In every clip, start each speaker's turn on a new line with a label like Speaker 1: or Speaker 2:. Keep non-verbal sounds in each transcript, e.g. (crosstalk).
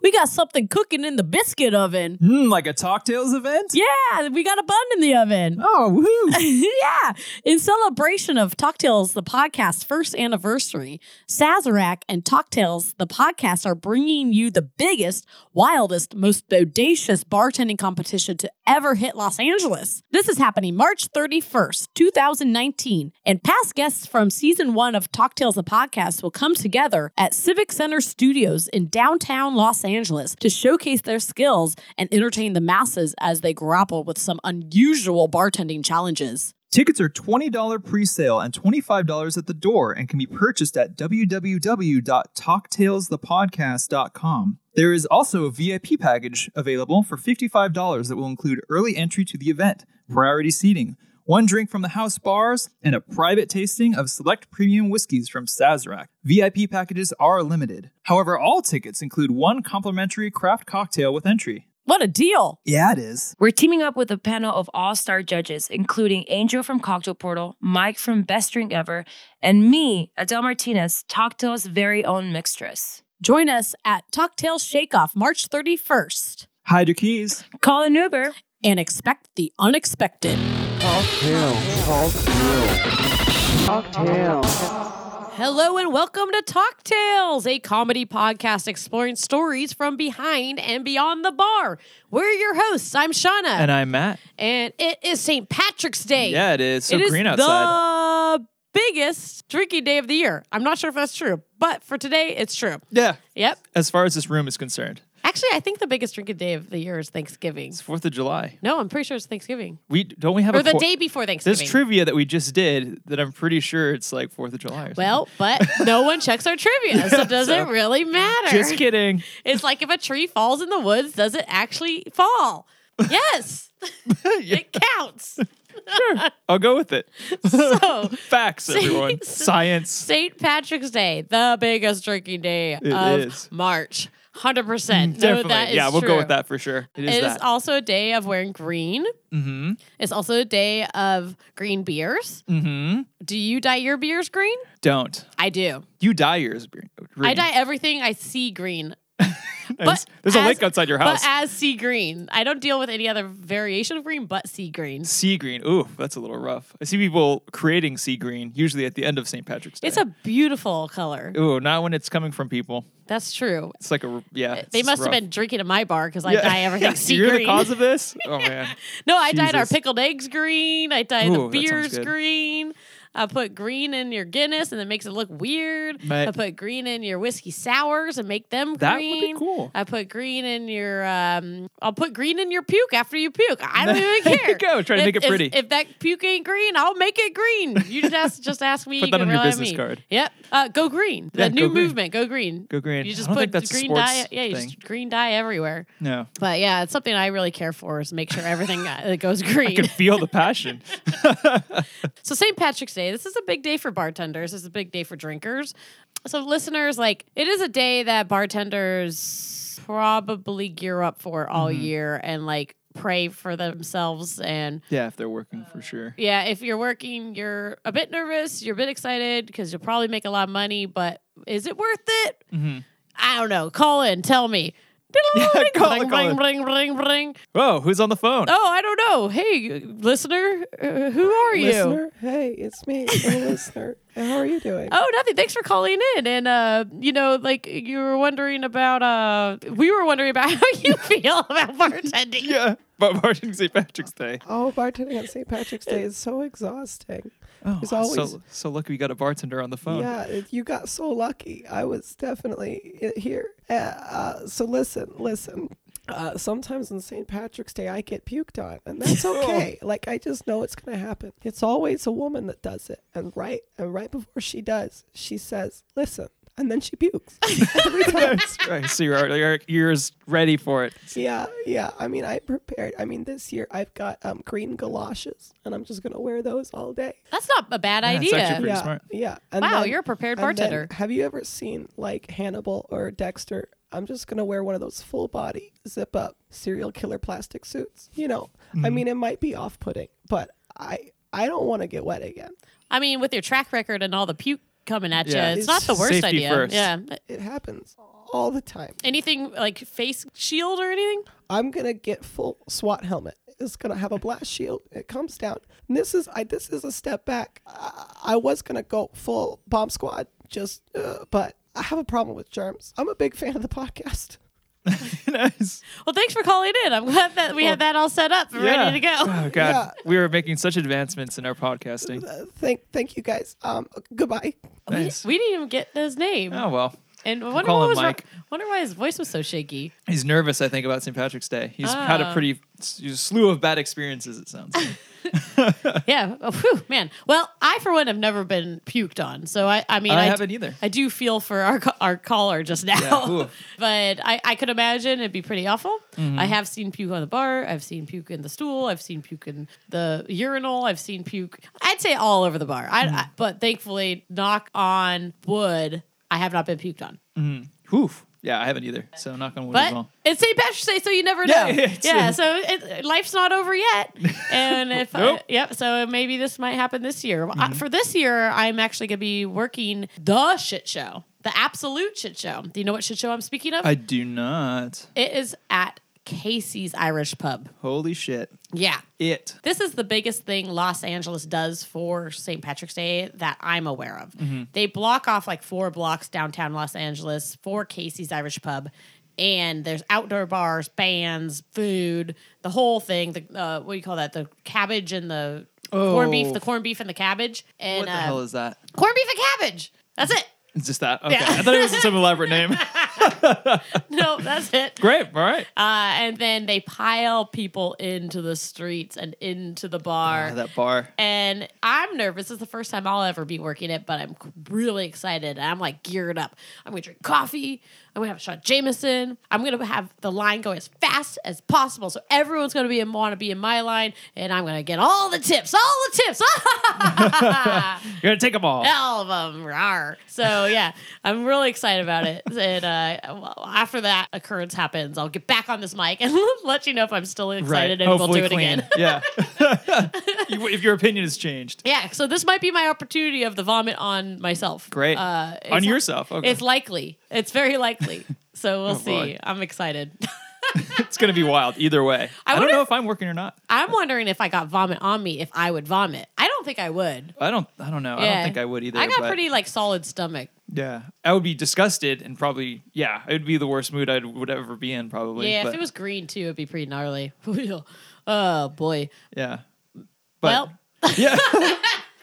Speaker 1: We got something cooking in the biscuit oven.
Speaker 2: Mm, like a Talktails event?
Speaker 1: Yeah, we got a bun in the oven. (laughs)
Speaker 2: Oh, woohoo.
Speaker 1: yeah. In celebration of Talktails, the podcast's first anniversary, Sazerac and Talktails, the podcast, are bringing you the biggest, wildest, most bodacious bartending competition to ever hit Los Angeles. This is happening March 31st, 2019, and past guests from season one of Talktails, the podcast, will come together at Civic Center Studios in downtown Los Angeles to showcase their skills and entertain the masses as they grapple with some unusual bartending challenges.
Speaker 2: Tickets are $20 pre sale and $25 at the door and can be purchased at www.talktalesthepodcast.com. There is also a VIP package available for $55 that will include early entry to the event, priority seating, one drink from the house bars, and a private tasting of select premium whiskeys from Sazerac. VIP packages are limited. However, all tickets include one complimentary craft cocktail with entry.
Speaker 1: What a deal!
Speaker 2: Yeah, it is.
Speaker 3: We're teaming up with a panel of all star judges, including Angel from Cocktail Portal, Mike from Best Drink Ever, and me, Adele Martinez, Cocktail's very own mixtress.
Speaker 1: Join us at Talktail Shakeoff March 31st
Speaker 2: Hide your keys.
Speaker 3: Call an Uber.
Speaker 1: and expect the unexpected.
Speaker 4: Cocktail. Cocktail. Cocktail.
Speaker 1: Hello and welcome to Talk Tales, a comedy podcast exploring stories from behind and beyond the bar. We're your hosts. I'm Shauna,
Speaker 2: And
Speaker 1: and,
Speaker 2: I'm Matt.
Speaker 1: it is St. Patrick's Day.
Speaker 2: Yeah, it is. So
Speaker 1: It is
Speaker 2: green outside.
Speaker 1: the biggest drinking day of the year. I'm not sure if that's true, but for today, it's true.
Speaker 2: yeah.
Speaker 1: Yep.
Speaker 2: As far as this room is concerned,
Speaker 1: Actually, I think the biggest drinking day of the year is Thanksgiving.
Speaker 2: it's Fourth of July.
Speaker 1: No, I'm pretty sure it's Thanksgiving
Speaker 2: We don't we have
Speaker 1: or
Speaker 2: a
Speaker 1: the
Speaker 2: cor-
Speaker 1: day before Thanksgiving.
Speaker 2: There's trivia that we just did that I'm pretty sure it's like Fourth of July. Or something.
Speaker 1: Well, but no one checks our trivia,
Speaker 2: (laughs)
Speaker 1: so it doesn't
Speaker 2: So,
Speaker 1: really matter.
Speaker 2: just kidding.
Speaker 1: It's like if a tree falls in the woods, does it actually fall? Yes,
Speaker 2: (laughs) Yeah,
Speaker 1: it counts.
Speaker 2: I'll go
Speaker 1: (laughs)
Speaker 2: with it.
Speaker 1: So, (laughs)
Speaker 2: Facts, everyone.
Speaker 1: Saints-
Speaker 2: Science.
Speaker 1: St. Patrick's Day, the biggest drinking day of
Speaker 2: is. Mm,
Speaker 1: March. 100%. No,
Speaker 2: Definitely.
Speaker 1: that is
Speaker 2: yeah, we'll
Speaker 1: true.
Speaker 2: go with that for sure. It is
Speaker 1: It is
Speaker 2: that.
Speaker 1: also a day of wearing green.
Speaker 2: mm-hmm.
Speaker 1: It's also a day of green beers.
Speaker 2: Mm-hmm.
Speaker 1: Do you dye your beers green?
Speaker 2: Don't.
Speaker 1: I do.
Speaker 2: You dye yours green.
Speaker 1: I dye everything I see
Speaker 2: (laughs)
Speaker 1: green.
Speaker 2: There's, there's a
Speaker 1: as-
Speaker 2: lake outside your house.
Speaker 1: But as sea green. I don't deal with any other variation of green but sea green.
Speaker 2: sea green. Ooh, that's a little rough. I see people creating sea green usually at the end of St. Patrick's Day.
Speaker 1: It's a beautiful color.
Speaker 2: Ooh, not when it's coming from people.
Speaker 1: That's true.
Speaker 2: It's like a yeah. it's
Speaker 1: They must have
Speaker 2: rough.
Speaker 1: been drinking at my bar because I
Speaker 2: Yeah.
Speaker 1: dye everything
Speaker 2: (laughs) Yeah,
Speaker 1: sea
Speaker 2: You're
Speaker 1: green.
Speaker 2: the cause
Speaker 1: (laughs)
Speaker 2: of this. Oh man.
Speaker 1: no, I dyed our
Speaker 2: Jesus.
Speaker 1: pickled eggs green. I dyed
Speaker 2: Ooh,
Speaker 1: the
Speaker 2: that sounds
Speaker 1: beers
Speaker 2: good.
Speaker 1: green. I put green in your Guinness and it makes it look weird.
Speaker 2: Right.
Speaker 1: I put green in your whiskey sours and make them
Speaker 2: That would be
Speaker 1: green.
Speaker 2: cool.
Speaker 1: I put green in your. Um, I'll put green in your puke after you puke. I
Speaker 2: (laughs)
Speaker 1: don't even
Speaker 2: There
Speaker 1: care.
Speaker 2: you go, try to
Speaker 1: If-
Speaker 2: make it
Speaker 1: if-
Speaker 2: pretty.
Speaker 1: If, that puke ain't green, I'll make it green. You just ask, (laughs) just ask me.
Speaker 2: Put
Speaker 1: you
Speaker 2: that
Speaker 1: can
Speaker 2: on your
Speaker 1: rely
Speaker 2: business
Speaker 1: me.
Speaker 2: card.
Speaker 1: Yep. Uh, go green. The
Speaker 2: Yeah, go
Speaker 1: new
Speaker 2: green.
Speaker 1: movement. Go green.
Speaker 2: Go green.
Speaker 1: You
Speaker 2: I
Speaker 1: just
Speaker 2: don't
Speaker 1: put
Speaker 2: think that's a
Speaker 1: green
Speaker 2: sports
Speaker 1: dye. Yeah, you
Speaker 2: thing.
Speaker 1: just green dye everywhere.
Speaker 2: No.
Speaker 1: But yeah, it's something I really care for is make sure everything uh, that goes (laughs) green.
Speaker 2: can feel the passion.
Speaker 1: So St. Patrick's Day, this is a big day for bartenders. This is a big day for drinkers. So listeners, like it is a day that bartenders probably gear up for all
Speaker 2: Mm-hmm.
Speaker 1: year and like pray for themselves and
Speaker 2: yeah, if they're working for
Speaker 1: (laughs)
Speaker 2: sure.
Speaker 1: yeah, if you're working, you're a bit nervous, you're a bit excited because you'll probably make a lot of money, but is it worth it?
Speaker 2: Mhm.
Speaker 1: I don't know. Call in, tell
Speaker 2: (laughs)
Speaker 1: me.
Speaker 2: call
Speaker 1: Ring,
Speaker 2: in, call
Speaker 1: ring,
Speaker 2: in.
Speaker 1: ring, ring, ring.
Speaker 2: Whoa, who's on the phone?
Speaker 1: Oh, I don't know. Hey, listener, uh, who are you?
Speaker 4: Listener, hey, it's me, hey, listener. How are you doing?
Speaker 1: Oh, nothing. Thanks for calling in. And uh, you know, like you were wondering about uh we were wondering about (laughs) how
Speaker 2: (laughs)
Speaker 1: you feel about bartending.
Speaker 2: (laughs) Yeah, but bartending St. Patrick's Day.
Speaker 4: Oh, bartending on St. Patrick's Day is so exhausting.
Speaker 2: Oh,
Speaker 4: There's always-
Speaker 2: so, oh. so lucky we got a bartender on the phone.
Speaker 4: Yeah, it- you got so lucky. I was definitely i- here. Uh, uh, so listen, listen. Uh, sometimes on St. Patrick's Day, I get puked on,
Speaker 2: (laughs)
Speaker 4: and that's
Speaker 2: Oh.
Speaker 4: okay. like I just know it's gonna happen. It's always a woman that does it, and right and right before she does, she says, "Listen," and then
Speaker 1: (laughs)
Speaker 4: she pukes. Every time.
Speaker 2: That's (laughs) right. So you're, you're, you're as ready
Speaker 1: (laughs)
Speaker 2: for it. (laughs)
Speaker 4: Yeah, yeah. I mean, I'm prepared. I mean, this year I've got um, green galoshes, and I'm just gonna wear those all day.
Speaker 1: That's not a bad
Speaker 2: Yeah, it's actually
Speaker 1: idea.
Speaker 2: Pretty
Speaker 4: yeah,
Speaker 2: smart.
Speaker 4: yeah. And
Speaker 1: Wow,
Speaker 4: then-
Speaker 1: you're a prepared
Speaker 4: and then,
Speaker 1: bartender.
Speaker 4: have you ever seen like Hannibal or Dexter? I'm just gonna wear one of those full body zip up serial killer plastic suits. You know, I mean, it might be off putting, but I I don't want to get wet again.
Speaker 1: I mean, with your track record and all the puke coming at you,
Speaker 2: Yeah.
Speaker 1: it's not the worst
Speaker 2: Safety
Speaker 1: idea.
Speaker 2: first.
Speaker 1: Yeah.
Speaker 4: It happens all the time.
Speaker 1: Anything like face shield or anything?
Speaker 4: I'm gonna get full SWAT helmet. It's gonna have a blast shield. It comes down. And this is I. This is a step back. I, I was gonna go full bomb squad, just uh, but I have a problem with germs. I'm a big fan of the podcast.
Speaker 2: nice.
Speaker 1: Well, thanks for calling in. I'm glad that we had that all set up and
Speaker 2: Yeah.
Speaker 1: ready to go.
Speaker 2: Oh, God. We were making such advancements in our podcasting.
Speaker 4: Uh, thank thank you guys. Um, goodbye.
Speaker 2: Thanks.
Speaker 1: We didn't even get his name.
Speaker 2: Oh, well.
Speaker 1: And I wonder
Speaker 2: call
Speaker 1: what
Speaker 2: him
Speaker 1: was
Speaker 2: Mike.
Speaker 1: wrong- wonder why his voice was so shaky.
Speaker 2: He's nervous, I think, about St. Patrick's Day. He's had a
Speaker 1: Ah.
Speaker 2: pretty slew of bad experiences, it sounds. like.
Speaker 1: Yeah. Oh, whew, man. Well, I for one have never been puked on, so I. I mean,
Speaker 2: I
Speaker 1: I, d-
Speaker 2: haven't either.
Speaker 1: I do feel for our ca- our caller just now,
Speaker 2: Yeah, ooh.
Speaker 1: (laughs) but I, I could imagine it'd be pretty awful.
Speaker 2: Mm-hmm.
Speaker 1: I have seen puke on the bar. I've seen puke in the stool. I've seen puke in the urinal. I've seen puke. I'd say all over the bar. I,
Speaker 2: Mm.
Speaker 1: I- but thankfully, knock on wood, I have not been puked on.
Speaker 2: Oof. Yeah, I haven't either. So knock on wood as
Speaker 1: But
Speaker 2: well.
Speaker 1: it's St. Patrick's Day, so you never know.
Speaker 2: Yeah,
Speaker 1: Yeah,
Speaker 2: (laughs) it's-
Speaker 1: so it, life's not over yet. And if
Speaker 2: Nope. Mm-hmm.
Speaker 1: I, yep, so maybe this might happen this year. Uh, for this year, I'm actually going to be working the shit show, the absolute shit show. Do you know what shit show I'm speaking of?
Speaker 2: I do not.
Speaker 1: it is at Casey's Irish Pub.
Speaker 2: Holy shit.
Speaker 1: Yeah.
Speaker 2: It.
Speaker 1: This is the biggest thing Los Angeles does for St. Patrick's Day that I'm aware of.
Speaker 2: Mm-hmm.
Speaker 1: They block off like four blocks downtown Los Angeles for Casey's Irish Pub, and there's outdoor bars, bands, food, the whole thing. The uh, what do you call that? The cabbage and the corned beef,
Speaker 2: Oh.
Speaker 1: the corned beef and the cabbage, and
Speaker 2: What the
Speaker 1: uh,
Speaker 2: hell is that?
Speaker 1: corned beef and cabbage. That's it. (laughs)
Speaker 2: It's just that. Okay.
Speaker 1: Yeah.
Speaker 2: I thought it was some
Speaker 1: (laughs)
Speaker 2: elaborate name.
Speaker 1: No, that's it.
Speaker 2: Great. All right.
Speaker 1: Uh, and then they pile people into the streets and into the bar.
Speaker 2: Ah, that bar.
Speaker 1: and I'm nervous. It's the first time I'll ever be working it, but I'm really excited. And I'm like geared up. I'm gonna drink coffee. I'm gonna have a shot of Jameson. I'm gonna have the line go as fast as possible, so everyone's gonna be in, wanna be in my line, and I'm gonna get all the tips, all the tips, (laughs)
Speaker 2: You're going to take them all.
Speaker 1: all of them. Rawr. So yeah, I'm really excited about it. And uh, well, after that occurrence happens, I'll get back on this mic and (laughs) let you know if I'm still excited and
Speaker 2: Hopefully
Speaker 1: we'll do it
Speaker 2: clean.
Speaker 1: again. (laughs)
Speaker 2: yeah. You- if your opinion has changed.
Speaker 1: Yeah, so this might be my opportunity of the vomit on myself.
Speaker 2: Great.
Speaker 1: Uh, it's-
Speaker 2: On yourself. Okay.
Speaker 1: It's likely. It's very
Speaker 2: (laughs)
Speaker 1: likely. So we'll
Speaker 2: Oh,
Speaker 1: see.
Speaker 2: boy.
Speaker 1: I'm excited. (laughs)
Speaker 2: It's going to be wild either way. I,
Speaker 1: I
Speaker 2: don't
Speaker 1: wonder
Speaker 2: know
Speaker 1: if-
Speaker 2: if I'm working or not.
Speaker 1: I'm wondering if I got vomit on me, if I would vomit. I don't think I would.
Speaker 2: I don't I don't know. I don't
Speaker 1: Yeah.
Speaker 2: think I would either.
Speaker 1: I got
Speaker 2: but
Speaker 1: pretty like solid stomach.
Speaker 2: Yeah. I would be disgusted and probably yeah, it would be the worst mood I would ever be in probably.
Speaker 1: Yeah,
Speaker 2: but,
Speaker 1: if it was green too, it'd be pretty gnarly. (laughs) oh boy.
Speaker 2: Yeah.
Speaker 1: well,
Speaker 2: (laughs) Yeah.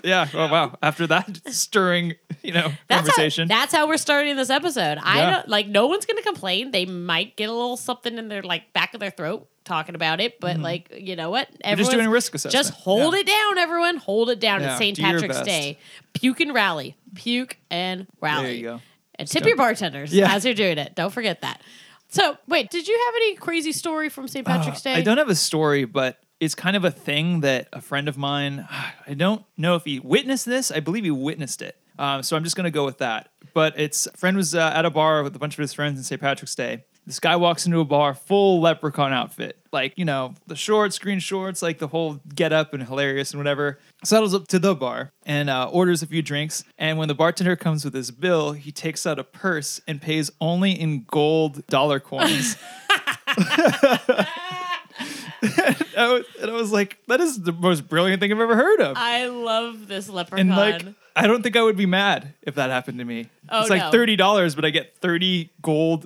Speaker 2: yeah. Oh wow. After that stirring, you know,
Speaker 1: that's how,
Speaker 2: conversation.
Speaker 1: that's how we're starting this episode.
Speaker 2: Yeah.
Speaker 1: I don't like no one's gonna complain. They might get a little something in their like back of their throat talking about it, but like you know what?
Speaker 2: We're Mm-hmm. just
Speaker 1: Everyone's-
Speaker 2: doing a risk assessment.
Speaker 1: Just hold
Speaker 2: Yeah.
Speaker 1: it down, everyone. Hold it down.
Speaker 2: Yeah,
Speaker 1: it's St.
Speaker 2: do your
Speaker 1: Patrick's
Speaker 2: best.
Speaker 1: Day. Puke and rally. Puke and rally.
Speaker 2: There you go.
Speaker 1: And tip
Speaker 2: go.
Speaker 1: your bartenders
Speaker 2: Yeah.
Speaker 1: as you're doing it. Don't forget that. So, wait, did you have any crazy story from St. Patrick's Day?
Speaker 2: Uh, I don't have a story, but it's kind of a thing that a friend of mine, (sighs) I don't know if he witnessed this. I believe he witnessed it. Um, so I'm just going to go with that. But it's a friend was uh, at a bar with a bunch of his friends on St. Patrick's Day. This guy walks into a bar full leprechaun outfit, like, you know, the shorts, green shorts, like the whole get up and hilarious and whatever. Settles up to the bar and uh, orders a few drinks. And when the bartender comes with his bill, he takes out a purse and pays only in gold dollar coins. I was, and I was like, that is the most brilliant thing I've ever heard of.
Speaker 1: I love this leprechaun.
Speaker 2: and like, I don't think I would be mad if that happened to me.
Speaker 1: Oh,
Speaker 2: it's like
Speaker 1: no.
Speaker 2: thirty dollars, but I get thirty gold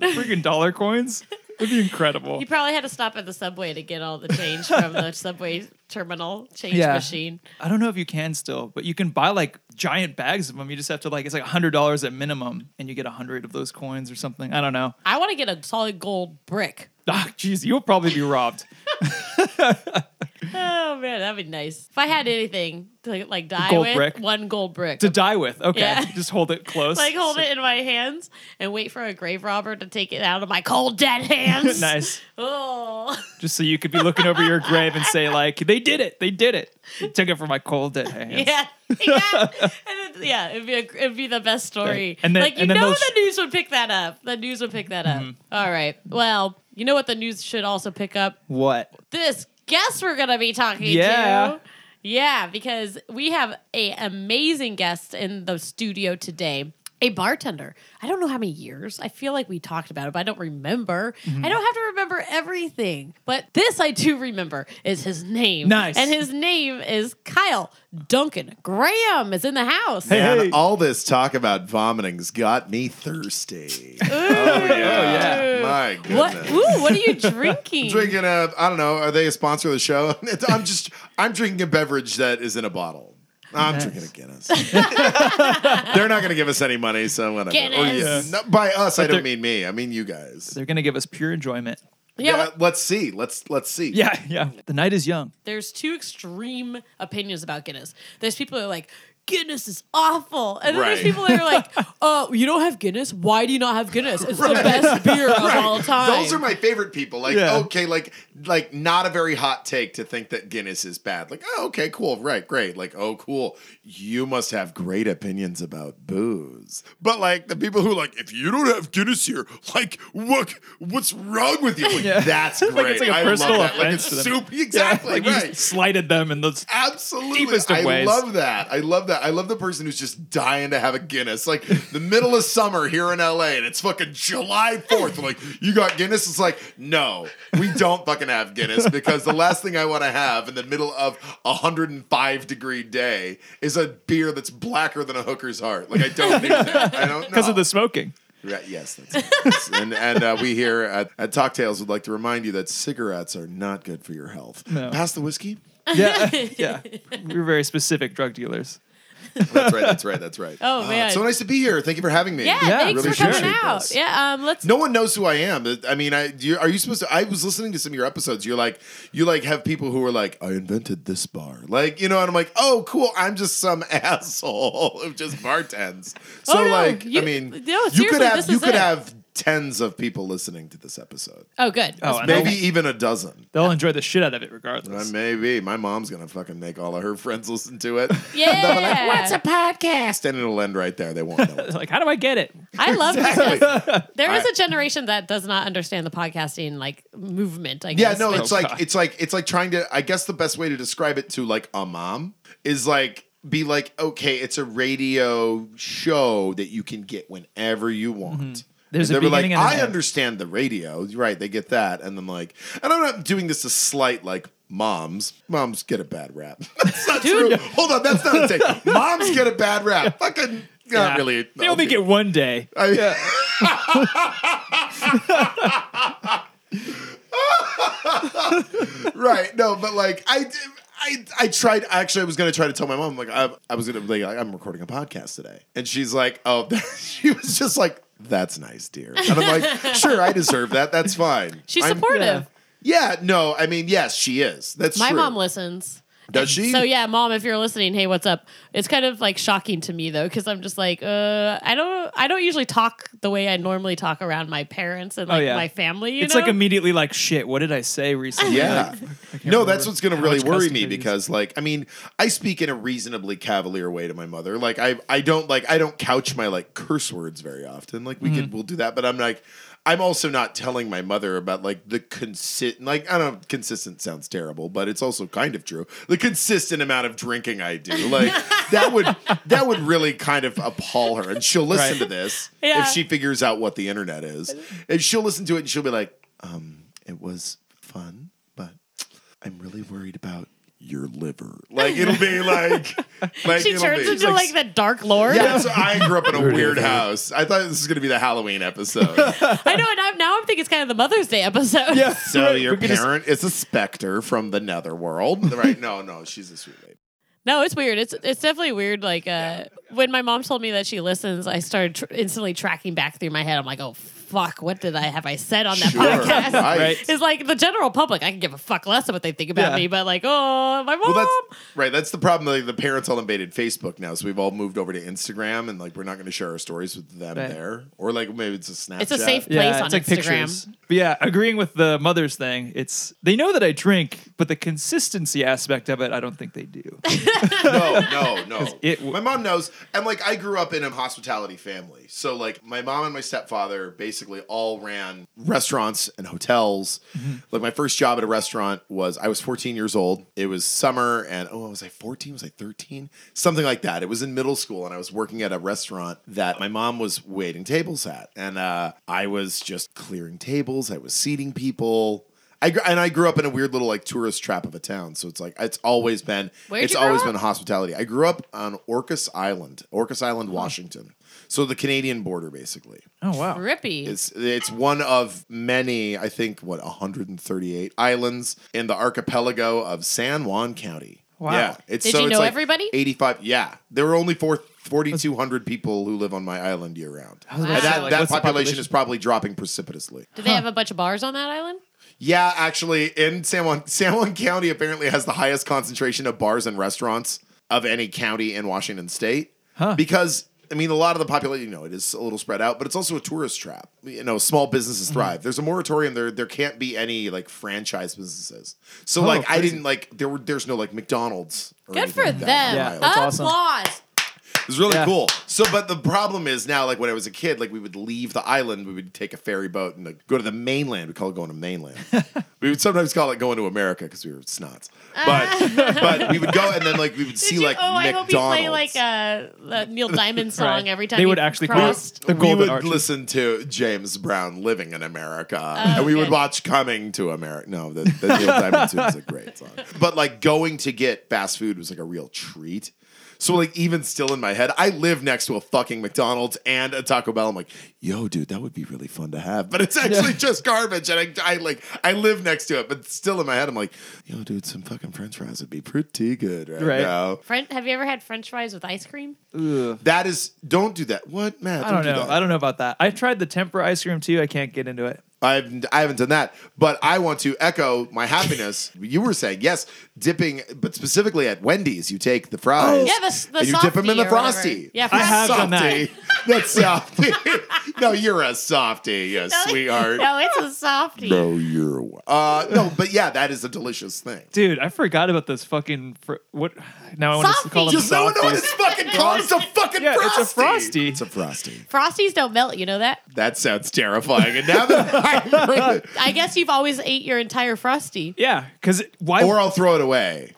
Speaker 1: (laughs)
Speaker 2: freaking dollar coins. It'd be incredible.
Speaker 1: you probably had to stop at the subway to get all the change from
Speaker 2: (laughs)
Speaker 1: the subway terminal change
Speaker 2: Yeah.
Speaker 1: machine.
Speaker 2: I don't know if you can still, but you can buy like giant bags of them. You just have to like it's like hundred dollars at minimum, and you get hundred of those coins or something. I don't know. (laughs)
Speaker 1: I want to get a solid gold brick.
Speaker 2: Ah, jeez, you'll probably be robbed.
Speaker 1: Oh man, that'd be nice. If I had anything to like die
Speaker 2: gold
Speaker 1: with,
Speaker 2: brick?
Speaker 1: one gold brick. (laughs)
Speaker 2: to die with. Okay,
Speaker 1: Yeah.
Speaker 2: (laughs) just hold it close.
Speaker 1: like hold it in my hands and wait for a grave robber to take it out of my cold dead hands.
Speaker 2: (laughs) (laughs) nice.
Speaker 1: Oh. (laughs)
Speaker 2: just so you could be looking over your grave and say like they did it they did it they took it from my cold dead hands
Speaker 1: (laughs) Yeah. yeah. And it, yeah, it'd be a, it'd be the best story.
Speaker 2: And then-
Speaker 1: like you
Speaker 2: and then
Speaker 1: know
Speaker 2: those- Mm-hmm.
Speaker 1: the news would pick that up. The news would pick that up. All right. Well, you know what the news should also pick up?
Speaker 2: what
Speaker 1: This guest we're gonna be talking
Speaker 2: Yeah.
Speaker 1: to. Yeah, because we have a amazing guest in the studio today. a bartender. I don't know how many years. I feel like we talked about it, but I don't remember.
Speaker 2: Mm-hmm.
Speaker 1: I don't have to remember everything, but this I do remember is his name.
Speaker 2: Nice.
Speaker 1: And his name is Kyle Duncan. Graham is in the house.
Speaker 5: And
Speaker 2: hey.
Speaker 5: all this talk about vomiting's got me thirsty. oh,
Speaker 2: yeah.
Speaker 5: My goodness.
Speaker 1: What? Ooh, what are
Speaker 2: (laughs)
Speaker 1: you drinking?
Speaker 5: Drinking a, I don't know, are they a sponsor of the show? (laughs) I'm just, I'm drinking a beverage that is in a bottle. I'm drinking a Guinness. (laughs) They're not going to give us any money, so whatever. Or
Speaker 1: Guinness.
Speaker 5: you- no, by us, I
Speaker 2: they're-
Speaker 5: don't mean me. I mean you guys.
Speaker 2: They're gonna give us pure enjoyment.
Speaker 1: Yeah,
Speaker 5: Yeah,
Speaker 1: what-
Speaker 5: let's see. Let's let's see.
Speaker 2: (laughs) Yeah, yeah. The night is young.
Speaker 1: there's two extreme opinions about Guinness. There's people who are like, Guinness is awful. And then there's
Speaker 5: Right.
Speaker 1: people that are
Speaker 5: (laughs)
Speaker 1: like, oh, you don't have Guinness? Why do you not have Guinness? It's the best beer
Speaker 5: (laughs)
Speaker 1: of all time.
Speaker 5: Those are my favorite people. Like,
Speaker 2: Yeah.
Speaker 5: okay, like, like not a very hot take to think that Guinness is bad. Like, oh, okay, cool, right, great. Like, oh, cool. You must have great opinions about booze. But like the people who are like, if you don't have Guinness here, like, what, what's wrong with you?
Speaker 2: (laughs)
Speaker 5: Like, That's great.
Speaker 2: like a
Speaker 5: I love
Speaker 2: personal
Speaker 5: that. Like,
Speaker 2: offense
Speaker 5: it's
Speaker 2: to them.
Speaker 5: soup. Exactly.
Speaker 2: like
Speaker 5: right.
Speaker 2: you slighted them and
Speaker 5: (laughs)
Speaker 2: those.
Speaker 5: Absolutely.
Speaker 2: Deepest of
Speaker 5: I
Speaker 2: ways.
Speaker 5: love that. I love that. I love the person who's just dying to have a Guinness. Like the middle of summer here in LA and it's fucking July 4th. We're like, you got Guinness? It's like, no, we don't fucking have Guinness because the last thing I want to have in the middle of a 105 degree day is a beer that's blacker than a hooker's heart. Like I don't need that.
Speaker 2: (laughs)
Speaker 5: I don't know.
Speaker 2: Because of the smoking.
Speaker 5: Right, yes, that's it. and and uh, we here at, at Talktails would like to remind you that cigarettes are not good for your health. Pass the whiskey.
Speaker 2: (laughs) Yeah, yeah. We were very specific drug dealers.
Speaker 5: That's right. That's right. That's right.
Speaker 1: (laughs) Oh, man.
Speaker 5: it's so nice to be here. Thank you for having me.
Speaker 1: yeah,
Speaker 2: Yeah,
Speaker 1: thanks
Speaker 2: really
Speaker 1: for coming
Speaker 5: appreciate
Speaker 1: out.
Speaker 5: this.
Speaker 1: Yeah, um, let's.
Speaker 5: No one knows who I am. I mean, I do you, are you supposed to? I was listening to some of your episodes. You're like, you like have people who are like, I invented this bar, like you know, and I'm like, oh, cool. I'm just some (laughs) asshole who just bartends. So
Speaker 1: Oh, no.
Speaker 5: like,
Speaker 1: You-
Speaker 5: I mean,
Speaker 1: no,
Speaker 5: you could
Speaker 1: seriously,
Speaker 5: have
Speaker 1: this
Speaker 5: you
Speaker 1: is
Speaker 5: could
Speaker 1: it.
Speaker 5: have tens of people listening to this episode,
Speaker 1: Oh, good.
Speaker 2: Oh, and
Speaker 5: maybe
Speaker 2: they'll,
Speaker 5: even a dozen.
Speaker 2: they'll enjoy the shit out of it regardless. (laughs)
Speaker 5: Maybe my mom's gonna fucking make all of her friends listen to it.
Speaker 1: (laughs) Yeah.
Speaker 5: What's a podcast? And it'll end right there. They won't know. (laughs)
Speaker 2: They're like, how do I get it?
Speaker 1: I love this. There is
Speaker 5: I-
Speaker 1: a generation that does not understand the podcasting like movement. I
Speaker 5: Yeah,
Speaker 1: guess.
Speaker 5: no,
Speaker 1: but-
Speaker 5: it's like it's like it's like trying to. I guess the best way to describe it to like a mom is like be like, okay, it's a radio show that you can get whenever you want.
Speaker 2: Mm-hmm. There's
Speaker 5: And
Speaker 2: a
Speaker 5: they were like,
Speaker 2: beginning and an
Speaker 5: I
Speaker 2: end."
Speaker 5: understand the radio, right? They get that, and then like, and I'm not doing this to slight like moms. Moms get a bad rap. (laughs) that's not true. Hold on, that's not
Speaker 2: (laughs)
Speaker 5: a take. moms get a bad rap. Fucking not
Speaker 2: Yeah.
Speaker 5: really.
Speaker 2: They only
Speaker 5: okay.
Speaker 2: get one
Speaker 5: (laughs)
Speaker 2: day.
Speaker 5: I, right. No, but like I, d- I, I tried. Actually, I was gonna try to tell my mom. Like I, I was gonna be like, I'm recording a podcast today, and she's like, oh, (laughs) she was just like, that's nice, dear. And I'm like, sure, I deserve that. That's fine.
Speaker 1: she's
Speaker 5: I'm-
Speaker 1: supportive.
Speaker 5: (laughs) Yeah. No, I mean, yes, she is. That's
Speaker 1: My
Speaker 5: true.
Speaker 1: mom listens.
Speaker 5: Does she?
Speaker 1: So yeah, mom, if you're listening, hey, what's up? It's kind of like shocking to me though, because I'm just like, uh, I don't, I don't usually talk the way I normally talk around my parents and like
Speaker 2: Oh, yeah.
Speaker 1: my family. You
Speaker 2: It's
Speaker 1: know?
Speaker 2: like immediately like, shit, what did I say recently?
Speaker 5: Yeah. No, that's what's going to really
Speaker 2: much
Speaker 5: worry
Speaker 2: custody
Speaker 5: me
Speaker 2: it is.
Speaker 5: because, like, I mean, I speak in a reasonably cavalier way to my mother. Like, I I don't like I don't couch my like curse words very often. Like, we could we'll do that, but I'm like. I'm also not telling my mother about like the consistent, like I don't know, consistent sounds terrible, but it's also kind of true. The consistent amount of drinking I do, like that would that would really kind of appall her, and she'll listen
Speaker 2: Right.
Speaker 5: to this
Speaker 1: Yeah.
Speaker 5: if she figures out what the internet is, and she'll listen to it and she'll be like, um, "It was fun, but I'm really worried about your liver. Like it'll
Speaker 1: (laughs)
Speaker 5: be like, like
Speaker 1: she
Speaker 5: it'll
Speaker 1: turns
Speaker 5: be,
Speaker 1: into like, the Dark Lord.
Speaker 5: yeah. So I grew up in a weird house. I thought this was gonna be the
Speaker 1: (laughs)
Speaker 5: Halloween episode.
Speaker 1: I know, and I'm, now I'm thinking it's kind of the Mother's Day episode.
Speaker 2: Yeah.
Speaker 5: so your
Speaker 2: We're gonna s-
Speaker 5: parent is a specter from the
Speaker 1: (laughs)
Speaker 5: netherworld, right? No, no, she's a sweet lady.
Speaker 1: No, it's weird. It's it's definitely weird. Like uh, when my mom told me that she listens, I started tr- instantly tracking back through my head. I'm like, oh fuck, what did I have I said on that
Speaker 5: Sure,
Speaker 1: podcast?
Speaker 5: right?
Speaker 2: Right.
Speaker 1: It's like the general public. I can give a fuck less of what they think about
Speaker 2: Yeah.
Speaker 1: me, but like, oh, my mom.
Speaker 5: Well, that's right. That's the problem. Like, the parents all invaded Facebook now, so we've all moved over to Instagram, and like we're not going to share our stories with them
Speaker 2: Right.
Speaker 5: there, or like maybe it's a Snapchat.
Speaker 1: It's a safe place
Speaker 2: Yeah,
Speaker 1: on
Speaker 2: it's like
Speaker 1: Instagram.
Speaker 2: pictures. But yeah, agreeing with the mother's thing, it's they know that I drink, but the consistency aspect of it, I don't think they
Speaker 5: (laughs)
Speaker 2: do. (laughs)
Speaker 5: no, no, no.
Speaker 2: it w-
Speaker 5: my mom knows, and like I grew up in a hospitality family, so like my mom and my stepfather basically basically all ran restaurants and hotels.
Speaker 2: Mm-hmm.
Speaker 5: Like my first job at a restaurant was I was 14 years old. It was summer and oh, was I 14? Was I 13? Something like that. It was in middle school and I was working at a restaurant that my mom was waiting tables at. And uh, I was just clearing tables, I was seating people. I gr- and I grew up in a weird little like tourist trap of a town, so it's like it's always been
Speaker 1: Where'd
Speaker 5: it's
Speaker 1: you grow
Speaker 5: always
Speaker 1: up?
Speaker 5: been hospitality. I grew up on Orcas Island, Orcas Island, Washington, so the Canadian border basically.
Speaker 2: Oh wow.
Speaker 1: Rippy.
Speaker 5: It's it's one of many, I think, what 138 islands in the archipelago of San Juan County.
Speaker 2: Wow.
Speaker 5: Yeah, it's
Speaker 1: Did
Speaker 5: so
Speaker 1: you
Speaker 5: it's
Speaker 1: know
Speaker 5: like
Speaker 1: everybody?
Speaker 5: 85. Yeah, there were only four. 4,200 people who live on my island year round. And
Speaker 2: about to
Speaker 5: that,
Speaker 2: say, like,
Speaker 5: that
Speaker 2: what's the
Speaker 5: population,
Speaker 2: population?
Speaker 5: is probably dropping precipitously.
Speaker 1: Do they have a bunch of bars on that island?
Speaker 5: Yeah, actually, in San Juan, (laughs) San Juan County apparently has the highest concentration of bars and restaurants of any county in Washington State. Because, I mean, a lot of the population, you know, it is a little spread out, but it's also a tourist trap. You know, small businesses thrive. There's a moratorium. There there can't be any, like, franchise businesses. So, like, I didn't, like, there were there's no, like, McDonald's. Or
Speaker 1: Good
Speaker 5: anything
Speaker 1: for
Speaker 5: like
Speaker 1: them.
Speaker 5: that on
Speaker 2: Yeah,
Speaker 5: the island.
Speaker 2: that's
Speaker 1: Applause.
Speaker 2: awesome.
Speaker 5: It was really
Speaker 2: Yeah.
Speaker 5: cool. So, but the problem is now, like when I was a kid, like we would leave the island, we would take a ferry boat and like, go to the mainland. We call it going to mainland. we would sometimes call it going to America because we were snots.
Speaker 1: (laughs)
Speaker 5: But but we would go and then like we would see
Speaker 1: Did you-
Speaker 5: like
Speaker 1: oh, I hope
Speaker 5: McDonald's.
Speaker 1: you play like a, the
Speaker 5: (laughs)
Speaker 1: Neil Diamond song
Speaker 2: Right.
Speaker 1: every time
Speaker 2: They
Speaker 1: you
Speaker 2: would actually call it-
Speaker 1: crossed.
Speaker 2: The
Speaker 5: we
Speaker 2: Golden
Speaker 5: would
Speaker 2: Arches.
Speaker 5: listen to James Brown living in America, and we would
Speaker 1: okay.
Speaker 5: watch Coming to America. No, the, the Neil Diamond Tune is a great song, but like going to get fast food was like a real treat. So like even still in my head, I live next to a fucking McDonald's and a Taco Bell. I'm like, yo, dude, that would be really fun to have, but it's actually just garbage. And I, I like, I live next to it, but still in my head, I'm like, yo, dude, some fucking French fries would be pretty good right,
Speaker 2: Right.
Speaker 5: now.
Speaker 1: French, have you ever had French fries with ice cream?
Speaker 5: That is, don't do that. What, Matt?
Speaker 2: I don't
Speaker 5: do
Speaker 2: know.
Speaker 5: that.
Speaker 2: I don't know about that. I tried the tempura ice cream too. I can't get into it.
Speaker 5: I've I haven't done that, but I want to echo my happiness. you were saying yes, dipping, but specifically at Wendy's, you take the fries.
Speaker 1: Yeah, the- the
Speaker 5: and you dip
Speaker 1: softie
Speaker 5: them in the
Speaker 1: or whatever.
Speaker 5: frosty.
Speaker 1: Yeah, I
Speaker 2: have done
Speaker 5: Softie. That's softy. (laughs) no, you're a softy, you sweetheart.
Speaker 1: No, it's a softie.
Speaker 5: No, you're a wa- uh no, but yeah, that is a delicious thing.
Speaker 2: Dude, I forgot about those fucking fr- what. Now I want to call them
Speaker 1: Softies.
Speaker 5: Does no one know what
Speaker 2: softies.
Speaker 5: it's fucking called? It's a fucking
Speaker 2: Yeah, it's
Speaker 5: frosty.
Speaker 2: a frosty.
Speaker 5: It's a frosty.
Speaker 1: Frosties don't melt, you know that?
Speaker 5: That sounds terrifying. And now (laughs) that I bring it-
Speaker 1: I guess you've always ate your entire Frosty.
Speaker 2: Yeah, because why?
Speaker 5: (laughs) or I'll throw it away.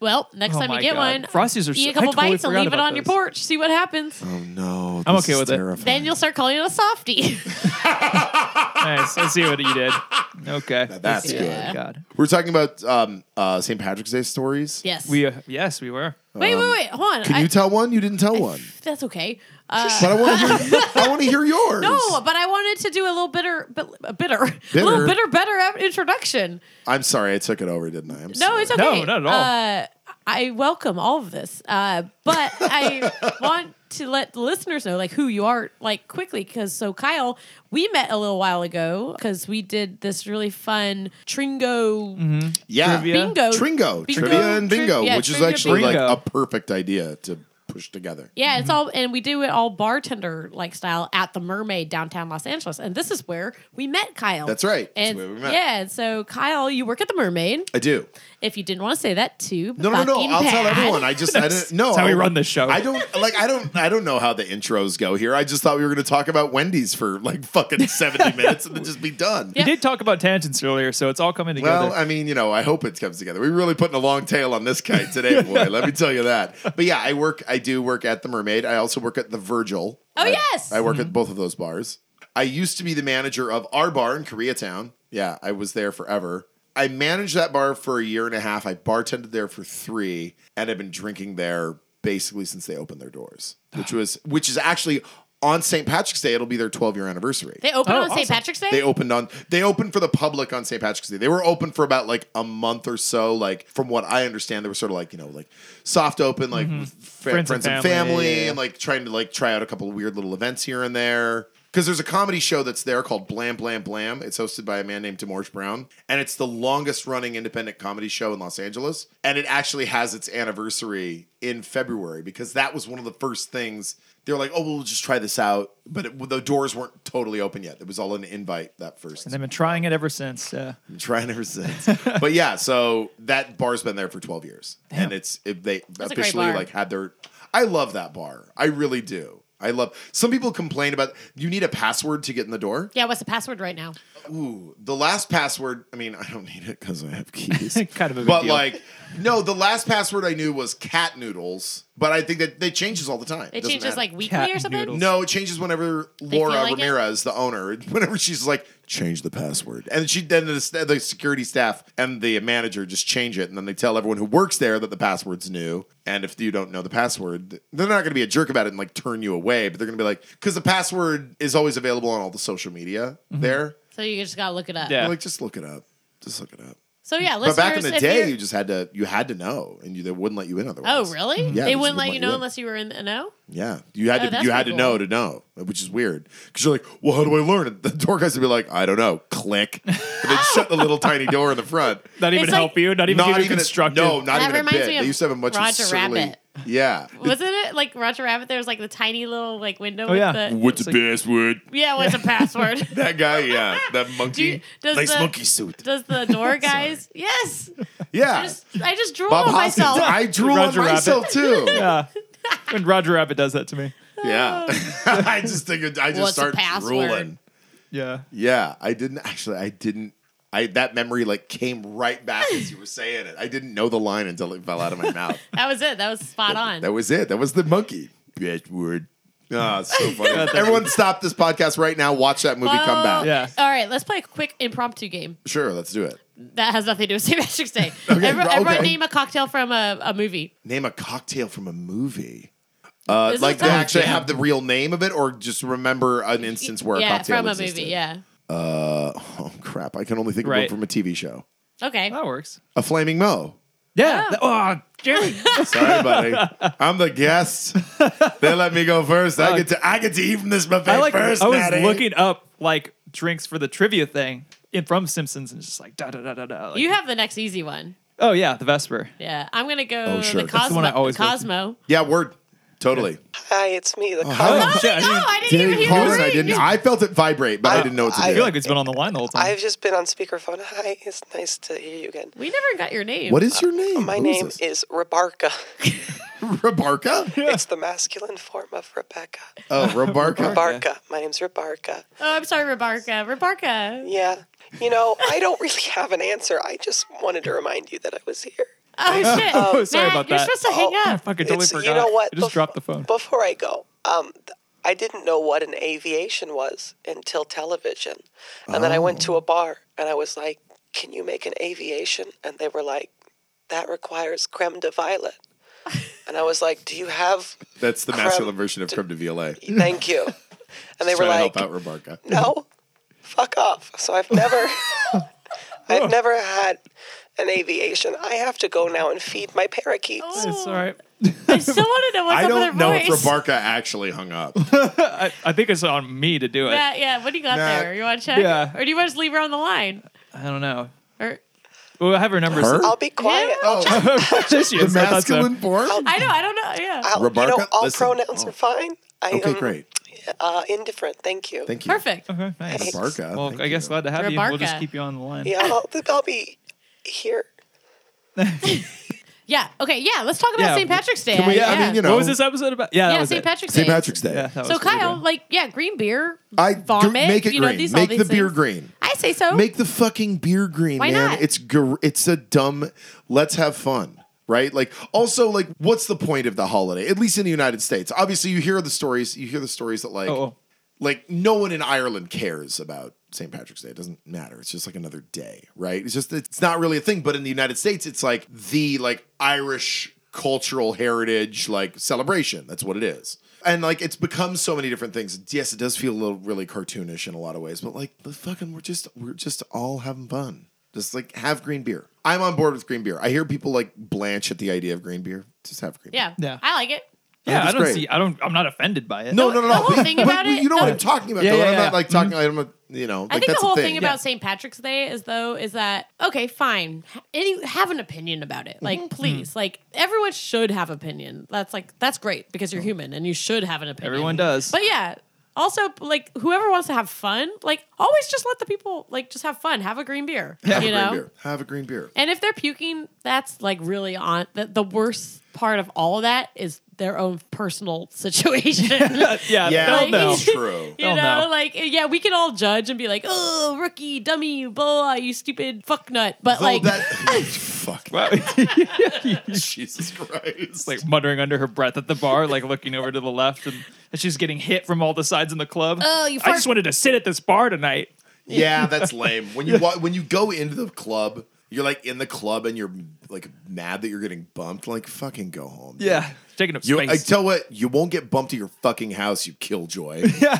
Speaker 1: Well, next
Speaker 2: Oh
Speaker 1: time
Speaker 2: my
Speaker 1: you get
Speaker 2: God.
Speaker 1: one,
Speaker 2: Frosties are
Speaker 1: eat
Speaker 2: so-
Speaker 1: a couple
Speaker 2: I totally
Speaker 1: bites and
Speaker 2: forgot
Speaker 1: leave it
Speaker 2: about
Speaker 1: on your
Speaker 2: those.
Speaker 1: porch. See what happens.
Speaker 5: Oh no.
Speaker 2: I'm
Speaker 5: this
Speaker 2: okay
Speaker 5: is
Speaker 2: with it.
Speaker 5: terrifying.
Speaker 1: Then you'll start calling it a softie. (laughs)
Speaker 2: nice. I see what you
Speaker 5: (laughs)
Speaker 2: did. Okay, Oh,
Speaker 5: that's
Speaker 1: Yeah.
Speaker 5: good.
Speaker 2: God.
Speaker 5: We're talking about um, uh, St. Patrick's Day stories.
Speaker 1: yes.
Speaker 2: We um, uh, yes, we were.
Speaker 1: wait, wait, wait. Hold on.
Speaker 5: Can
Speaker 1: I-
Speaker 5: you tell one? You didn't tell one.
Speaker 1: that's okay. Uh,
Speaker 5: But I want
Speaker 1: (laughs)
Speaker 5: to hear. I want to hear yours.
Speaker 1: no, but I wanted to do a little bitter, bit, a bitter, (laughs) a
Speaker 5: Bitter?
Speaker 1: little bitter, better introduction.
Speaker 5: I'm sorry. I took it over, didn't I? I'm
Speaker 1: No,
Speaker 5: sorry.
Speaker 1: it's okay.
Speaker 2: not at all.
Speaker 1: Uh, I welcome all of this, uh, but I want to let the listeners know like who you are, like quickly, because so Kyle, we met a little while ago because we did this really fun tringo
Speaker 5: yeah.
Speaker 2: Trivia.
Speaker 1: bingo
Speaker 5: Tringo,
Speaker 1: Bingo.
Speaker 5: trivia, and
Speaker 1: Tri-
Speaker 5: bingo,
Speaker 1: yeah,
Speaker 5: which is
Speaker 1: trivia
Speaker 5: actually
Speaker 2: bingo.
Speaker 5: like a perfect idea to push together.
Speaker 1: Yeah, it's all, and we do it all bartender like style at the Mermaid downtown Los Angeles, and this is where we met Kyle.
Speaker 5: That's right. That's
Speaker 1: And
Speaker 5: where we met.
Speaker 1: yeah, and so Kyle, you work at the Mermaid.
Speaker 5: I do.
Speaker 1: If you didn't want to say that too,
Speaker 5: No, no, no.
Speaker 1: fucking
Speaker 5: I'll tell
Speaker 1: bad.
Speaker 5: everyone. I just, I didn't. No,
Speaker 2: That's how we
Speaker 5: I-
Speaker 2: run this show.
Speaker 5: I don't like. I don't. I don't know how the intros go here. I just thought we were going to talk about Wendy's for like
Speaker 1: (laughs)
Speaker 5: fucking seventy minutes and then just be done.
Speaker 2: We did talk about tangents earlier, so it's all coming together.
Speaker 5: Well, I mean, you know, I hope it comes together. We're really putting a long tail on this kite
Speaker 1: (laughs)
Speaker 5: today, boy. let me tell you that. But yeah, I work. I do work at the Mermaid. I also work at the Virgil.
Speaker 1: Oh,
Speaker 5: I-
Speaker 1: yes!
Speaker 5: I work at both of those bars. I used to be the manager of our bar in Koreatown. Yeah, I was there forever. I managed that bar for a year and a half. I bartended there for three, and I've been drinking there basically since they opened their doors,
Speaker 1: Ah.
Speaker 5: which was which is actually on St. Patrick's Day. It'll be their 12 year anniversary.
Speaker 1: They open
Speaker 2: Oh,
Speaker 1: on St.
Speaker 2: awesome.
Speaker 1: Patrick's Day.
Speaker 5: They opened on they opened for the public on St. Patrick's Day. They were open for about like a month or so. Like from what I understand, they were sort of like you know like soft open, like with fa- friends,
Speaker 2: Mm-hmm. Friends and
Speaker 5: and family,
Speaker 2: family, yeah.
Speaker 5: and like trying to like try out a couple of weird little events here and there. Because there's a comedy show that's there called Blam Blam Blam. It's hosted by a man named Demorge Brown, and it's the longest running independent comedy show in Los Angeles. And it actually has its anniversary in February because that was one of the first things they were like, "Oh, we'll just try this out," but it, the doors weren't totally open yet. It was all an invite that first
Speaker 2: and I've been trying it ever since. (laughs) Uh,
Speaker 5: (laughs) trying
Speaker 2: (laughs)
Speaker 5: ever since. but yeah, so that bar's been there for 12 years. And it's it, they
Speaker 1: a great
Speaker 5: officially
Speaker 1: bar.
Speaker 5: like had their I love that bar. I really do. I love. Some people complain about you need a password to get in the door.
Speaker 1: Yeah, what's the password right now?
Speaker 5: Ooh, the last password. I mean, I don't need it because
Speaker 2: (laughs)
Speaker 5: I have keys.
Speaker 2: Kind of a big
Speaker 5: but
Speaker 2: deal.
Speaker 5: like, no, the last password I knew was cat noodles. But I think that they changes all the time.
Speaker 1: It
Speaker 5: doesn't
Speaker 1: changes
Speaker 5: matter.
Speaker 1: like weekly
Speaker 2: Cat
Speaker 1: or something.
Speaker 2: noodles.
Speaker 5: No, it changes whenever
Speaker 1: feel
Speaker 5: Laura
Speaker 1: like it?
Speaker 5: Ramirez, the owner, (laughs) whenever she's like, change the password. And she then the, the security staff and the manager just change it. And then they tell everyone who works there that the password's new. And if you don't know the password, they're not going to be a jerk about it and like turn you away. But they're going to be like, because the password is always available on all the social media there.
Speaker 1: So you just gotta look it up.
Speaker 2: Yeah.
Speaker 5: Like, just look it up. Just look it up.
Speaker 1: So yeah,
Speaker 5: but
Speaker 1: listeners,
Speaker 5: back in the
Speaker 1: if
Speaker 5: day,
Speaker 1: you're-
Speaker 5: you just had to you had to know, and you, they wouldn't let you in otherwise.
Speaker 1: oh really?
Speaker 5: Mm-hmm. Yeah,
Speaker 1: they
Speaker 5: just
Speaker 1: wouldn't let you know
Speaker 5: in.
Speaker 1: unless you were in the know.
Speaker 5: Yeah, you had
Speaker 1: Oh,
Speaker 5: to
Speaker 1: that's
Speaker 5: you had
Speaker 1: pretty
Speaker 5: to know to know, which is weird because you're like, well, how do I learn? And the door guys would be like, I don't know, click, and then shut the little tiny door in the front.
Speaker 2: (laughs) Not even
Speaker 1: It's like-
Speaker 2: help you. Not even give you
Speaker 5: a-
Speaker 2: constructive.
Speaker 5: no, not
Speaker 1: That
Speaker 5: even a
Speaker 1: reminds
Speaker 5: bit.
Speaker 1: me
Speaker 5: They
Speaker 1: of
Speaker 5: used to have a bunch
Speaker 1: Roger
Speaker 5: of surly,
Speaker 1: Rabbit. (laughs)
Speaker 5: Yeah,
Speaker 1: Wasn't it like Roger Rabbit? There was like the tiny little like window.
Speaker 2: Oh, yeah.
Speaker 1: With the,
Speaker 5: what's the password?
Speaker 1: yeah.
Speaker 5: (laughs)
Speaker 1: What's the password?
Speaker 5: That guy, yeah,
Speaker 1: (laughs)
Speaker 5: that monkey,
Speaker 1: does
Speaker 5: nice
Speaker 1: the-
Speaker 5: monkey suit.
Speaker 1: Does the
Speaker 5: (laughs)
Speaker 1: door guys? yes.
Speaker 5: Yeah,
Speaker 1: I just, I just drool
Speaker 5: Bob
Speaker 1: on
Speaker 5: Hoskins.
Speaker 1: myself.
Speaker 5: I drew on
Speaker 2: Roger Rabbit.
Speaker 5: myself too.
Speaker 1: (laughs)
Speaker 5: yeah,
Speaker 2: Yeah. When Roger Rabbit does that to me.
Speaker 5: (laughs) I just think it- I just
Speaker 1: What's a
Speaker 5: start
Speaker 1: password?
Speaker 5: drooling. (laughs)
Speaker 2: Yeah.
Speaker 5: Yeah, I didn't actually. I didn't. I that memory like came right back as you were saying it. I didn't know the line until it fell out of my mouth.
Speaker 1: (laughs) that was it. That was spot on.
Speaker 5: That was it. That was the monkey. Bitch word. Ah,
Speaker 1: (laughs)
Speaker 5: it's so funny.
Speaker 2: That's
Speaker 5: Everyone, stop this podcast right now. Watch that movie. Come back.
Speaker 2: Yeah.
Speaker 1: Oh. All right, let's play a quick impromptu game
Speaker 5: Sure, let's do it.
Speaker 1: that has nothing to do with (laughs) St. Patrick's Day.
Speaker 5: (laughs) Okay,
Speaker 1: Every-
Speaker 5: okay.
Speaker 1: Everyone name a cocktail from a, a movie.
Speaker 5: Name a cocktail from a movie. Uh,
Speaker 1: This
Speaker 5: like
Speaker 1: is
Speaker 5: they
Speaker 1: tough.
Speaker 5: actually have the real name of it, or just remember an instance where a
Speaker 1: yeah,
Speaker 5: cocktail
Speaker 1: from a
Speaker 5: existed.
Speaker 1: movie. Yeah.
Speaker 5: Uh, (laughs) oh crap! I can only think of one
Speaker 2: Right.
Speaker 5: from a TV show.
Speaker 1: Okay.
Speaker 2: That works.
Speaker 5: A flaming mo.
Speaker 2: Yeah. Oh, Jerry.
Speaker 5: Sorry, buddy. I'm the guest. They let me go first. I
Speaker 2: Oh.
Speaker 5: get to I get to eat from this buffet
Speaker 2: I like.
Speaker 5: first. eh?
Speaker 2: I was
Speaker 5: Natty.
Speaker 2: looking up like drinks for the trivia thing in from Simpsons and just like da da da da da. like-
Speaker 1: You have the next easy one.
Speaker 2: oh yeah, the Vesper.
Speaker 1: Yeah. I'm going to go
Speaker 5: Oh, sure.
Speaker 1: the
Speaker 5: That's
Speaker 1: Cosmo.
Speaker 2: the one I always go to.
Speaker 1: Cosmo.
Speaker 5: Yeah, word. Totally.
Speaker 4: Hi, it's me, the
Speaker 5: how
Speaker 4: Cosmo.
Speaker 2: Oh, shit, I
Speaker 1: No,
Speaker 2: didn't-
Speaker 1: I didn't even hear
Speaker 5: Colin,
Speaker 1: the ring.
Speaker 5: I didn't. I felt it vibrate, but I, didn't know what to
Speaker 2: I
Speaker 4: I
Speaker 5: do.
Speaker 2: feel like it's been on the line the whole time.
Speaker 4: I've just been on speakerphone. Hi, it's nice to hear you again.
Speaker 1: We never got your name.
Speaker 5: what is your name?
Speaker 4: My
Speaker 5: Who
Speaker 4: name
Speaker 5: this?
Speaker 4: is Rebarka.
Speaker 5: (laughs) Rebarka.
Speaker 4: it's the masculine form of Rebecca.
Speaker 5: Oh, Rebarka.
Speaker 4: Rebarka. My name's Rebarka.
Speaker 1: Oh, I'm sorry, Oh, Rebarka.
Speaker 5: (laughs)
Speaker 1: Rebarka.
Speaker 4: Yeah. You know, I don't really have an answer. I just wanted to remind you that I was here.
Speaker 1: Oh, shit.
Speaker 2: (laughs) Oh, sorry
Speaker 1: Matt,
Speaker 2: about
Speaker 1: You're
Speaker 2: that. Oh.
Speaker 1: supposed to hang
Speaker 2: I
Speaker 1: up.
Speaker 2: fucking totally
Speaker 4: It's-
Speaker 2: forgot.
Speaker 4: You know what?
Speaker 2: I just
Speaker 4: Bef-
Speaker 2: dropped the phone.
Speaker 4: Before I go, um, th- I didn't know what an aviation was until television, and then I went
Speaker 2: Oh.
Speaker 4: to a bar and I was like, "Can you make an aviation?" And they were like, "That requires creme de violet." And I was like, "Do you
Speaker 2: (laughs)
Speaker 4: have?"
Speaker 5: That's the
Speaker 4: Creme-
Speaker 5: masculine version of Creme de Violet.
Speaker 4: Thank you. And they were
Speaker 5: Trying
Speaker 4: like,
Speaker 5: to help out Rebarka.
Speaker 4: "No, fuck off." So I've never, I've never had an aviation. I have to go now and feed my parakeets.
Speaker 2: It's all right.
Speaker 1: I (laughs) still want to know what's up
Speaker 5: I
Speaker 1: with
Speaker 5: don't
Speaker 1: her
Speaker 5: know
Speaker 1: voice.
Speaker 5: if Rebarka actually hung (laughs) up.
Speaker 2: I, I think it's on me to do it.
Speaker 1: Matt, yeah. What do you got
Speaker 5: Matt.
Speaker 1: there? You want to check?
Speaker 2: Yeah.
Speaker 1: Or do you want to just leave her on the line?
Speaker 2: I don't know.
Speaker 1: Or
Speaker 2: Well, I have her number.
Speaker 5: Her?
Speaker 4: I'll be quiet. I'll just
Speaker 2: There she
Speaker 5: The
Speaker 2: is. (laughs) I thought so.
Speaker 5: masculine form.
Speaker 1: I know. I don't know. Yeah.
Speaker 4: I'll,
Speaker 5: Robarca,
Speaker 4: you know, all
Speaker 5: listen. Oh.
Speaker 4: pronouns are fine. I
Speaker 5: Okay,
Speaker 4: am
Speaker 5: great.
Speaker 4: Uh, indifferent. Thank you.
Speaker 5: Thank you.
Speaker 1: Perfect.
Speaker 2: Okay, nice.
Speaker 5: Rebarka.
Speaker 2: Well,
Speaker 5: thank
Speaker 2: I guess
Speaker 5: you.
Speaker 2: glad to have you. We'll just
Speaker 1: Rebarka.
Speaker 2: keep you on the line.
Speaker 4: yeah, I'll, I'll be here.
Speaker 1: Yeah. Okay. Yeah. Let's talk about
Speaker 2: Yeah.
Speaker 1: St. Patrick's Day.
Speaker 5: Can we- I
Speaker 1: yeah.
Speaker 5: mean, you know-
Speaker 2: What was this episode about? Yeah, that
Speaker 1: yeah.
Speaker 2: was
Speaker 1: St.
Speaker 2: it.
Speaker 1: Patrick's Day.
Speaker 5: St. Patrick's Day.
Speaker 2: Yeah, that was
Speaker 1: So
Speaker 2: pretty
Speaker 1: Kyle,
Speaker 2: good.
Speaker 1: like, yeah, green beer.
Speaker 5: I
Speaker 1: vomit.
Speaker 5: make it
Speaker 1: you know,
Speaker 5: green.
Speaker 1: these all
Speaker 5: make
Speaker 1: these
Speaker 5: the beer
Speaker 1: things.
Speaker 5: green.
Speaker 1: I say so.
Speaker 5: Make the fucking beer green,
Speaker 1: Why
Speaker 5: man.
Speaker 1: not?
Speaker 5: It's gr- it's a dumb. Let's have fun, right? Like also like what's the point of the holiday? At least in the United States. Obviously, you hear the stories. You hear the stories that like
Speaker 2: Oh, oh.
Speaker 5: like no one in Ireland cares about St. Patrick's Day. It doesn't matter. It's just like another day, right? It's just it's not really a thing. But in the United States, it's like the like Irish cultural heritage like celebration. That's what it is. And like it's become so many different things. Yes, it does feel a little really cartoonish in a lot of ways, but like the fucking we're just we're just all having fun. Just like have green beer. I'm on board with green beer. I hear people like blanch at the idea of green beer. Just have green beer.
Speaker 1: yeah.
Speaker 2: Yeah.
Speaker 1: I like it.
Speaker 2: yeah, I
Speaker 5: that's
Speaker 2: don't
Speaker 5: great.
Speaker 2: see. I don't. I'm not offended by it.
Speaker 5: No, no, no,
Speaker 1: The
Speaker 5: no.
Speaker 1: whole
Speaker 5: But-
Speaker 1: thing
Speaker 5: but
Speaker 1: about it-
Speaker 5: you know what
Speaker 1: no.
Speaker 5: I'm talking about,
Speaker 2: Yeah,
Speaker 5: though.
Speaker 2: yeah,
Speaker 5: I'm
Speaker 2: yeah.
Speaker 5: not like talking. I'm a, you know, like
Speaker 1: I think
Speaker 5: that's
Speaker 1: the whole
Speaker 5: a
Speaker 1: thing,
Speaker 5: thing
Speaker 1: about St. Patrick's Day is though is that okay, fine. Ha- Any have an opinion about it. Like please. Like everyone should have opinion. That's like that's great because you're human and you should have an opinion.
Speaker 2: Everyone does.
Speaker 1: But yeah, also like whoever wants to have fun, like always just let the people like just have fun, have a green beer,
Speaker 5: Have
Speaker 1: you
Speaker 5: a
Speaker 1: know.
Speaker 5: green beer. Have a green beer.
Speaker 1: And if they're puking, that's like really on the, the worst part of all of that is their own personal (laughs) situation.
Speaker 2: yeah,
Speaker 5: Yeah,
Speaker 2: they'll
Speaker 1: Like-
Speaker 2: know.
Speaker 5: that's true.
Speaker 1: You
Speaker 2: They'll
Speaker 1: know,
Speaker 2: know.
Speaker 1: like yeah, we can all judge and be like, "Oh, rookie, dummy, you blah, you stupid fucknut." But
Speaker 5: Though (laughs)
Speaker 1: like,
Speaker 5: that, fuck,
Speaker 2: Wow. (laughs)
Speaker 5: Jesus Christ!
Speaker 2: like muttering under her breath at the bar, like looking over to the left, and she's getting hit from all the sides in the club.
Speaker 1: Oh, you
Speaker 2: I
Speaker 1: fart-
Speaker 2: just wanted to sit at this bar tonight. (laughs)
Speaker 5: yeah, that's lame. When you wa- when you go into the club, you're like in the club and you're like mad that you're getting bumped. Like fucking go home. dude.
Speaker 2: taking up
Speaker 5: You, I
Speaker 2: space.
Speaker 5: tell what you won't get bumped to your fucking house, you killjoy.
Speaker 2: (laughs)
Speaker 5: Yeah,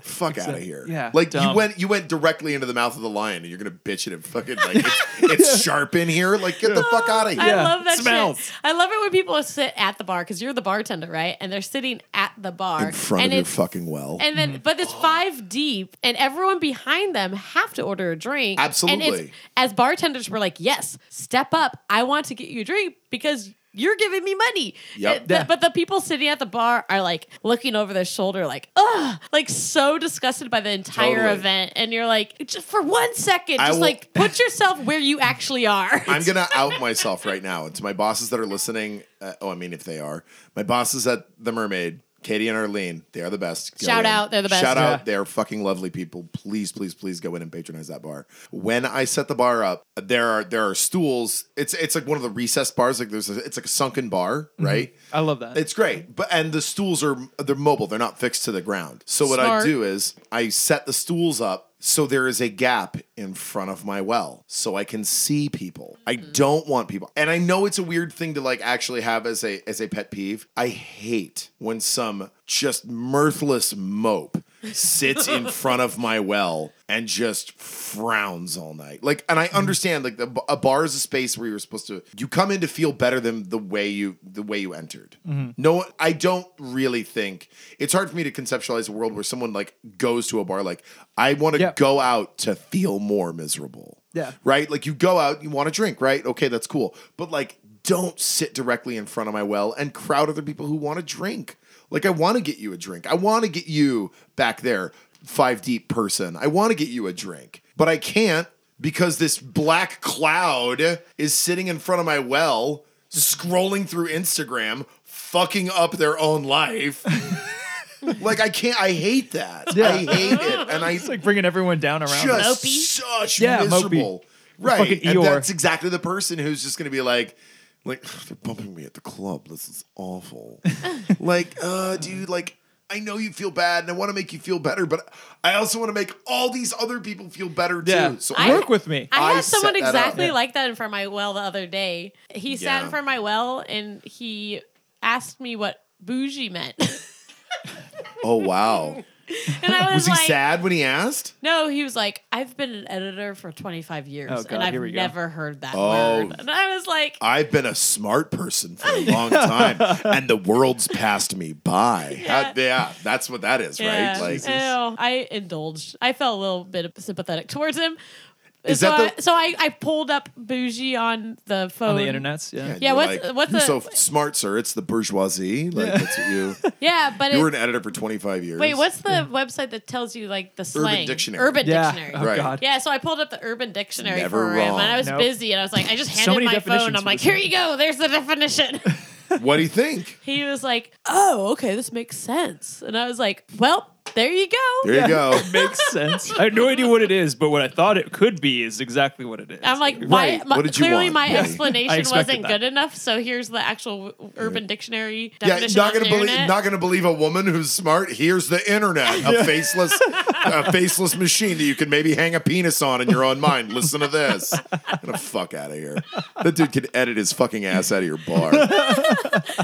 Speaker 5: fuck out of here.
Speaker 2: Yeah,
Speaker 5: like
Speaker 2: dumb.
Speaker 5: you went you went directly into the mouth of the lion, and you're gonna bitch it and fucking like it's,
Speaker 2: (laughs)
Speaker 5: it's sharp in here. Like get the fuck out of
Speaker 1: I
Speaker 5: here.
Speaker 2: Yeah.
Speaker 1: love that
Speaker 2: Smells.
Speaker 1: shit. I love it when people sit at the bar because you're the bartender, right? And they're sitting at the bar
Speaker 5: In front
Speaker 1: and
Speaker 5: of your
Speaker 1: it's-
Speaker 5: fucking well.
Speaker 1: And then, but
Speaker 5: Mm-hmm.
Speaker 1: it's five deep, and everyone behind them have to order a drink. And it's-
Speaker 5: Absolutely.
Speaker 1: as bartenders, we're like, "Yes, step up. I want to get you a drink because you're giving me money."
Speaker 5: Yep.
Speaker 1: And the-
Speaker 2: Yeah.
Speaker 1: But the people sitting at the bar are like looking over their shoulder, like, "Ugh," like so disgusted by the entire
Speaker 5: Totally.
Speaker 1: event, and you're like, "Just for one second,
Speaker 5: I
Speaker 1: just
Speaker 5: will-
Speaker 1: like put yourself where you actually are."
Speaker 5: (laughs) I'm gonna out myself right now, and to my bosses that are listening. Uh, oh, I mean, if they are, my bosses at the Mermaid, Katie and Arlene, they are the best. Go
Speaker 1: Shout
Speaker 5: in.
Speaker 1: out, they're the best.
Speaker 5: Shout
Speaker 2: Yeah.
Speaker 5: out, they are fucking lovely people. Please, please, please go in and patronize that bar. When I set the bar up, there are there are stools. It's it's like one of the recessed bars. Like there's a, it's like a sunken bar, right?
Speaker 2: I love that.
Speaker 5: It's great, but and the stools are they're mobile; they're not fixed to the ground. So what
Speaker 1: Smart.
Speaker 5: I do is I set the stools up so there is a gap in front of my well, so I can see people. I don't want people, and I know it's a weird thing to like actually have as a as a pet peeve. I hate when some just mirthless mope sits in front of my well and just frowns all night. Like, and
Speaker 2: Hmm.
Speaker 5: I understand like the, a bar is a space where you're supposed to you come in to feel better than the way you the way you entered.
Speaker 2: Mm-hmm.
Speaker 5: No, I don't really think it's hard for me to conceptualize a world where someone like goes to a bar like I want to
Speaker 2: Yeah.
Speaker 5: go out to feel more miserable.
Speaker 2: Yeah.
Speaker 5: Right? Like you go out, you want to drink, right? Okay, that's cool. But like don't sit directly in front of my well and crowd other people who want to drink. Like I want to get you a drink. I want to get you back there, five deep person. I want to get you a drink, but I can't because this black cloud is sitting in front of my well, scrolling through Instagram, fucking up their
Speaker 2: (laughs)
Speaker 5: own life. like I can't. I hate that. I hate it, and I
Speaker 2: It's like bringing everyone down around. her.
Speaker 5: just
Speaker 1: Mopey.
Speaker 5: such
Speaker 2: Yeah,
Speaker 5: miserable. Right.
Speaker 2: Fucking
Speaker 5: And
Speaker 2: Eeyore.
Speaker 5: that's exactly the person who's just going to be like, like they're bumping me at the club. This is
Speaker 1: (laughs)
Speaker 5: awful. like, uh, dude, like I know you feel bad and I want to make you feel better, but I also want to make all these other people feel better too.
Speaker 2: Yeah.
Speaker 5: So
Speaker 1: I-
Speaker 2: Work with me.
Speaker 1: I
Speaker 5: I
Speaker 1: had someone
Speaker 5: set that up.
Speaker 1: exactly
Speaker 5: Yeah.
Speaker 1: like that in front of my well the other day. He sat
Speaker 5: Yeah.
Speaker 1: in front of my well and he asked me what bougie meant. (laughs)
Speaker 5: oh wow.
Speaker 1: and I was,
Speaker 5: (laughs) Was he
Speaker 1: like,
Speaker 5: sad when he asked?
Speaker 1: No, he was like, I've been an editor for 25 years
Speaker 2: Oh, God,
Speaker 1: and
Speaker 2: here we
Speaker 1: I've
Speaker 2: go.
Speaker 1: never heard that
Speaker 5: Oh.
Speaker 1: word. And I was like,
Speaker 5: I've been a smart
Speaker 1: (laughs)
Speaker 5: person for a long time, and the world's passed me by. How- Yeah, that's what that is,
Speaker 1: yeah,
Speaker 5: right? Like,
Speaker 1: ew. I indulged. I felt a little bit sympathetic towards him.
Speaker 5: Is
Speaker 1: so
Speaker 5: that
Speaker 1: I,
Speaker 5: the-
Speaker 1: so I, I pulled up bougie on the phone.
Speaker 2: on the internets, yeah.
Speaker 5: And
Speaker 1: Yeah,
Speaker 5: you're
Speaker 1: what's- what's
Speaker 5: "You're
Speaker 1: a-
Speaker 5: so smart, sir? It's the bourgeoisie. Like that's what
Speaker 1: (laughs)
Speaker 5: you.
Speaker 1: Yeah, but
Speaker 5: you were
Speaker 1: it,
Speaker 5: an editor for 25 years.
Speaker 1: wait, what's the website that tells you like the slang?
Speaker 5: Dictionary.
Speaker 1: Urban
Speaker 2: Yeah.
Speaker 1: Dictionary.
Speaker 2: Oh
Speaker 5: Right.
Speaker 2: god.
Speaker 1: Yeah, so I pulled up the Urban Dictionary
Speaker 5: Never
Speaker 1: for him,
Speaker 5: wrong.
Speaker 1: and I was
Speaker 2: Nope.
Speaker 1: busy, and I was like, I just handed
Speaker 2: many
Speaker 1: my phone.
Speaker 2: definitions
Speaker 1: I'm like,
Speaker 2: for
Speaker 1: here you go. There's the
Speaker 5: (laughs)
Speaker 1: definition.
Speaker 5: What do you think?
Speaker 1: he was like, Oh, okay, this makes sense. And I was like, Well, there you go.
Speaker 5: There you go.
Speaker 2: (laughs) Makes sense. I had no idea what it is, but what I thought it could be is exactly what it is.
Speaker 1: I'm like,
Speaker 5: Right,
Speaker 1: my, my-
Speaker 5: what did you
Speaker 1: clearly
Speaker 5: want?
Speaker 1: my
Speaker 5: (laughs) Yeah.
Speaker 2: I
Speaker 1: explanation
Speaker 2: expected
Speaker 1: wasn't
Speaker 2: that.
Speaker 1: good enough. So here's the actual w- Urban Dictionary (laughs)
Speaker 5: Yeah,
Speaker 1: definition.
Speaker 5: not
Speaker 1: on
Speaker 5: gonna
Speaker 1: the
Speaker 5: believe
Speaker 1: internet.
Speaker 5: not gonna believe a woman who's smart. Here's the internet, a faceless, a faceless machine that you can maybe hang a penis on in your own mind. Listen to this. Get the fuck out of here. That dude can edit his fucking ass out of your
Speaker 1: (laughs)
Speaker 5: bar.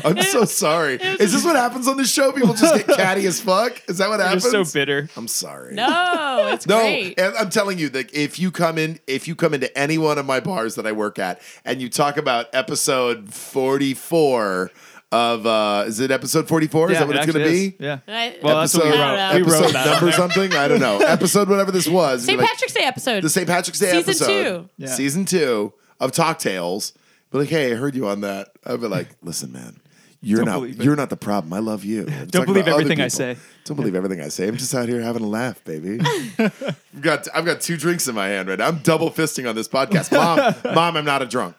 Speaker 5: I'm so sorry. Is this what happens on this show? People just get catty as fuck. Is that what
Speaker 2: You're
Speaker 5: happens?
Speaker 2: so bitter.
Speaker 5: I'm sorry.
Speaker 1: no, Oh, it's
Speaker 5: (laughs) No, eh,
Speaker 1: great.
Speaker 5: and I'm telling you that if you come in, if you come into any one of my bars that I work at, and you talk about episode 44 of, uh, is it episode 44? is that what it's going to be?
Speaker 2: Yeah.
Speaker 1: And I-
Speaker 2: Well, uh, that's what
Speaker 5: Episode,
Speaker 2: we
Speaker 1: I
Speaker 2: wrote.
Speaker 1: don't
Speaker 2: We
Speaker 1: know.
Speaker 2: wrote
Speaker 5: episode
Speaker 2: that.
Speaker 5: number something?
Speaker 2: (laughs)
Speaker 5: I don't know. Episode whatever this was.
Speaker 1: St.
Speaker 5: Like,
Speaker 1: Patrick's Day episode.
Speaker 5: the St. Patrick's Day
Speaker 1: Season
Speaker 5: episode.
Speaker 1: two.
Speaker 2: Yeah.
Speaker 5: Season two of Talk Tales. Be like, hey, I heard you on that. I'd be like, listen, man. You're
Speaker 2: Don't
Speaker 5: not
Speaker 2: believe it.
Speaker 5: you're not the problem. I love
Speaker 2: (laughs)
Speaker 5: you. I'm talking
Speaker 2: believe
Speaker 5: about other
Speaker 2: everything I
Speaker 5: people.
Speaker 2: say.
Speaker 5: Don't believe everything I say. I'm just out here having a laugh, baby.
Speaker 2: (laughs)
Speaker 5: I've got I've got two drinks
Speaker 2: (laughs)
Speaker 5: in my hand right now. I'm double fisting on this podcast. Mom, mom, I'm not a drunk.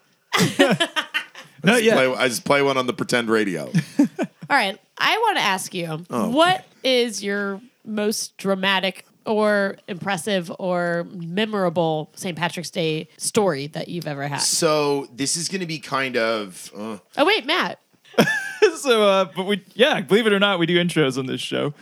Speaker 2: Not yet.
Speaker 5: Play, I just play one on the pretend radio.
Speaker 1: All right. I want to ask you
Speaker 5: Oh,
Speaker 1: what is your most dramatic or impressive or memorable St. Patrick's Day story that you've ever had?
Speaker 5: so this is going to be kind of. Uh,
Speaker 1: Oh, wait, Matt.
Speaker 2: so, uh, but we, yeah, believe it or not, we do intros on this show.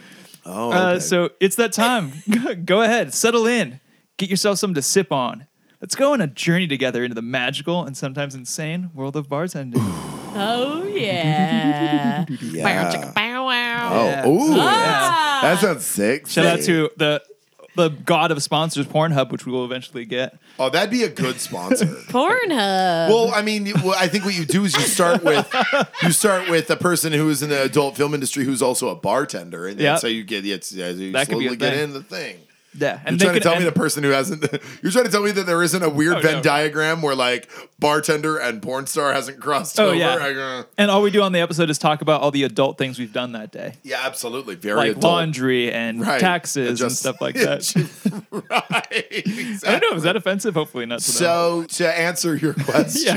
Speaker 5: oh,
Speaker 2: Uh,
Speaker 5: okay.
Speaker 2: so it's that time. (laughs) go ahead, settle in, get yourself something to sip on. Let's go on a journey together into the magical and sometimes insane world of bartending.
Speaker 1: Oh,
Speaker 5: (laughs)
Speaker 1: yeah. Bow, chicka,
Speaker 5: yeah.
Speaker 1: bow, wow.
Speaker 5: Oh,
Speaker 2: Yeah.
Speaker 5: ooh,
Speaker 1: Ah.
Speaker 5: that sounds sick.
Speaker 2: Shout out to the the god of sponsors, Pornhub, which we will eventually get.
Speaker 5: Oh, that'd be a
Speaker 2: (laughs)
Speaker 5: good sponsor.
Speaker 1: Pornhub.
Speaker 5: Well, I mean, well, I think what you do is you start with you start with a person who is in the adult film industry who's also a bartender, and
Speaker 2: Yeah.
Speaker 5: that's how you get it's as you
Speaker 2: That could be
Speaker 5: slowly
Speaker 2: a
Speaker 5: get
Speaker 2: thing.
Speaker 5: in the thing.
Speaker 2: Yeah, they
Speaker 5: You're trying to
Speaker 2: could-
Speaker 5: tell me the person who hasn't. (laughs) You're trying to tell me that there isn't a weird
Speaker 2: Oh,
Speaker 5: Venn
Speaker 2: no.
Speaker 5: diagram where like bartender and porn star hasn't crossed
Speaker 2: Oh,
Speaker 5: over. uh,
Speaker 2: yeah.
Speaker 5: I go,
Speaker 2: and all we do on the episode is talk about all the adult things we've done that day,
Speaker 5: yeah, absolutely. Very
Speaker 2: like
Speaker 5: adult.
Speaker 2: laundry and
Speaker 5: Right.
Speaker 2: taxes and
Speaker 5: Just-
Speaker 2: stuff
Speaker 5: (laughs)
Speaker 2: like that.
Speaker 5: right.
Speaker 2: (laughs) I don't
Speaker 5: Exactly.
Speaker 2: know. Is that offensive? Hopefully not. To them.
Speaker 5: So to answer your question,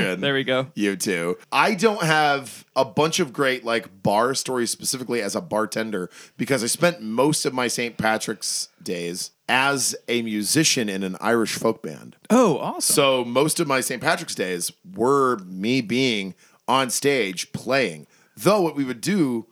Speaker 2: (laughs) yeah, there we go.
Speaker 5: you two. I don't have a bunch of great like bar stories specifically as a bartender because I spent most of my St. Patrick's days as a musician in an Irish folk band.
Speaker 2: Oh, awesome.
Speaker 5: So most of my St. Patrick's days were me being on stage playing. Though what we would do,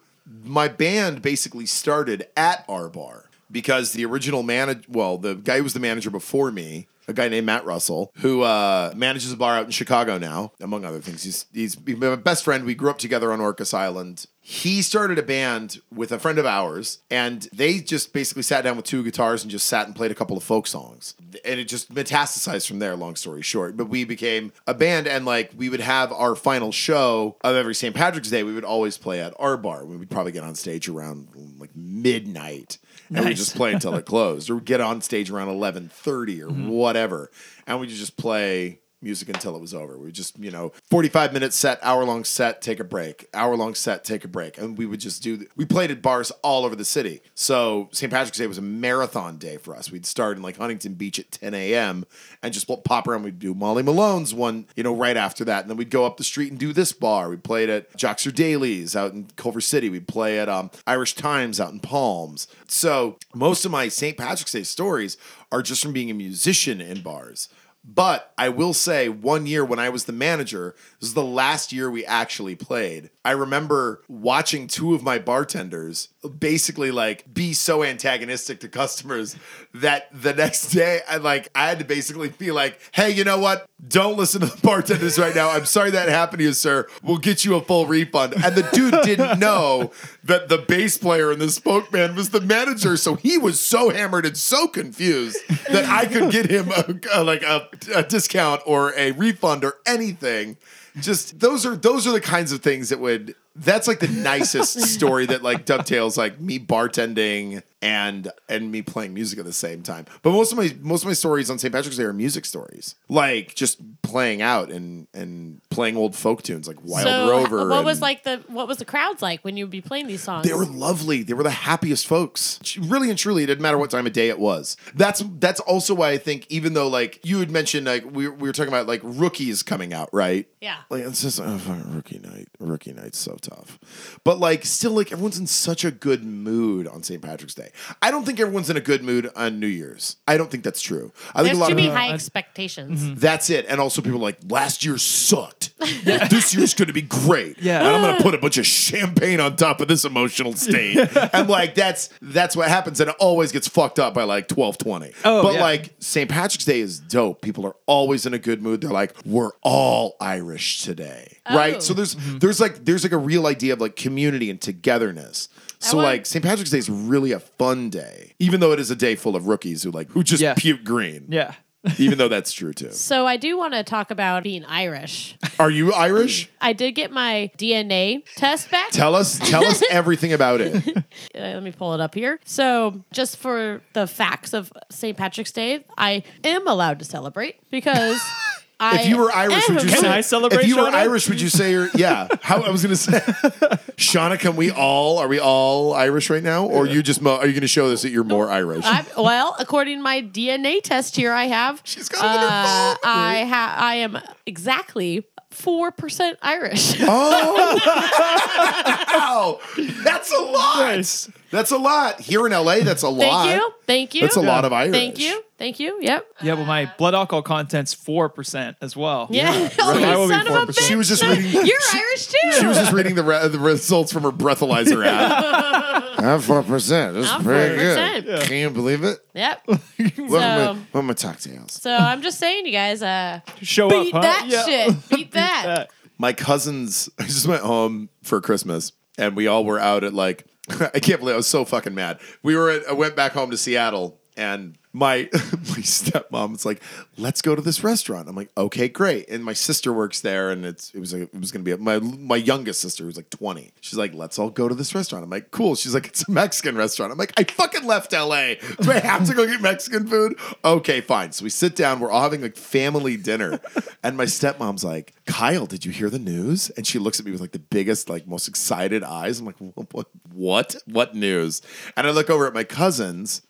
Speaker 5: my band basically started at our bar because the original manager, well, the guy who was the manager before me, a guy named Matt Russell, who uh, manages a bar out in Chicago now, among other things. He's, he's my best friend. We grew up together on Orcas Island. He started a band with a friend of ours, and they just basically sat down with two guitars and just sat and played a couple of folk songs. And it just metastasized from there, long story short. But we became a band, and like we would have our final show of every St. Patrick's Day, we would always play at our bar. We would probably get on stage around like midnight. And we
Speaker 2: Nice.
Speaker 5: just play until it closed, or we'd get on stage around eleven thirty or whatever, and we just play music until it was over. We would just, you know, 45 minute set, hour long set, take a break, hour long set, take a break. And we would just do, we played at bars all over the city. So St. Patrick's Day was a marathon day for us. We'd start in like Huntington Beach at 10 a.m. and just pop around. We'd do Molly Malone's one, you know, right after that. And then we'd go up the street and do this bar. We played at Joxer Daly's out in Culver City. We'd play at um, Irish Times out in Palms. So most of my St. Patrick's Day stories are just from being a musician in bars. But I will say, one year when I was the manager, this is the last year we actually played. I remember watching two of my bartenders basically like be so antagonistic to customers that the next day I like I had to basically be like, "Hey, you know what? Don't listen to the bartenders right now. I'm sorry that happened to you, sir. We'll get you a full refund." And the dude didn't know that the bass player and the spokesman was the manager, so he was so hammered and so confused that I could get him a, a- like a, a discount or a refund or anything. Just those are those are the kinds of things that would. That's like
Speaker 1: (laughs)
Speaker 5: the nicest story that like dovetails like me bartending and and me playing music at the same time. But most of my most of my stories on St. Patrick's Day are music stories, like just playing out and and playing old folk tunes like Wild
Speaker 1: so,
Speaker 5: Rover.
Speaker 1: what
Speaker 5: and-
Speaker 1: was like the what was the crowds like when you would be playing these songs?
Speaker 5: they were lovely. They were the happiest folks. Really and truly, it didn't matter what time of day it was. That's that's also why I think, even though like you had mentioned, like we, we were talking about like rookies coming out, right?
Speaker 1: Yeah.
Speaker 5: Like it's just oh, fucking rookie night. Rookie night's so tough, but like still, like everyone's in such a good mood on St. Patrick's Day. I don't think everyone's in a good mood on New Year's. I don't think that's true. I think
Speaker 1: There's
Speaker 5: a lot
Speaker 1: too
Speaker 5: of
Speaker 1: many high expectations.
Speaker 5: that's it. And also, people are like, last
Speaker 1: (laughs)
Speaker 5: year sucked. this year's going to be great.
Speaker 2: Yeah.
Speaker 5: And I'm going to put a bunch of champagne on top of this
Speaker 2: (laughs)
Speaker 5: emotional state. I'm like, that's that's what happens. And it always gets fucked up by like 1220.
Speaker 2: Oh,
Speaker 5: but
Speaker 2: yeah.
Speaker 5: like, St. Patrick's Day is dope. People are always in a good mood. They're like, we're all Irish today.
Speaker 1: Oh.
Speaker 5: Right? So there's
Speaker 2: Mm-hmm.
Speaker 5: there's like there's like a real idea of like community and togetherness. So
Speaker 1: want-
Speaker 5: like St. Patrick's Day is really a fun day, even though it is a day full of rookies who like who just
Speaker 2: Yeah.
Speaker 5: puke green.
Speaker 2: yeah.
Speaker 5: Even though that's true too.
Speaker 1: So I do want to talk about being Irish.
Speaker 5: Are you Irish?
Speaker 1: I did get my DNA test back.
Speaker 5: Tell us, tell
Speaker 1: (laughs)
Speaker 5: us everything about it.
Speaker 1: Uh, let me pull it up here. So, just for the facts of St. Patrick's Day, I am allowed to celebrate because I.
Speaker 5: If you were Irish, would you
Speaker 1: am-
Speaker 5: say?
Speaker 2: I celebrate,
Speaker 5: If you were
Speaker 2: Shauna?
Speaker 5: Irish, would you
Speaker 1: (laughs)
Speaker 5: say you're? Yeah. How I was gonna say, Shauna, can we all? Are we all Irish right now, or you just? Mo- are you gonna show us that you're more Irish? (laughs)
Speaker 1: I'm- well, according to my DNA test here, I have. uh,
Speaker 5: She's got it in her phone.
Speaker 1: I ha- I am exactly 4% Irish.
Speaker 5: Oh, wow. That's a lot.
Speaker 2: Nice.
Speaker 5: That's a lot. Here in LA, that's a
Speaker 1: (laughs)
Speaker 5: lot.
Speaker 1: Thank you. Thank you.
Speaker 5: That's a lot of Irish.
Speaker 1: Thank you. Thank you. Yep.
Speaker 2: Yeah, but my blood alcohol content's four percent as well.
Speaker 1: Yeah. Oh, (laughs)
Speaker 5: right.
Speaker 1: you
Speaker 5: I will
Speaker 2: be
Speaker 1: son of a
Speaker 2: 4%.
Speaker 1: bitch.
Speaker 5: She was just
Speaker 1: No,
Speaker 5: reading-
Speaker 1: (laughs) You're
Speaker 5: she-
Speaker 1: Irish too.
Speaker 5: She was just reading the, re- the results from her breathalyzer app.
Speaker 1: (laughs)
Speaker 5: I'm 4%. That's
Speaker 1: I'm
Speaker 5: very
Speaker 1: 4%.
Speaker 5: good. Can you believe it?
Speaker 1: Yep.
Speaker 5: (laughs) What are
Speaker 1: So-
Speaker 5: my, what are my cocktails?
Speaker 1: So I'm just saying, you guys, uh,
Speaker 2: Show
Speaker 1: beat
Speaker 2: up, huh?
Speaker 1: that
Speaker 2: Yeah. (laughs)
Speaker 1: shit. Beat that.
Speaker 2: that.
Speaker 5: my cousins (laughs) I just went home for Christmas and we all were out at like (laughs) I can't believe I was so fucking mad. We were at I went back home to Seattle and my (laughs) my stepmom was like, "Let's go to this restaurant." I'm like, "Okay, great." And my sister works there, and it's it was like, it was gonna be my my youngest sister who's like 20. She's like, "Let's all go to this restaurant." I'm like, "Cool." She's like, "It's a Mexican restaurant." I'm like, "I fucking left LA. Do I have to go get Mexican food?" Okay, fine. So we sit down. We're all having like family dinner, and my stepmom's like, "Kyle, did you hear the news?" And she looks at me with like the biggest, like most excited eyes. I'm like, "What? What? What news?" And I look over at my cousins,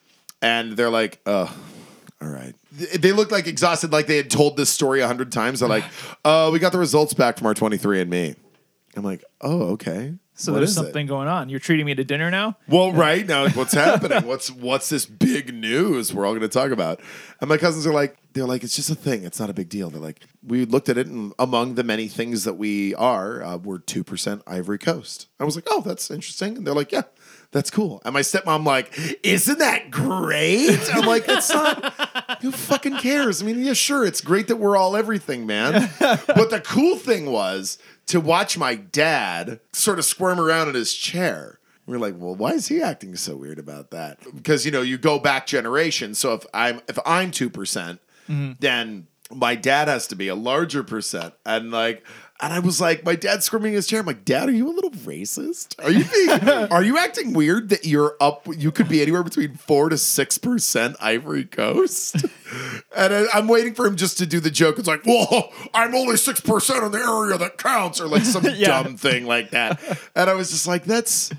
Speaker 5: and they're like, "Uh." All right. Th- They looked like exhausted, like they had told this story a hundred times.
Speaker 2: (sighs)
Speaker 5: They're like, "Uh, we got the results back from our 23andMe." I'm like, "Oh, okay."
Speaker 2: So
Speaker 5: What
Speaker 2: there's
Speaker 5: is it?"
Speaker 2: something going on. You're treating me to dinner now?
Speaker 5: Well, right now, like, what's happening? What's what's this big news we're all going to talk about? And my cousins are like, they're like, it's just a thing. It's not a big deal. They're like, we looked at it, and among the many things that we are, uh, we're two percent Ivory Coast. I was like, oh, that's interesting. And they're like, yeah, that's cool. And my stepmom like, isn't that great? I'm like, it's not. Who fucking cares? I mean, yeah, sure, it's great that we're all everything, man. but the cool thing was to watch my dad sort of squirm around in his chair. We are like, well, why is he acting so weird about that? Because you know, you go back generations. So if I'm if I'm two percent, then my dad has to be a larger percent. And like, and I was like, my dad's squirming in his chair. I'm like, Dad, are you a little racist? Are you being, are you acting weird that you're up? You could be anywhere between four to six percent Ivory Coast. (laughs) And I, I'm waiting for him just to do the joke. It's like, whoa, I'm only 6% in the area that counts, or like some dumb thing like that. And I was just like, that's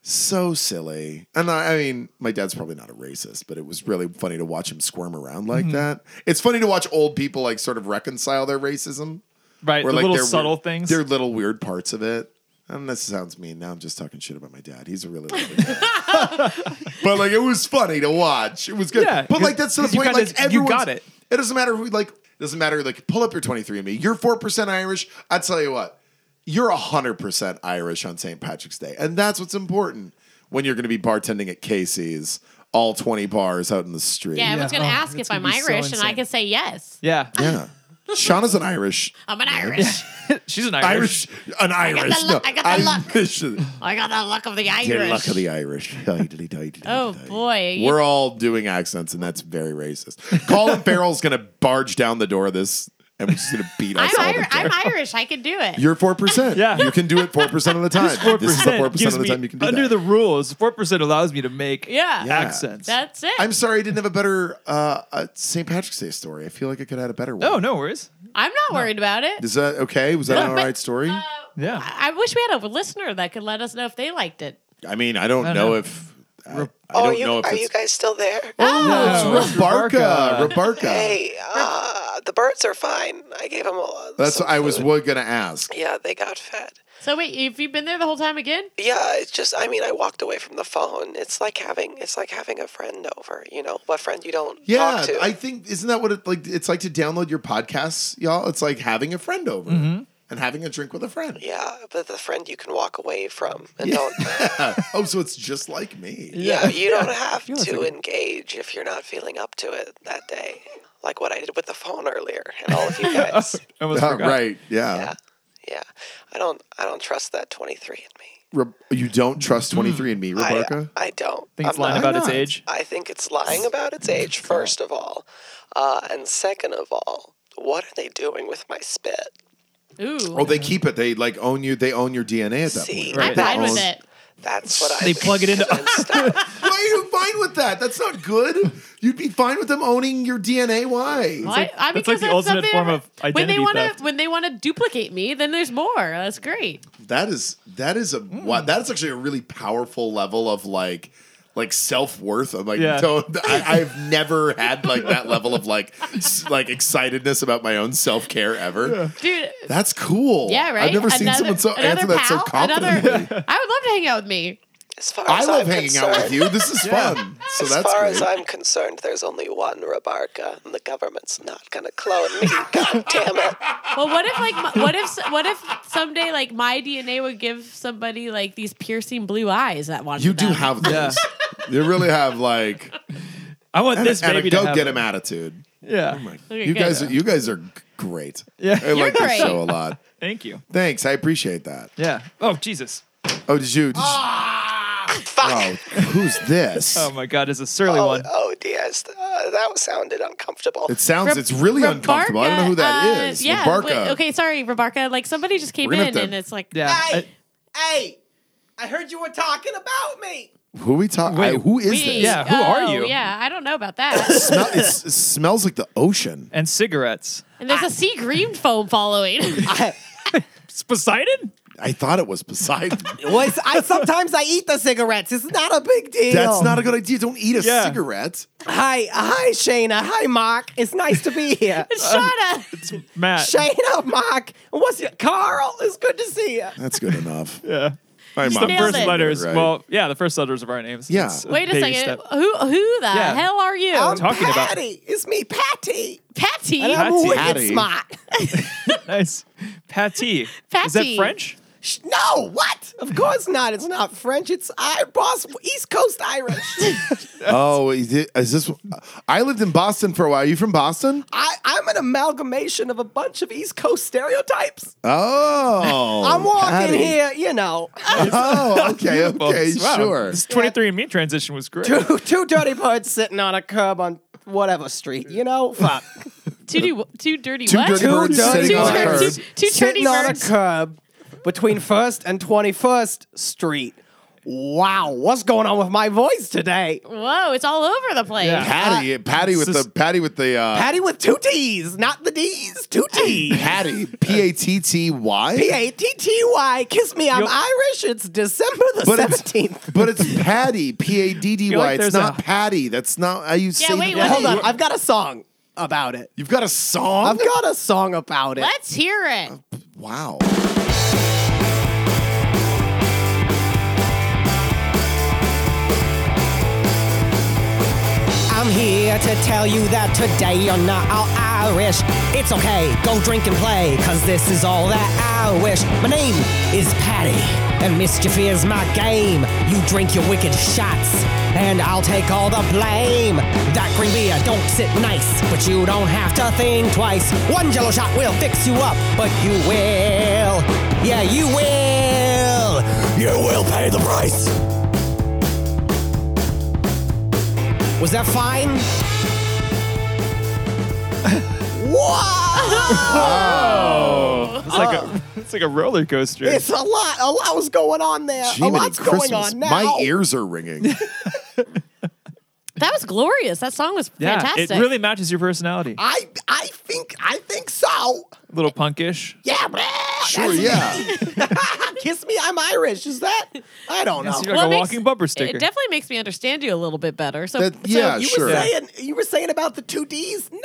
Speaker 5: so silly. And I, I mean, my dad's probably not a racist, but it was really funny to watch him squirm around like that. It's funny to watch old people like sort of reconcile their racism.
Speaker 2: Right. the
Speaker 5: like
Speaker 2: little
Speaker 5: their
Speaker 2: subtle
Speaker 5: weird-
Speaker 2: things.
Speaker 5: Their little weird parts of it. And this sounds mean. Now I'm just talking shit about my dad. He's a really lovely guy.
Speaker 2: (laughs)
Speaker 5: but like it was funny to watch. It was good.
Speaker 2: Yeah,
Speaker 5: but like
Speaker 2: 'cause-
Speaker 5: that's to the
Speaker 2: 'cause you
Speaker 5: point.
Speaker 2: got
Speaker 5: Like
Speaker 2: this- you
Speaker 5: everyone's,
Speaker 2: got it.
Speaker 5: It doesn't matter who like it doesn't matter like pull up your 23andme. You're 4% Irish. I tell you what. You're 100% Irish on St. Patrick's Day. And that's what's important when you're going to be bartending at Casey's all 20 bars out in the street.
Speaker 1: Yeah, everyone's going to ask if I'm
Speaker 2: Oh, gonna be so
Speaker 1: Irish, and I
Speaker 2: insane.
Speaker 1: can say yes.
Speaker 2: yeah. (laughs)
Speaker 5: Yeah. Shauna's an Irish
Speaker 1: I'm an Irish.
Speaker 2: She's an
Speaker 5: Irish, an Irish.
Speaker 1: the luck- I got the luck.
Speaker 5: luck.
Speaker 1: I got the luck of the Irish.
Speaker 5: Get luck of the Irish. (laughs) Diddly, diddly,
Speaker 1: Oh,
Speaker 5: diddly.
Speaker 1: boy. You-
Speaker 5: We're all doing accents, and that's very racist. Colin Farrell's gonna barge down the door of this, and we're just gonna beat
Speaker 1: I'm,
Speaker 5: us all. to
Speaker 1: Ir-
Speaker 5: death.
Speaker 1: I'm Irish. I can do it.
Speaker 5: You're four percent.
Speaker 2: Yeah.
Speaker 5: you can do it four percent of the time.
Speaker 2: Four
Speaker 5: This is the
Speaker 2: percent
Speaker 5: four percent of the time you can do
Speaker 2: under
Speaker 5: that.
Speaker 2: the rules. Four percent allows me to make
Speaker 1: Yeah.
Speaker 5: Yeah.
Speaker 2: accents.
Speaker 1: That's it.
Speaker 5: I'm sorry, I didn't have a better uh, uh, St. Patrick's Day story. I feel like I could have had a better one.
Speaker 2: Oh, no, no worries.
Speaker 1: I'm not worried about it.
Speaker 5: is that okay? Was that
Speaker 2: Yeah.
Speaker 5: an all right story?
Speaker 2: Yeah,
Speaker 1: I I wish we had a listener that could let us know if they liked it.
Speaker 5: I mean, I don't
Speaker 2: I don't
Speaker 5: know
Speaker 2: know.
Speaker 5: if I, I
Speaker 4: Oh,
Speaker 5: don't
Speaker 4: you,
Speaker 5: know if
Speaker 4: are
Speaker 5: it's Oh,
Speaker 4: you guys still there?
Speaker 1: Oh,
Speaker 2: No,
Speaker 5: it's
Speaker 2: it's
Speaker 5: Rebarca.
Speaker 2: Rebarca.
Speaker 5: Rebarca.
Speaker 4: Hey, uh, the birds are fine. I gave them a.
Speaker 5: That's
Speaker 4: some
Speaker 5: what I was
Speaker 4: food.
Speaker 5: gonna ask.
Speaker 4: Yeah, they got fed.
Speaker 1: So wait, if you've been there the whole time again?
Speaker 4: Yeah, it's just. I mean, I walked away from the phone. It's like having. It's like having a friend over. You know, what friend you don't
Speaker 5: Yeah,
Speaker 4: talk to.
Speaker 5: I think isn't that what it like? It's like to download your podcasts, y'all. It's like having a friend over and having a drink with a friend.
Speaker 4: yeah, but the friend you can walk away from and don't.
Speaker 5: (laughs) oh, so it's just like me.
Speaker 4: Yeah, you don't have
Speaker 2: that's
Speaker 4: to engage if you're not feeling up to it that day. Like what I did with the phone earlier and all of you guys.
Speaker 2: I almost
Speaker 5: Oh,
Speaker 2: forgot.
Speaker 5: right? Yeah.
Speaker 4: yeah. Yeah. I don't I don't trust that 23 in me.
Speaker 5: Re- you don't trust twenty three and Me, Rebecca.
Speaker 4: I, uh, I don't.
Speaker 2: I think it's
Speaker 4: I'm
Speaker 2: lying
Speaker 4: not-
Speaker 2: about its
Speaker 5: not?
Speaker 2: age.
Speaker 4: I think it's lying about its age first of all. Uh, and second of all, what are they doing with my spit?
Speaker 1: Ooh.
Speaker 5: Oh, they keep it. They like own you. They own your DNA at that
Speaker 4: See,
Speaker 5: point.
Speaker 1: I'm
Speaker 2: Right.
Speaker 1: fine
Speaker 2: That
Speaker 1: with
Speaker 2: was-
Speaker 1: it.
Speaker 4: That's what I
Speaker 2: They
Speaker 4: think.
Speaker 2: plug it into-
Speaker 4: And stuff.
Speaker 5: (laughs) Why are you fine with that? That's not good. You'd be fine with them owning your DNA. Why?
Speaker 1: Well, I- I,
Speaker 2: that's
Speaker 1: because
Speaker 2: like the ultimate
Speaker 1: something-
Speaker 2: form of
Speaker 1: when they
Speaker 2: identity
Speaker 1: wanna-
Speaker 2: theft.
Speaker 1: when they want to duplicate me, then there's more. That's great.
Speaker 2: Hmm.
Speaker 5: That is that is a what? That's actually a really powerful level of like like self worth. I'm like,
Speaker 2: Yeah.
Speaker 5: don't. I, I've never had like that level of like s- like excitedness about my own self care ever.
Speaker 1: Dude,
Speaker 5: That's cool.
Speaker 1: yeah, right.
Speaker 5: I've never seen someone so
Speaker 1: another
Speaker 5: answer that so
Speaker 1: pal? Another-
Speaker 5: confidently.
Speaker 2: (laughs)
Speaker 1: (laughs) I would love to hang out with me.
Speaker 4: As far
Speaker 5: I
Speaker 4: as
Speaker 5: love
Speaker 4: I'm
Speaker 5: hanging
Speaker 4: concerned,
Speaker 5: out with you. This is
Speaker 2: Yeah.
Speaker 5: fun. So
Speaker 4: as
Speaker 5: that's
Speaker 4: far
Speaker 5: great.
Speaker 4: as I'm concerned, there's only one Rabarka, and the government's not gonna clone me. God damn
Speaker 5: (laughs)
Speaker 4: it!
Speaker 1: Well, what if like my- what if what if someday like my DNA would give somebody like these piercing blue eyes that want
Speaker 5: you do have those.
Speaker 2: Yeah.
Speaker 5: You really have like
Speaker 2: I want (laughs) this
Speaker 5: and a
Speaker 2: baby to
Speaker 5: go
Speaker 2: have
Speaker 5: get
Speaker 2: it.
Speaker 5: him attitude.
Speaker 2: Yeah.
Speaker 1: Okay,
Speaker 5: You
Speaker 1: good.
Speaker 5: guys, you guys are g- great.
Speaker 2: Yeah.
Speaker 5: I like this
Speaker 1: great.
Speaker 5: show a lot.
Speaker 2: Thank you.
Speaker 5: Thanks, I appreciate that.
Speaker 2: Yeah. Oh Jesus.
Speaker 5: Oh, did you? Did you
Speaker 2: Ah!
Speaker 5: oh, who's
Speaker 2: (laughs)
Speaker 5: this?
Speaker 2: Oh my God, it's a surly
Speaker 4: Oh,
Speaker 2: one.
Speaker 4: oh Diaz, uh, that sounded uncomfortable.
Speaker 5: It sounds.
Speaker 1: Rab-
Speaker 5: it's really uncomfortable. I don't know who that
Speaker 1: Rabarka,
Speaker 5: is.
Speaker 1: uh, Yeah,
Speaker 5: Rabarka.
Speaker 1: wait, okay, sorry, Rabarka. Like somebody just came
Speaker 5: We're gonna
Speaker 1: in
Speaker 5: have to-
Speaker 1: and it's like
Speaker 2: Yeah. I-
Speaker 6: Hey, I heard you were talking about me.
Speaker 5: Who we talk? I-
Speaker 2: Wait.
Speaker 5: Who is
Speaker 1: wait,
Speaker 5: this?
Speaker 2: Yeah, who are
Speaker 1: oh,
Speaker 2: you?
Speaker 1: Yeah, I don't know about that.
Speaker 2: (laughs)
Speaker 5: Smell, it's, it smells like the ocean.
Speaker 2: and cigarettes.
Speaker 1: and there's a sea green foam following. (laughs)
Speaker 2: It's Poseidon?
Speaker 5: I thought it
Speaker 2: (laughs)
Speaker 5: was Poseidon.
Speaker 6: Well, it's- I sometimes I eat the cigarettes. It's not a big deal.
Speaker 5: That's not a good idea. Don't eat a
Speaker 2: Yeah.
Speaker 5: cigarette.
Speaker 6: Hi, hi, Shayna. Hi, Mark. It's nice to be (laughs) here.
Speaker 1: Shauna.
Speaker 2: Matt.
Speaker 6: Shayna, Mark. What's your Carl? It's good to see you.
Speaker 5: That's good enough.
Speaker 2: (laughs) Yeah.
Speaker 5: My
Speaker 2: It's
Speaker 5: mom
Speaker 2: the
Speaker 1: Nailed
Speaker 2: first
Speaker 1: it.
Speaker 2: letters.
Speaker 5: Right.
Speaker 2: Well, (laughs) yeah, the first letters of our names.
Speaker 5: Yeah.
Speaker 2: It's
Speaker 1: (laughs)
Speaker 2: uh,
Speaker 1: Wait a
Speaker 2: baby
Speaker 1: second.
Speaker 2: step.
Speaker 1: Who who the
Speaker 2: Yeah.
Speaker 1: hell are you?
Speaker 6: I'm
Speaker 2: talking about-
Speaker 6: Um, Patty. It's me, Patty.
Speaker 1: Patty.
Speaker 6: And I'm
Speaker 2: Patty.
Speaker 6: wicked
Speaker 5: Patty.
Speaker 6: smart.
Speaker 2: Nice. Patty. Is that
Speaker 1: Patty.
Speaker 2: French?
Speaker 6: Sh- no, what? Of course not. It's not French. It's I, boss, East Coast (laughs) Irish.
Speaker 5: Oh, is it- is this? I lived in Boston for a while. Are you from
Speaker 2: (laughs)
Speaker 5: Boston?
Speaker 6: I, I'm an amalgamation of a bunch of East Coast stereotypes.
Speaker 5: Oh,
Speaker 6: I'm walking
Speaker 5: Patty.
Speaker 6: here, you know,
Speaker 2: (laughs)
Speaker 5: Oh, okay, okay,
Speaker 2: Wow.
Speaker 5: sure.
Speaker 2: This 23 and me transition was great.
Speaker 6: two, two dirty birds sitting on a curb on whatever street, you know? Fuck.
Speaker 1: Two, do, two dirty
Speaker 5: Two
Speaker 1: what?
Speaker 5: dirty
Speaker 6: Two
Speaker 5: birds
Speaker 6: dirty
Speaker 5: sitting on a
Speaker 6: birds.
Speaker 1: two,
Speaker 5: curb.
Speaker 1: two, two dirty
Speaker 6: sitting on a
Speaker 1: birds.
Speaker 6: curb between 1st and 21st Street. Wow, what's going on with my voice today?
Speaker 1: Whoa, it's all over the place.
Speaker 2: Yeah.
Speaker 5: Patty, Patty with
Speaker 2: uh, This is-
Speaker 5: the Patty with the uh,
Speaker 6: Patty with two T's, not the D's, two T's.
Speaker 5: Patty P A T T
Speaker 6: P
Speaker 5: Y.
Speaker 6: A T T Y. Kiss me, I'm
Speaker 2: You'll-
Speaker 6: Irish. It's December the
Speaker 5: But it's-
Speaker 6: 17th.
Speaker 5: But it's Patty P A D D
Speaker 2: Feel
Speaker 5: Y.
Speaker 2: like
Speaker 5: It's
Speaker 2: there's
Speaker 5: not
Speaker 2: a-
Speaker 5: Patty. That's not how you say.
Speaker 1: wait,
Speaker 5: the-
Speaker 1: what
Speaker 6: Hold
Speaker 1: is-
Speaker 6: on, I've got a song about it.
Speaker 5: You've got a song.
Speaker 6: I've got a song about it.
Speaker 1: Let's hear it.
Speaker 5: Wow.
Speaker 6: I'm here to tell you that today you're not all Irish. It's okay, go drink and play, cause this is all that I wish. My name is Patty, and mischief is my game. You drink your wicked shots, and I'll take all the blame. That green beer don't sit nice, but you don't have to think twice. One jello shot will fix you up, but you will. Yeah, you will. You will pay the price. Was that fine? (laughs) Whoa!
Speaker 2: Oh, It's like
Speaker 1: Oh.
Speaker 2: a (laughs) it's like a roller coaster.
Speaker 6: it's a lot. A lot was going on there. a
Speaker 5: Jiminy
Speaker 6: lot's going
Speaker 5: Christmas.
Speaker 6: on now.
Speaker 5: My ears are ringing.
Speaker 1: That was glorious. That song was
Speaker 2: yeah,
Speaker 1: fantastic.
Speaker 2: it really matches your personality. A
Speaker 6: I I think I think so.
Speaker 2: little punkish.
Speaker 6: Yeah, bleh,
Speaker 5: Sure,
Speaker 6: that's me.
Speaker 5: yeah.
Speaker 6: (laughs) Kiss me, I'm Irish. Is that? I don't know.
Speaker 2: It's like
Speaker 1: Well,
Speaker 2: a
Speaker 1: it makes-
Speaker 2: walking bumper
Speaker 1: It
Speaker 2: sticker.
Speaker 1: definitely makes me understand you a little bit better. So,
Speaker 5: That- yeah,
Speaker 6: you
Speaker 5: sure.
Speaker 6: were saying you were saying about the two D's. Nah,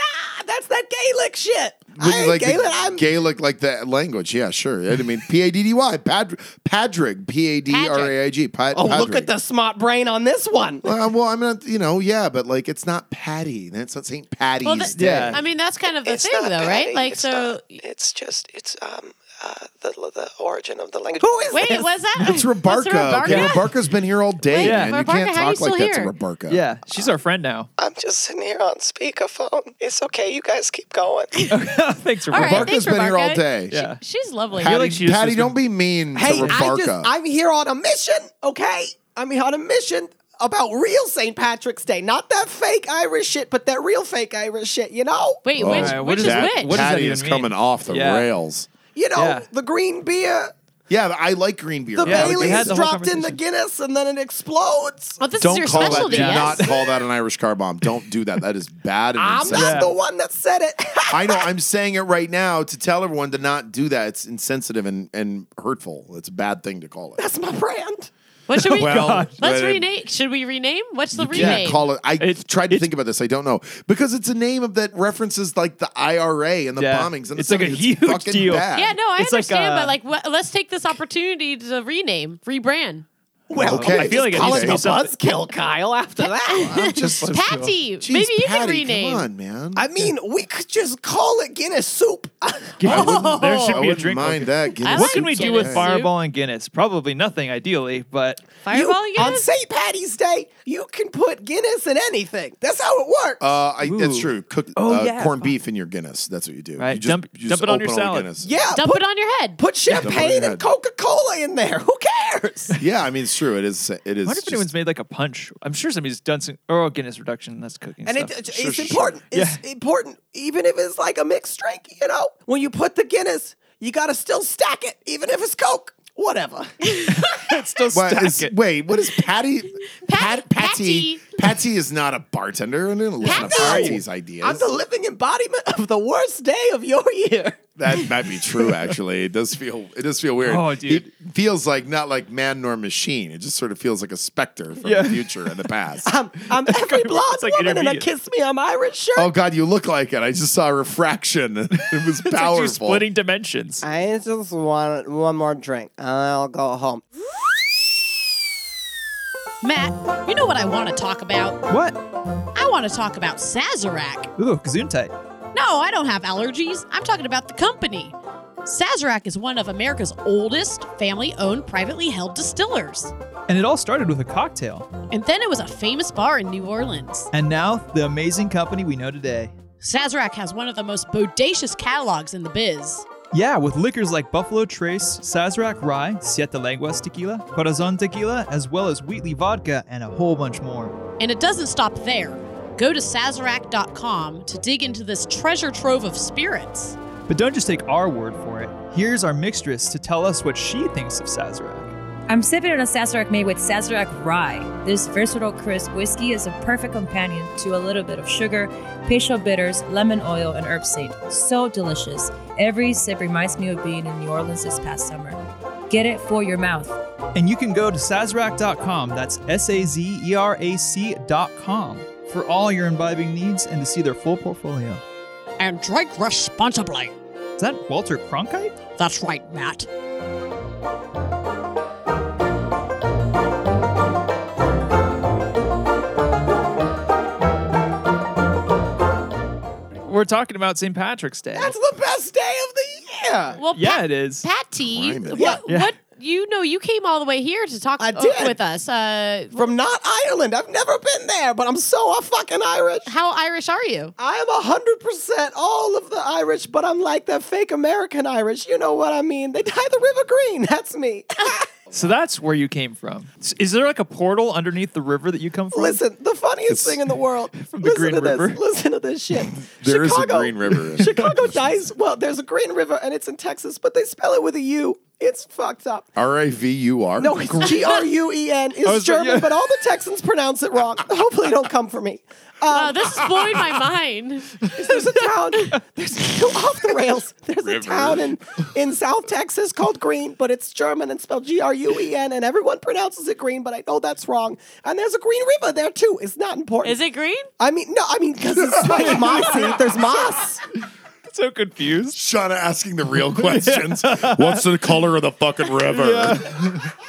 Speaker 6: that's that Gaelic shit.
Speaker 5: Would you
Speaker 6: I ain't
Speaker 5: like the
Speaker 6: Gaelic. I'm
Speaker 5: Gaelic, like that language. Yeah, sure. I mean, P A D D Y, Padrig, Padrig, P A D R A I G. Pad-
Speaker 6: Oh, look
Speaker 5: Padrig.
Speaker 6: at the smart brain on this one.
Speaker 5: Uh, well, I'm not, you know, yeah, but like it's not Patty. That's not St. Patty's
Speaker 1: well, that-
Speaker 5: Day.
Speaker 2: Yeah.
Speaker 1: I mean, that's kind of the
Speaker 7: It's
Speaker 1: thing,
Speaker 7: not
Speaker 1: though, right?
Speaker 7: petty,
Speaker 1: Like,
Speaker 7: it's
Speaker 1: so
Speaker 7: not- it's just it's um uh the the origin of the language.
Speaker 6: Who is
Speaker 1: wait,
Speaker 6: this?
Speaker 1: was that
Speaker 5: That's Rabarka. Okay, Rabarka's been here all day,
Speaker 1: Wait,
Speaker 5: man.
Speaker 1: Rabarka,
Speaker 5: you can't
Speaker 1: how are you
Speaker 5: talk like
Speaker 1: still
Speaker 5: that
Speaker 1: here?
Speaker 5: to Rabarka.
Speaker 2: Yeah, she's our friend now. (laughs)
Speaker 7: I'm just sitting here on speakerphone. It's okay, you guys keep
Speaker 5: (laughs)
Speaker 7: going.
Speaker 2: Thanks for
Speaker 1: All right.
Speaker 5: Rabarka's
Speaker 1: thanks,
Speaker 5: been here all
Speaker 1: Rabarka.
Speaker 5: day.
Speaker 2: Yeah.
Speaker 1: She's lovely.
Speaker 2: feel
Speaker 5: Patty,
Speaker 2: like she just
Speaker 5: Patty
Speaker 2: has
Speaker 5: don't
Speaker 2: been-
Speaker 5: be mean
Speaker 6: Hey,
Speaker 5: to
Speaker 6: I just,
Speaker 5: Rabarka.
Speaker 6: I'm here on a mission, okay? I'm here on a mission about real St. Patrick's Day. Not that fake Irish shit, but that real fake Irish shit, you know?
Speaker 1: Wait,
Speaker 5: Oh.
Speaker 1: which,
Speaker 2: All right, what
Speaker 1: which
Speaker 2: is
Speaker 1: is
Speaker 2: that?
Speaker 1: which?
Speaker 2: What does
Speaker 5: Patty
Speaker 2: even
Speaker 5: is
Speaker 2: mean?
Speaker 5: coming off the
Speaker 2: Yeah.
Speaker 5: rails.
Speaker 6: You know,
Speaker 2: Yeah.
Speaker 6: the green beer,
Speaker 5: Yeah, I like green beer.
Speaker 6: the
Speaker 5: but I
Speaker 2: we
Speaker 5: think
Speaker 2: had
Speaker 6: Bailey's
Speaker 2: the whole
Speaker 6: dropped in the
Speaker 2: conversation.
Speaker 6: Guinness and then it explodes.
Speaker 1: Well, this
Speaker 5: don't
Speaker 1: is your
Speaker 5: call
Speaker 1: specialty.
Speaker 5: that. Do
Speaker 1: yes.
Speaker 5: not call that an Irish car bomb. Don't do that. That is bad and
Speaker 6: (laughs) I'm
Speaker 5: insensitive.
Speaker 6: not
Speaker 2: Yeah.
Speaker 6: the one that said it. (laughs)
Speaker 5: I know. I'm saying it right now to tell everyone to not do that. It's insensitive and, and hurtful. It's a bad thing to call it.
Speaker 6: That's my brand.
Speaker 1: What
Speaker 5: (laughs)
Speaker 1: should we?
Speaker 5: God.
Speaker 1: let's
Speaker 5: But-
Speaker 1: rename. Should we rename? What's the rename?
Speaker 5: Yeah, call it. I
Speaker 2: It's-
Speaker 5: tried to
Speaker 2: it's-
Speaker 5: think about this. I don't know because it's a name of that references like the IRA and the
Speaker 2: Yeah.
Speaker 5: bombings. And
Speaker 2: It's like a huge
Speaker 5: fucking
Speaker 2: deal.
Speaker 5: Bad.
Speaker 1: Yeah, no, I
Speaker 2: It's like,
Speaker 1: understand,
Speaker 2: uh,
Speaker 1: but like, what, let's take this opportunity to rename, rebrand.
Speaker 6: Well,
Speaker 5: Okay.
Speaker 6: I feel like
Speaker 5: Just
Speaker 6: it
Speaker 5: call
Speaker 6: needs to
Speaker 5: it
Speaker 6: be
Speaker 5: a
Speaker 6: something. buzzkill, Kyle. After that,
Speaker 5: (laughs) I'm just like,
Speaker 1: Patty,
Speaker 5: Jeez,
Speaker 1: maybe you can
Speaker 5: Patty,
Speaker 1: rename.
Speaker 5: Come on, man.
Speaker 6: I mean, we could just call it Guinness soup. (laughs)
Speaker 2: I wouldn't- there should be
Speaker 5: Oh. I
Speaker 2: a
Speaker 5: wouldn't
Speaker 2: drink.
Speaker 5: mind that. Guinness
Speaker 1: like
Speaker 2: What can we
Speaker 5: soup's
Speaker 2: do
Speaker 1: Guinness
Speaker 2: with
Speaker 1: soup.
Speaker 5: okay.
Speaker 2: Fireball and Guinness? Probably nothing, ideally, but
Speaker 6: You-
Speaker 1: Fireball again?
Speaker 6: on St. Patty's Day, you can put Guinness in anything. That's how it works.
Speaker 5: Uh, I, that's
Speaker 2: Ooh.
Speaker 5: true. Cook
Speaker 2: Oh,
Speaker 5: uh,
Speaker 2: yeah,
Speaker 5: corned
Speaker 2: fuck.
Speaker 5: beef in your Guinness. That's what you do.
Speaker 2: Right,
Speaker 5: You just,
Speaker 2: dump-
Speaker 5: you
Speaker 2: dump
Speaker 5: just
Speaker 2: it on your
Speaker 5: open all the
Speaker 2: salad.
Speaker 5: Guinness.
Speaker 6: yeah,
Speaker 1: Dump
Speaker 6: put,
Speaker 1: it on your head.
Speaker 6: put
Speaker 5: on your
Speaker 6: champagne and
Speaker 5: head.
Speaker 6: Coca Cola in there. (laughs) Who cares?
Speaker 5: Yeah, I mean it's true. It is. It is.
Speaker 2: I wonder if
Speaker 5: just-
Speaker 2: anyone's made like a punch. I'm sure somebody's done some. Oh, Guinness reduction. That's cooking.
Speaker 6: And it,
Speaker 2: stuff.
Speaker 6: it's important. It's important, even if it's like a mixed drink. You know, when you put the Guinness, you gotta still stack it, even if it's Coke. (laughs) Whatever.
Speaker 2: (laughs) it's still
Speaker 5: What
Speaker 2: stack (laughs)
Speaker 5: is-
Speaker 2: it.
Speaker 5: Wait, what is Patty? Pat, Patty.
Speaker 1: Patty.
Speaker 5: Patty is not a bartender. and I don't listen to
Speaker 6: Patty.
Speaker 5: Patty's ideas.
Speaker 6: I'm the living embodiment of the worst day of your year.
Speaker 5: That might be true. Actually, it does feel it does feel weird.
Speaker 2: Oh, dude.
Speaker 5: it feels like not like man nor machine. It just sort of feels like a specter from
Speaker 2: Yeah.
Speaker 5: the future and the past.
Speaker 6: I'm, I'm every blonde
Speaker 2: It's like
Speaker 6: woman in a
Speaker 2: intermediate.
Speaker 6: kiss me, I'm Irish shirt.
Speaker 5: oh God, you look like it. I just saw a refraction. (laughs) It was
Speaker 2: It's like
Speaker 5: powerful.
Speaker 2: you're splitting dimensions.
Speaker 6: I just want one more drink. I'll go home.
Speaker 1: Matt, you know what I want to talk about?
Speaker 2: What?
Speaker 1: I want to talk about Sazerac.
Speaker 2: Ooh, Gesundheit.
Speaker 1: No, I don't have allergies. I'm talking about the company. Sazerac is one of America's oldest family owned, privately held distillers.
Speaker 2: And it all started with a cocktail.
Speaker 1: And then it was a famous bar in New Orleans.
Speaker 2: And now the amazing company we know today.
Speaker 1: Sazerac has one of the most bodacious catalogs in the biz.
Speaker 2: Yeah, with liquors like Buffalo Trace, Sazerac Rye, Siete Lenguas Tequila, Corazon Tequila, as well as Wheatley Vodka, and a whole bunch more.
Speaker 1: And it doesn't stop there. Go to Sazerac.com to dig into this treasure trove of spirits.
Speaker 2: But don't just take our word for it. Here's our mixtress to tell us what she thinks of Sazerac.
Speaker 3: I'm sipping on a Sazerac made with Sazerac rye. This versatile, crisp whiskey is a perfect companion to a little bit of sugar, pastry bitters, lemon oil, and herb seed. So delicious. Every sip reminds me of being in New Orleans this past summer. Get it for your (laughs) mouth.
Speaker 2: And you can go to Sazerac.com, that's S A Z E R A C.com, for all your imbibing needs and to see their full portfolio.
Speaker 1: And drink responsibly.
Speaker 2: Is that Walter Cronkite?
Speaker 1: That's right, Matt.
Speaker 2: We're talking about St. Patrick's Day.
Speaker 6: That's the best day of the year.
Speaker 1: Well,
Speaker 2: yeah,
Speaker 1: Pat-
Speaker 2: it is.
Speaker 1: Patty,
Speaker 5: Rhyme it.
Speaker 1: what,
Speaker 6: Yeah.
Speaker 2: Yeah.
Speaker 1: what you know, you came all the way here to talk
Speaker 6: I
Speaker 1: uh,
Speaker 6: did.
Speaker 1: with us. Uh,
Speaker 6: From not Ireland. I've never been there, but I'm so fucking Irish.
Speaker 1: how Irish are you?
Speaker 6: I am 100% all of the Irish, but I'm like that fake American Irish. You know what I mean? They dye the river green. That's me.
Speaker 2: So that's where you came from. S- Is there like a portal underneath the river that you come from?
Speaker 6: Listen, the funniest thing in the world.
Speaker 2: the
Speaker 6: listen
Speaker 2: Green
Speaker 6: to
Speaker 2: River.
Speaker 6: this. Listen to this shit.
Speaker 5: There is a
Speaker 6: Chicago,
Speaker 5: Green River in-
Speaker 6: Chicago dies. Well, there's a Green River and it's in Texas, but they spell it with a U. It's fucked up.
Speaker 5: R I V U R.
Speaker 6: No, it's G R U E N. It's
Speaker 2: was-
Speaker 6: German,
Speaker 2: yeah.
Speaker 6: but all the Texans pronounce it wrong. Hopefully, don't come for me. Um,
Speaker 1: Uh, this is blowing
Speaker 6: (laughs)
Speaker 1: my mind.
Speaker 6: There's (laughs) a town. (laughs) There's go off the rails. There's a
Speaker 5: River.
Speaker 6: town in in South Texas called Green, but it's German and spelled G R U E N, and everyone pronounces it Green, but I know that's wrong. And there's a Green River there too. It's not important.
Speaker 1: Is it green?
Speaker 6: I mean, no, I mean, because it's (laughs) like mossy. There's moss.
Speaker 2: so confused.
Speaker 5: Shauna asking the real questions. What's the color of the fucking river?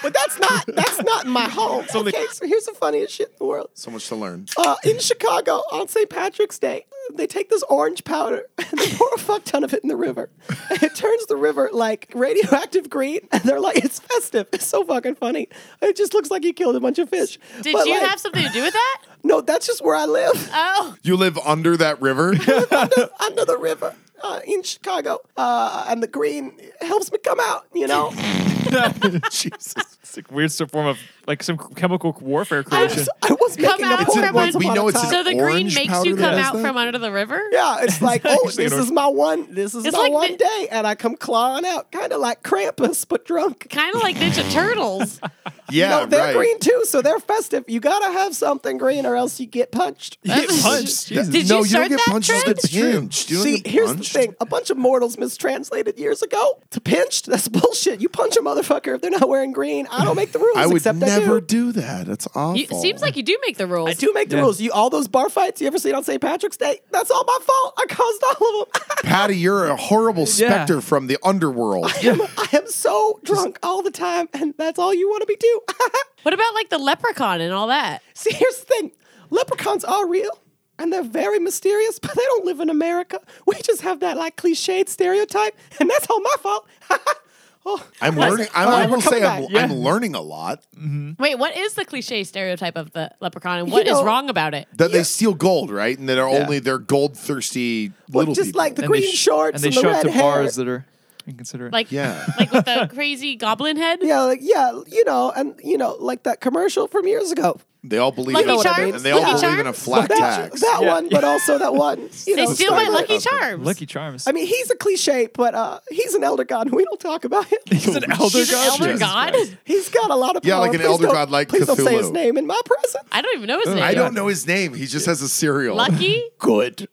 Speaker 6: But that's not that's not my home. Okay, so here's the funniest shit in the world.
Speaker 5: So much to learn.
Speaker 6: Uh, in Chicago on St. Patrick's Day, they take this orange powder (laughs) and they pour a fuck ton of it in the river. And it turns the river like radioactive green, and they're like, it's festive. It's so fucking funny. It just looks like you killed a bunch of fish.
Speaker 1: Did
Speaker 6: But,
Speaker 1: you
Speaker 6: like,
Speaker 1: have something to do with that?
Speaker 6: No, that's just where I live, (laughs)
Speaker 1: Oh,
Speaker 5: You live under that river.
Speaker 6: under the river. Uh, in Chicago, uh, and the green helps me come out,
Speaker 5: (laughs)
Speaker 6: you know.
Speaker 5: Jesus.
Speaker 2: It's like weird some form of like some chemical warfare
Speaker 6: I
Speaker 2: creation.
Speaker 6: was, I was making
Speaker 1: out
Speaker 6: a point
Speaker 1: from
Speaker 6: once
Speaker 1: un-
Speaker 6: upon
Speaker 5: We know
Speaker 6: a
Speaker 5: it's
Speaker 6: time.
Speaker 5: an
Speaker 1: so the green
Speaker 5: orange
Speaker 1: makes
Speaker 5: powder
Speaker 1: you
Speaker 5: that
Speaker 1: come
Speaker 5: does
Speaker 1: out
Speaker 5: that?
Speaker 1: from under the river?
Speaker 6: Yeah,
Speaker 5: (laughs)
Speaker 6: it's like, oh,
Speaker 2: Actually,
Speaker 6: this
Speaker 2: it was-
Speaker 6: is my one. This is
Speaker 1: It's
Speaker 6: my
Speaker 1: like
Speaker 6: one
Speaker 1: the-
Speaker 6: day, and I come clawing out, kind of like Krampus, but drunk. (laughs)
Speaker 1: Kind of like Ninja Turtles.
Speaker 5: Yeah,
Speaker 6: no, they're
Speaker 5: right.
Speaker 6: green too, so they're festive. You gotta have something green, or else you get punched. Eh?
Speaker 2: Get punched. Jesus.
Speaker 8: Did
Speaker 5: no,
Speaker 8: you
Speaker 5: you don't
Speaker 8: start
Speaker 5: get
Speaker 8: that
Speaker 5: punched. You
Speaker 8: trend?
Speaker 5: get pinched. You don't
Speaker 6: See,
Speaker 5: get
Speaker 6: here's
Speaker 5: punched.
Speaker 6: the thing: a bunch of mortals mistranslated years ago to pinched. That's bullshit. You punch a motherfucker if they're not wearing green. I don't make the rules.
Speaker 5: I would
Speaker 6: except
Speaker 5: never
Speaker 6: I do.
Speaker 5: do. that. It's awful.
Speaker 1: You, seems like (laughs) you do make the rules.
Speaker 6: I do make the rules. You all those bar fights you ever seen on St. Patrick's Day? That's all my fault. I caused all of (laughs) them.
Speaker 5: Patty, you're a horrible specter from the underworld.
Speaker 6: I am, I am so drunk all the time, and that's all you want to be do. (laughs)
Speaker 1: What about like the leprechaun and all that?
Speaker 6: See, here's the thing: leprechauns are real. And they're very mysterious, but they don't live in America. We just have that like cliched stereotype, and that's all my fault. (laughs) oh,
Speaker 5: I'm learning. I'm,
Speaker 6: All right,
Speaker 5: I
Speaker 6: we're
Speaker 5: will say
Speaker 6: coming
Speaker 5: I'm,
Speaker 6: back.
Speaker 5: I'm learning a lot
Speaker 1: Wait, what is the cliche stereotype of the leprechaun and what is
Speaker 6: know-
Speaker 1: wrong about it?
Speaker 5: that they steal gold, right? And that are only they're gold thirsty
Speaker 6: Well,
Speaker 5: little
Speaker 6: just
Speaker 5: people.
Speaker 6: like the
Speaker 2: they
Speaker 6: green
Speaker 2: sh-
Speaker 6: shorts
Speaker 2: and
Speaker 6: and,
Speaker 2: they
Speaker 6: the
Speaker 2: show
Speaker 6: red
Speaker 2: up to
Speaker 6: hair.
Speaker 2: bars that are inconsiderate.
Speaker 1: Like,
Speaker 5: Yeah.
Speaker 1: like with the crazy goblin head?
Speaker 6: yeah, like, yeah, you know, and you know, like that commercial from years ago.
Speaker 5: (laughs) they all believe
Speaker 1: Lucky
Speaker 5: in
Speaker 1: Charms?
Speaker 5: and they all
Speaker 1: Lucky
Speaker 5: believe in a
Speaker 1: Charms?
Speaker 5: flat
Speaker 6: That,
Speaker 5: tax.
Speaker 6: that
Speaker 2: Yeah.
Speaker 6: one, but also
Speaker 5: (laughs)
Speaker 6: that one. You
Speaker 1: They
Speaker 6: know,
Speaker 1: steal my
Speaker 6: stuff.
Speaker 1: lucky charms.
Speaker 2: Lucky Charms.
Speaker 6: I mean, he's a cliche, but uh, he's an elder god. and We don't talk about him.
Speaker 2: He's an elder
Speaker 1: She's an
Speaker 2: god.
Speaker 1: elder
Speaker 5: Jesus
Speaker 1: god?
Speaker 6: He's got a lot of power.
Speaker 5: Yeah, like an
Speaker 6: Please
Speaker 5: elder
Speaker 6: don't-
Speaker 5: god like
Speaker 6: Please don't say his
Speaker 5: Cthulhu.
Speaker 6: name in my presence.
Speaker 1: I don't even know his name.
Speaker 5: I don't know his name. He just has a cereal.
Speaker 1: Lucky?
Speaker 5: Good.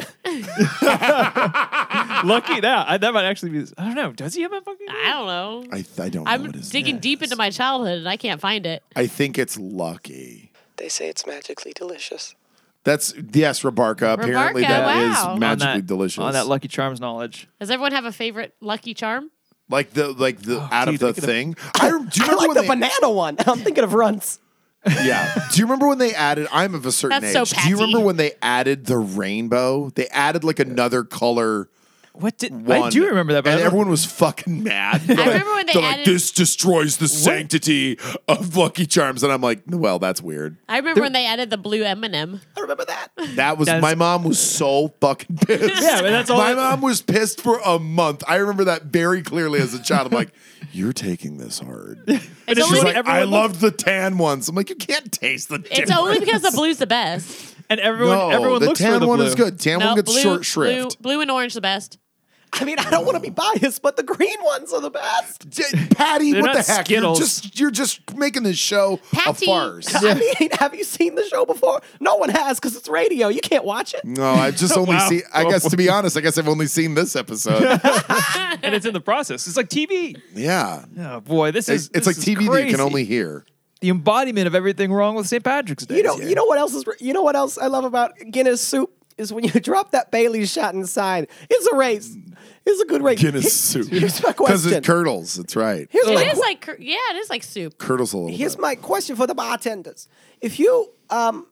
Speaker 2: Lucky that. I, that might actually be. I don't know. Does he have a fucking?
Speaker 1: I don't know.
Speaker 5: (laughs) I, th- I don't know
Speaker 1: I'm
Speaker 5: what his
Speaker 1: digging
Speaker 5: name
Speaker 1: deep
Speaker 5: is.
Speaker 1: into my childhood and I can't find it.
Speaker 5: I think it's Lucky.
Speaker 4: They say it's magically delicious.
Speaker 5: That's yes, Rabarka. Apparently,
Speaker 1: Rebarka,
Speaker 5: that is
Speaker 1: wow. On
Speaker 2: On
Speaker 5: magically
Speaker 2: that,
Speaker 5: delicious.
Speaker 2: On that Lucky Charms knowledge.
Speaker 1: Does everyone have a favorite lucky charm?
Speaker 5: like the like the out
Speaker 2: dude, look
Speaker 5: of the
Speaker 2: at the-
Speaker 5: thing. I, do you
Speaker 6: I
Speaker 5: remember
Speaker 6: like
Speaker 5: when
Speaker 6: the
Speaker 5: they,
Speaker 6: banana one. (laughs) I'm thinking of runts.
Speaker 5: Yeah. Do you remember when they added? I'm of a certain
Speaker 1: That's so
Speaker 5: age. Do you
Speaker 1: patty.
Speaker 5: remember when they added the rainbow? They added like another color.
Speaker 2: What did
Speaker 5: One.
Speaker 2: I do remember that? But I
Speaker 5: and
Speaker 2: don't-
Speaker 5: everyone was
Speaker 2: (laughs)
Speaker 5: fucking mad. I
Speaker 1: remember when they
Speaker 5: They're like,
Speaker 1: added-
Speaker 5: "This destroys the sanctity of Lucky Charms," and I'm like, "Well, that's weird."
Speaker 1: I remember when they added the blue M&M.
Speaker 6: I remember that.
Speaker 5: That was
Speaker 2: That's-
Speaker 5: my mom was so fucking (laughs) pissed.
Speaker 2: Yeah, but that's all
Speaker 5: My
Speaker 2: that-
Speaker 5: mom was pissed for a month. I remember that very clearly as a child. I'm like, (laughs) "You're taking this hard."
Speaker 1: It's only,
Speaker 2: just
Speaker 5: She's
Speaker 2: like-
Speaker 5: like,
Speaker 2: everyone
Speaker 5: "I
Speaker 2: loves-
Speaker 5: loved the tan ones." I'm like, "You can't taste the."
Speaker 1: it's only because the blue's the best.
Speaker 2: and everyone, everyone
Speaker 5: the
Speaker 2: looks
Speaker 5: tan
Speaker 2: for the
Speaker 5: one
Speaker 2: blue.
Speaker 5: is good. Tan
Speaker 1: No,
Speaker 5: one gets
Speaker 1: blue,
Speaker 5: short shrift.
Speaker 1: Blue, blue and orange the best.
Speaker 6: I mean, I don't want to be biased, but the green ones are the best.
Speaker 5: J- Patty,
Speaker 2: They're
Speaker 5: what the
Speaker 2: not
Speaker 5: heck?
Speaker 2: Skittles.
Speaker 5: You're just you're just making this show
Speaker 1: Patty.
Speaker 5: a farce.
Speaker 6: I mean, have you seen the show before? No one has because it's radio. You can't watch it.
Speaker 5: No,
Speaker 2: (laughs)
Speaker 5: I've just only
Speaker 2: Wow.
Speaker 5: seen. I
Speaker 2: Oh,
Speaker 5: guess
Speaker 2: (laughs)
Speaker 5: to be honest, I guess I've only seen this episode.
Speaker 2: and it's in the process. It's like TV.
Speaker 5: yeah,
Speaker 2: Oh boy, (laughs) this
Speaker 5: it's,
Speaker 2: is
Speaker 5: it's like
Speaker 2: this is
Speaker 5: TV that you can
Speaker 2: crazy.
Speaker 5: only hear.
Speaker 2: the embodiment of everything wrong with St. Patrick's Day.
Speaker 6: You know, you know what else is you know what else I love about Guinness soup is when you (laughs) drop that Bailey shot inside. It's a race. It's a good race.
Speaker 5: Guinness
Speaker 6: Here-
Speaker 5: soup
Speaker 6: Here's
Speaker 5: (laughs)
Speaker 6: my
Speaker 5: because
Speaker 6: question.
Speaker 5: it curdles. That's right.
Speaker 6: here's my
Speaker 1: It is
Speaker 6: que-
Speaker 1: like, cur- yeah, it is like soup.
Speaker 5: curdles a little.
Speaker 6: here's
Speaker 5: bit.
Speaker 6: my question for the bartenders. If you um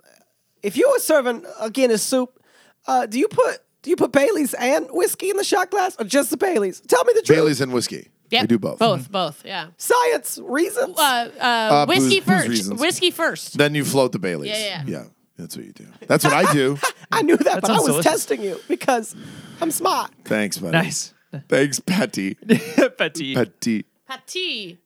Speaker 6: if you were serving a Guinness soup, uh, do you put do you put Bailey's and whiskey in the shot glass or just the Bailey's? Tell me the truth.
Speaker 5: Bailey's and whiskey.
Speaker 1: Yeah,
Speaker 5: we do both. Mm-hmm.
Speaker 1: Both, both, yeah.
Speaker 6: Science reasons.
Speaker 1: Uh, uh,
Speaker 5: booze-
Speaker 1: whiskey
Speaker 5: booze
Speaker 1: first.
Speaker 5: reasons.
Speaker 1: Whiskey first.
Speaker 5: Then you float the Bailey's.
Speaker 1: Yeah, yeah,
Speaker 5: yeah. That's what you do. That's what I
Speaker 2: (laughs)
Speaker 5: do.
Speaker 6: I knew that, but I
Speaker 2: sounds
Speaker 6: was
Speaker 2: delicious.
Speaker 6: testing you because I'm smart.
Speaker 5: Thanks, buddy.
Speaker 2: nice. (laughs)
Speaker 5: Thanks, Patty.
Speaker 2: Petite.
Speaker 5: Patty.
Speaker 1: Patty.
Speaker 2: (laughs)
Speaker 5: Patty.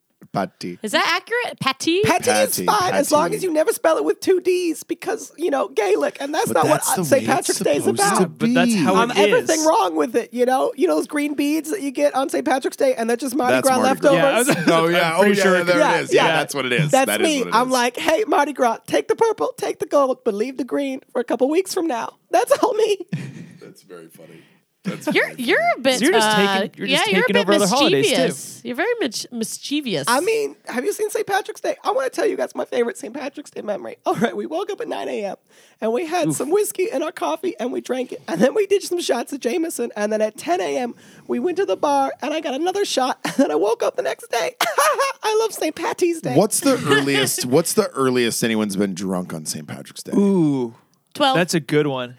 Speaker 5: (laughs)
Speaker 1: Is that accurate? Patty?
Speaker 6: Patty
Speaker 5: Patty,
Speaker 6: is fine as long
Speaker 5: patty.
Speaker 6: as you never spell it with two D's because you know Gaelic, and that's
Speaker 5: But
Speaker 6: not
Speaker 5: that's the
Speaker 6: what St.
Speaker 5: way it's
Speaker 6: Patrick's Day is
Speaker 5: supposed to
Speaker 6: about.
Speaker 2: But that's how
Speaker 6: Um,
Speaker 2: it is.
Speaker 6: everything wrong with it, you know. You know those green beads that you get on St. Patrick's Day, and they're just Mardi
Speaker 5: That's
Speaker 6: Gras
Speaker 5: Mardi Gras.
Speaker 6: leftovers.
Speaker 2: Yeah, I was-
Speaker 5: (laughs) Oh yeah.
Speaker 2: I'm
Speaker 5: Oh
Speaker 2: pretty
Speaker 5: yeah.
Speaker 2: sure it
Speaker 5: there
Speaker 6: Yeah,
Speaker 5: it is. Yeah,
Speaker 6: yeah.
Speaker 5: that's what it is.
Speaker 6: That's
Speaker 5: That is
Speaker 6: me.
Speaker 5: what it
Speaker 6: I'm
Speaker 5: is.
Speaker 6: like, hey, Mardi Gras, take the purple, take the gold, but leave the green for a couple weeks from now. That's all me.
Speaker 5: That's very funny.
Speaker 1: You're you're a bit.
Speaker 2: So you're just
Speaker 1: uh,
Speaker 2: taking- you're
Speaker 1: yeah,
Speaker 2: just
Speaker 1: you're
Speaker 2: taking
Speaker 1: a bit
Speaker 2: over other holidays, too.
Speaker 1: mischievous. You're very mich- mischievous.
Speaker 5: (laughs)
Speaker 6: I mean, have you seen St. Patrick's Day? I want to tell you guys my favorite St. Patrick's Day memory. (laughs) All right, we woke up at 9 a.m. and we had some whiskey in our coffee and we drank it. And then we did some shots of Jameson. And then at 10 a.m., we went to the bar and I got another shot. (laughs) And then I woke up the next day. (laughs) I love St. Patty's Day.
Speaker 5: What's the
Speaker 2: (laughs)
Speaker 5: earliest? What's the earliest anyone's been drunk on St. Patrick's Day?
Speaker 2: Ooh,
Speaker 1: twelve.
Speaker 2: that's a good one.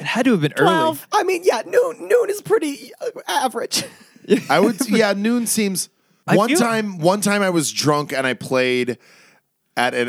Speaker 2: It had to have been early.
Speaker 1: Twelve.
Speaker 6: I mean, yeah, noon, noon is pretty uh, average.
Speaker 5: I
Speaker 2: (laughs)
Speaker 5: would. Yeah, noon seems. one
Speaker 2: feel-
Speaker 5: time, one time I was drunk and I played at an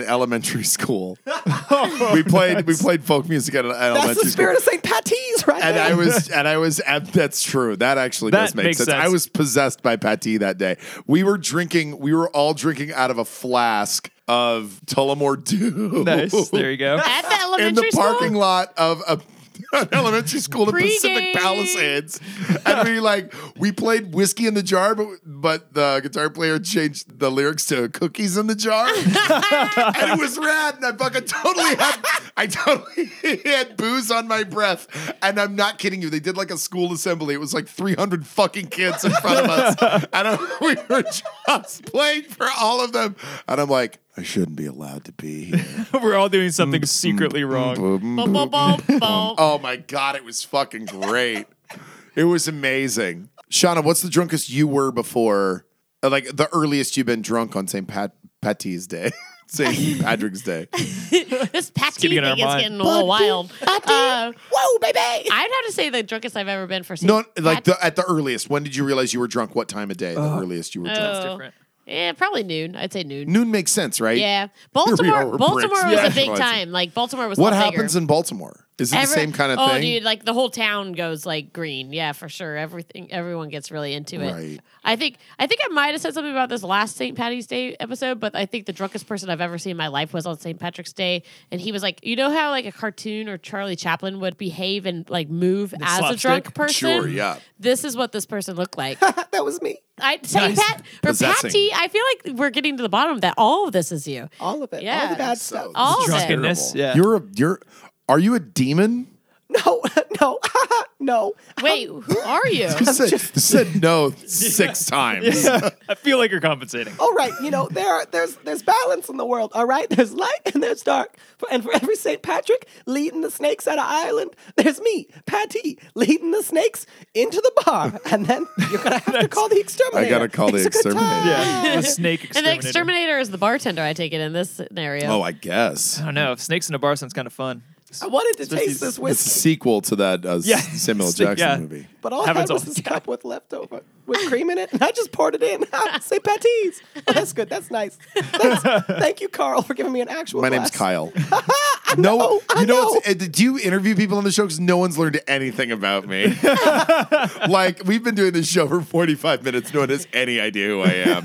Speaker 2: (laughs)
Speaker 5: elementary school.
Speaker 2: Oh,
Speaker 5: we played. We played folk music at an
Speaker 6: That's
Speaker 5: elementary
Speaker 6: (laughs) the
Speaker 5: school.
Speaker 6: spirit of St. Patty's right
Speaker 5: And
Speaker 6: there.
Speaker 5: I was, and I was, and that's true. That actually
Speaker 2: That
Speaker 5: does make
Speaker 2: makes
Speaker 5: sense.
Speaker 2: sense.
Speaker 5: I was possessed by Patti that day. We were drinking, we were all drinking out of a flask of Tullamore Dew.
Speaker 2: Nice. There you go. (laughs)
Speaker 5: (laughs)
Speaker 1: At the
Speaker 5: in
Speaker 1: elementary
Speaker 5: the parking
Speaker 1: school.
Speaker 5: lot of a (laughs) an elementary school in Pacific
Speaker 1: Pre-game.
Speaker 5: Palisades, and we like we played whiskey in the jar, but, but the guitar player changed the lyrics to cookies in
Speaker 1: (laughs)
Speaker 5: the jar, and it was rad. And I fucking totally had I totally had booze on my breath, and I'm not kidding you. They did like a school assembly. It was like 300 fucking kids in front of us, and I- we were just playing for all of them. And I'm like, I shouldn't be allowed to be here.
Speaker 2: We're all doing
Speaker 5: Mm,
Speaker 2: something secretly wrong.
Speaker 1: Boom, boom, boom,
Speaker 5: (laughs)
Speaker 1: boom.
Speaker 5: Oh my god, it was fucking great. it was amazing. Shauna, what's the drunkest you were before? uh, Like the earliest you've been drunk on St. Pat Patty's Day, (laughs) St. Patrick's Day.
Speaker 1: This patchy
Speaker 2: keeping
Speaker 1: thing
Speaker 2: it in our
Speaker 1: is
Speaker 2: mind.
Speaker 1: getting a little wild. Uh,
Speaker 9: Whoa, baby!
Speaker 1: I'd have to say the drunkest I've ever been for St.
Speaker 5: No, like the, at the earliest. When did you realize you were drunk? What time of day? The
Speaker 2: Uh,
Speaker 5: earliest you were drunk.
Speaker 1: Oh.
Speaker 2: different.
Speaker 1: Yeah, probably noon. I'd say noon.
Speaker 5: Noon makes sense, right?
Speaker 1: Yeah,
Speaker 5: are,
Speaker 1: Baltimore.
Speaker 5: we're
Speaker 1: Baltimore
Speaker 5: bricks.
Speaker 1: was
Speaker 5: Yeah.
Speaker 1: a big
Speaker 5: Right.
Speaker 1: time. Like Baltimore was. a
Speaker 5: What
Speaker 1: lot
Speaker 5: happens
Speaker 1: bigger.
Speaker 5: in Baltimore? Is it the
Speaker 1: Every-
Speaker 5: same kind of
Speaker 1: oh,
Speaker 5: thing?
Speaker 1: dude, like the whole town goes like green. Yeah, for sure. Everything, everyone gets really into it.
Speaker 5: Right.
Speaker 1: I think, I think I might have said something about this last St. Patty's Day episode, but I think the drunkest person I've ever seen in my life was on St. Patrick's Day, and he was like, you know how like a cartoon or Charlie Chaplin would behave and like move as a drunk
Speaker 2: slapstick?
Speaker 1: person.
Speaker 5: Sure, yeah.
Speaker 1: This is what this person looked like.
Speaker 6: (laughs) that was me.
Speaker 1: I say Pat or
Speaker 5: Possessing.
Speaker 1: Patty. I feel like we're getting to the bottom of that. All of this is you.
Speaker 6: All of it. All
Speaker 1: Yeah.
Speaker 6: the bad
Speaker 5: So-
Speaker 6: stuff.
Speaker 1: All of it.
Speaker 2: Drunkenness. Yeah.
Speaker 5: You're a you're are you
Speaker 2: (laughs)
Speaker 5: a demon?
Speaker 6: No, (laughs) no, no.
Speaker 1: Wait, who are
Speaker 6: (laughs)
Speaker 1: you?
Speaker 5: You said, you
Speaker 2: (laughs)
Speaker 5: said no six times.
Speaker 2: I feel like you're compensating.
Speaker 6: All right, you know there are, there's there's balance in the world. All right, there's light and there's dark. For, and for every Saint Patrick leading the snakes out of Ireland, there's me, Patty, leading the snakes into the bar, and then you're gonna have to call the exterminator.
Speaker 5: gotta call the
Speaker 6: (laughs) It's a good
Speaker 5: exterminator.
Speaker 6: time.
Speaker 2: Yeah. The snake
Speaker 1: And the
Speaker 2: exterminator.
Speaker 1: exterminator is the bartender, I take it, in this scenario.
Speaker 5: Oh, I guess.
Speaker 2: I don't know. Snakes in a bar sounds kind of fun.
Speaker 6: I wanted to
Speaker 2: Especially
Speaker 6: taste this
Speaker 5: It's a
Speaker 6: whiskey,
Speaker 5: sequel to that uh,
Speaker 2: Yeah. (laughs)
Speaker 5: Samuel
Speaker 2: Stick-
Speaker 5: Jackson
Speaker 2: yeah.
Speaker 5: movie.
Speaker 6: but all I had
Speaker 2: Happens
Speaker 6: was
Speaker 2: all
Speaker 6: this
Speaker 2: the
Speaker 6: cup with leftover with cream in it, and I just poured
Speaker 4: (laughs)
Speaker 6: it in.
Speaker 4: Ah,
Speaker 6: Saint Patty's. Oh, that's good. That's nice. Thanks. Thank you, Carl, for giving me an actual.
Speaker 5: My name's
Speaker 6: glass.
Speaker 5: Kyle. no,
Speaker 6: know, (laughs) I
Speaker 5: you know,
Speaker 6: know.
Speaker 5: it's- uh, do you interview people on the show? Because no one's learned anything
Speaker 2: (laughs)
Speaker 5: about me. like we've been doing this show for forty-five minutes. No one has any idea who I am.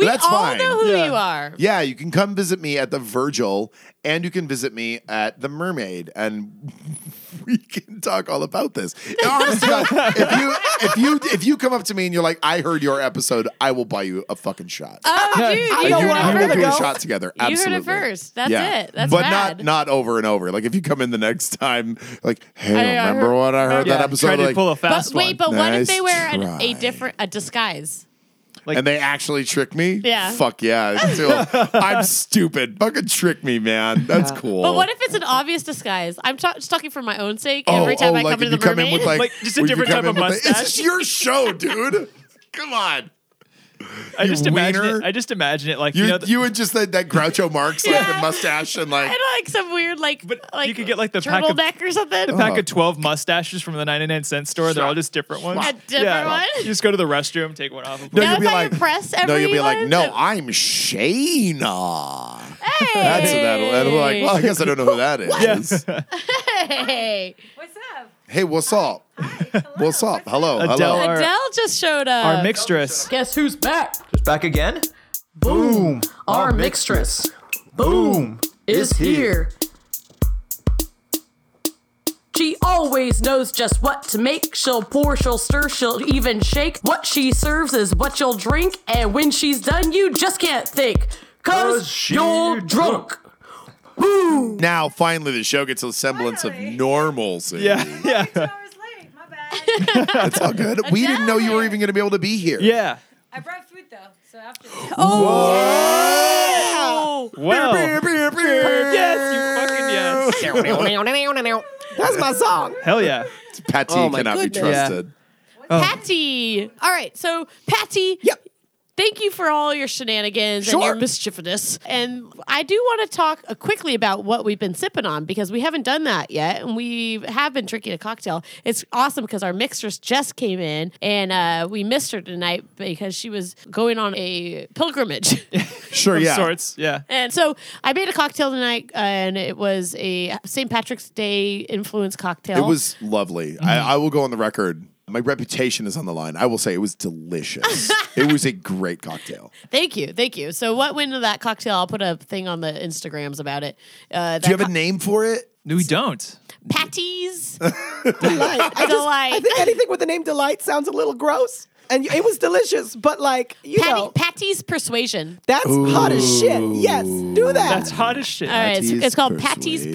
Speaker 5: But
Speaker 1: we
Speaker 5: that's
Speaker 1: all
Speaker 5: fine.
Speaker 1: know who you are.
Speaker 5: yeah, you can come visit me at the Virgil, and you can visit me at the Mermaid, and (laughs) we can talk all about this. Honest to God, if you if you if you come up to me and you're like, "I heard your episode," I will buy you a fucking shot.
Speaker 1: Oh, dude,
Speaker 6: I
Speaker 1: you
Speaker 6: know
Speaker 1: heard
Speaker 6: where
Speaker 1: it
Speaker 6: I'm
Speaker 5: we
Speaker 1: first.
Speaker 5: can
Speaker 6: gonna
Speaker 5: do a
Speaker 6: go.
Speaker 5: shot together.
Speaker 1: You heard it
Speaker 5: Absolutely.
Speaker 1: first. That's it. That's
Speaker 5: but not
Speaker 1: rad.
Speaker 5: not over and over. Like if you come in the next time, like, hey,
Speaker 1: I- I
Speaker 5: remember
Speaker 1: heard-
Speaker 5: when I heard that
Speaker 2: Yeah,
Speaker 5: episode?
Speaker 2: Try to
Speaker 5: Like,
Speaker 2: pull a
Speaker 1: But
Speaker 2: fast
Speaker 1: wait,
Speaker 2: one.
Speaker 1: but what if
Speaker 5: Nice
Speaker 1: they wear an,
Speaker 5: try.
Speaker 1: a different a disguise?
Speaker 5: and they actually trick me?
Speaker 1: Yeah.
Speaker 5: Fuck yeah. I
Speaker 2: (laughs)
Speaker 5: feel- I'm stupid. Fucking trick me, man. That's cool.
Speaker 1: But what if it's an obvious disguise? I'm ta- just talking for my own sake.
Speaker 5: Oh,
Speaker 1: every time
Speaker 5: oh,
Speaker 1: I
Speaker 5: like
Speaker 1: come
Speaker 5: if
Speaker 1: into
Speaker 5: you
Speaker 1: the
Speaker 5: come
Speaker 1: mermaid,
Speaker 5: in with like,
Speaker 2: Like, just a
Speaker 5: if you
Speaker 2: different
Speaker 5: come
Speaker 2: type
Speaker 5: in
Speaker 2: of
Speaker 5: with the- It's
Speaker 2: mustache?
Speaker 5: your show, dude. (laughs) Come on.
Speaker 2: I just imagine
Speaker 5: wiener.
Speaker 2: it. I just imagine it like
Speaker 5: You
Speaker 2: you,
Speaker 5: you,
Speaker 2: know. th-
Speaker 5: would just like that Groucho Marx like the mustache and
Speaker 1: (laughs)
Speaker 5: like
Speaker 1: and like some weird like
Speaker 2: But
Speaker 1: like
Speaker 2: you could get, like, the pack of-
Speaker 1: turtleneck or something.
Speaker 5: Oh.
Speaker 2: the pack of 12 mustaches from the 99 cent store. They're all just different ones.
Speaker 1: A different one?
Speaker 2: You just go to the restroom, take one off. and
Speaker 5: No,
Speaker 2: put-
Speaker 1: Now
Speaker 5: you'll be
Speaker 1: if I
Speaker 5: like-
Speaker 1: impress
Speaker 5: No,
Speaker 1: everyone,
Speaker 5: you'll be like, no, (laughs)
Speaker 1: then-
Speaker 5: I'm Shayna.
Speaker 1: hey,
Speaker 5: That's what that'll, that'll be like. Well, I guess I don't know who
Speaker 2: (laughs)
Speaker 5: that is.
Speaker 1: hey.
Speaker 3: What's up?
Speaker 5: Hey, what's up? What's up? Hello,
Speaker 2: Adele.
Speaker 5: hello.
Speaker 2: Our-
Speaker 1: Adele just showed up.
Speaker 5: Uh,
Speaker 2: Our mixtress.
Speaker 10: Guess who's back?
Speaker 11: Back again?
Speaker 10: Boom! Our mixtress. Boom! Is here. She always knows just what to make. She'll pour, she'll stir, she'll even shake. What she serves is what you'll drink. And when she's done, you just can't think. Cause you're drunk.
Speaker 5: Now, finally, the show gets a semblance of normalcy. Yeah,
Speaker 2: (laughs) yeah,
Speaker 3: Hours late. My bad.
Speaker 5: it's all good. We didn't know you were even going to be able to be here.
Speaker 2: yeah.
Speaker 3: I brought food though, so after.
Speaker 2: (laughs) Well, yes, you fucking yes.
Speaker 6: That's my song.
Speaker 2: Hell yeah.
Speaker 5: Patty
Speaker 1: Oh
Speaker 5: cannot be
Speaker 6: goodness.
Speaker 5: trusted.
Speaker 1: Patty. All right, so Patty.
Speaker 6: Yep.
Speaker 1: Thank you for all your shenanigans and your mischievousness. And I do want to talk uh, quickly about what we've been sipping on because we haven't done that yet. And we have been drinking a cocktail. It's awesome because our mixers just came in and uh, we missed her tonight because she was going on a pilgrimage.
Speaker 5: Sure, yeah.
Speaker 2: Sorts. Yeah.
Speaker 1: And so I made a cocktail tonight, uh, and it was a St. Patrick's Day influence cocktail.
Speaker 2: Mm-hmm.
Speaker 5: It was lovely. I, I will go on the record. My reputation is on the line. I will say it
Speaker 2: (laughs)
Speaker 5: was delicious. it was a great cocktail.
Speaker 1: Thank you, thank you. So what went into that cocktail? I'll put a thing on the Instagrams about it. Uh, that
Speaker 5: Do you have a name for it?
Speaker 2: No, we don't.
Speaker 5: (laughs)
Speaker 1: patties?
Speaker 4: Delight. I, just-
Speaker 1: Delight.
Speaker 4: I think anything with the name Delight sounds a little gross. And it was delicious, but like, you
Speaker 1: Patty,
Speaker 4: know,
Speaker 1: Patty's persuasion.
Speaker 4: that's hot as shit. Yes, do that.
Speaker 2: That's hot as shit.
Speaker 1: All right, Uh, it's,
Speaker 5: Patty's
Speaker 1: it's called Patty's Persuasion,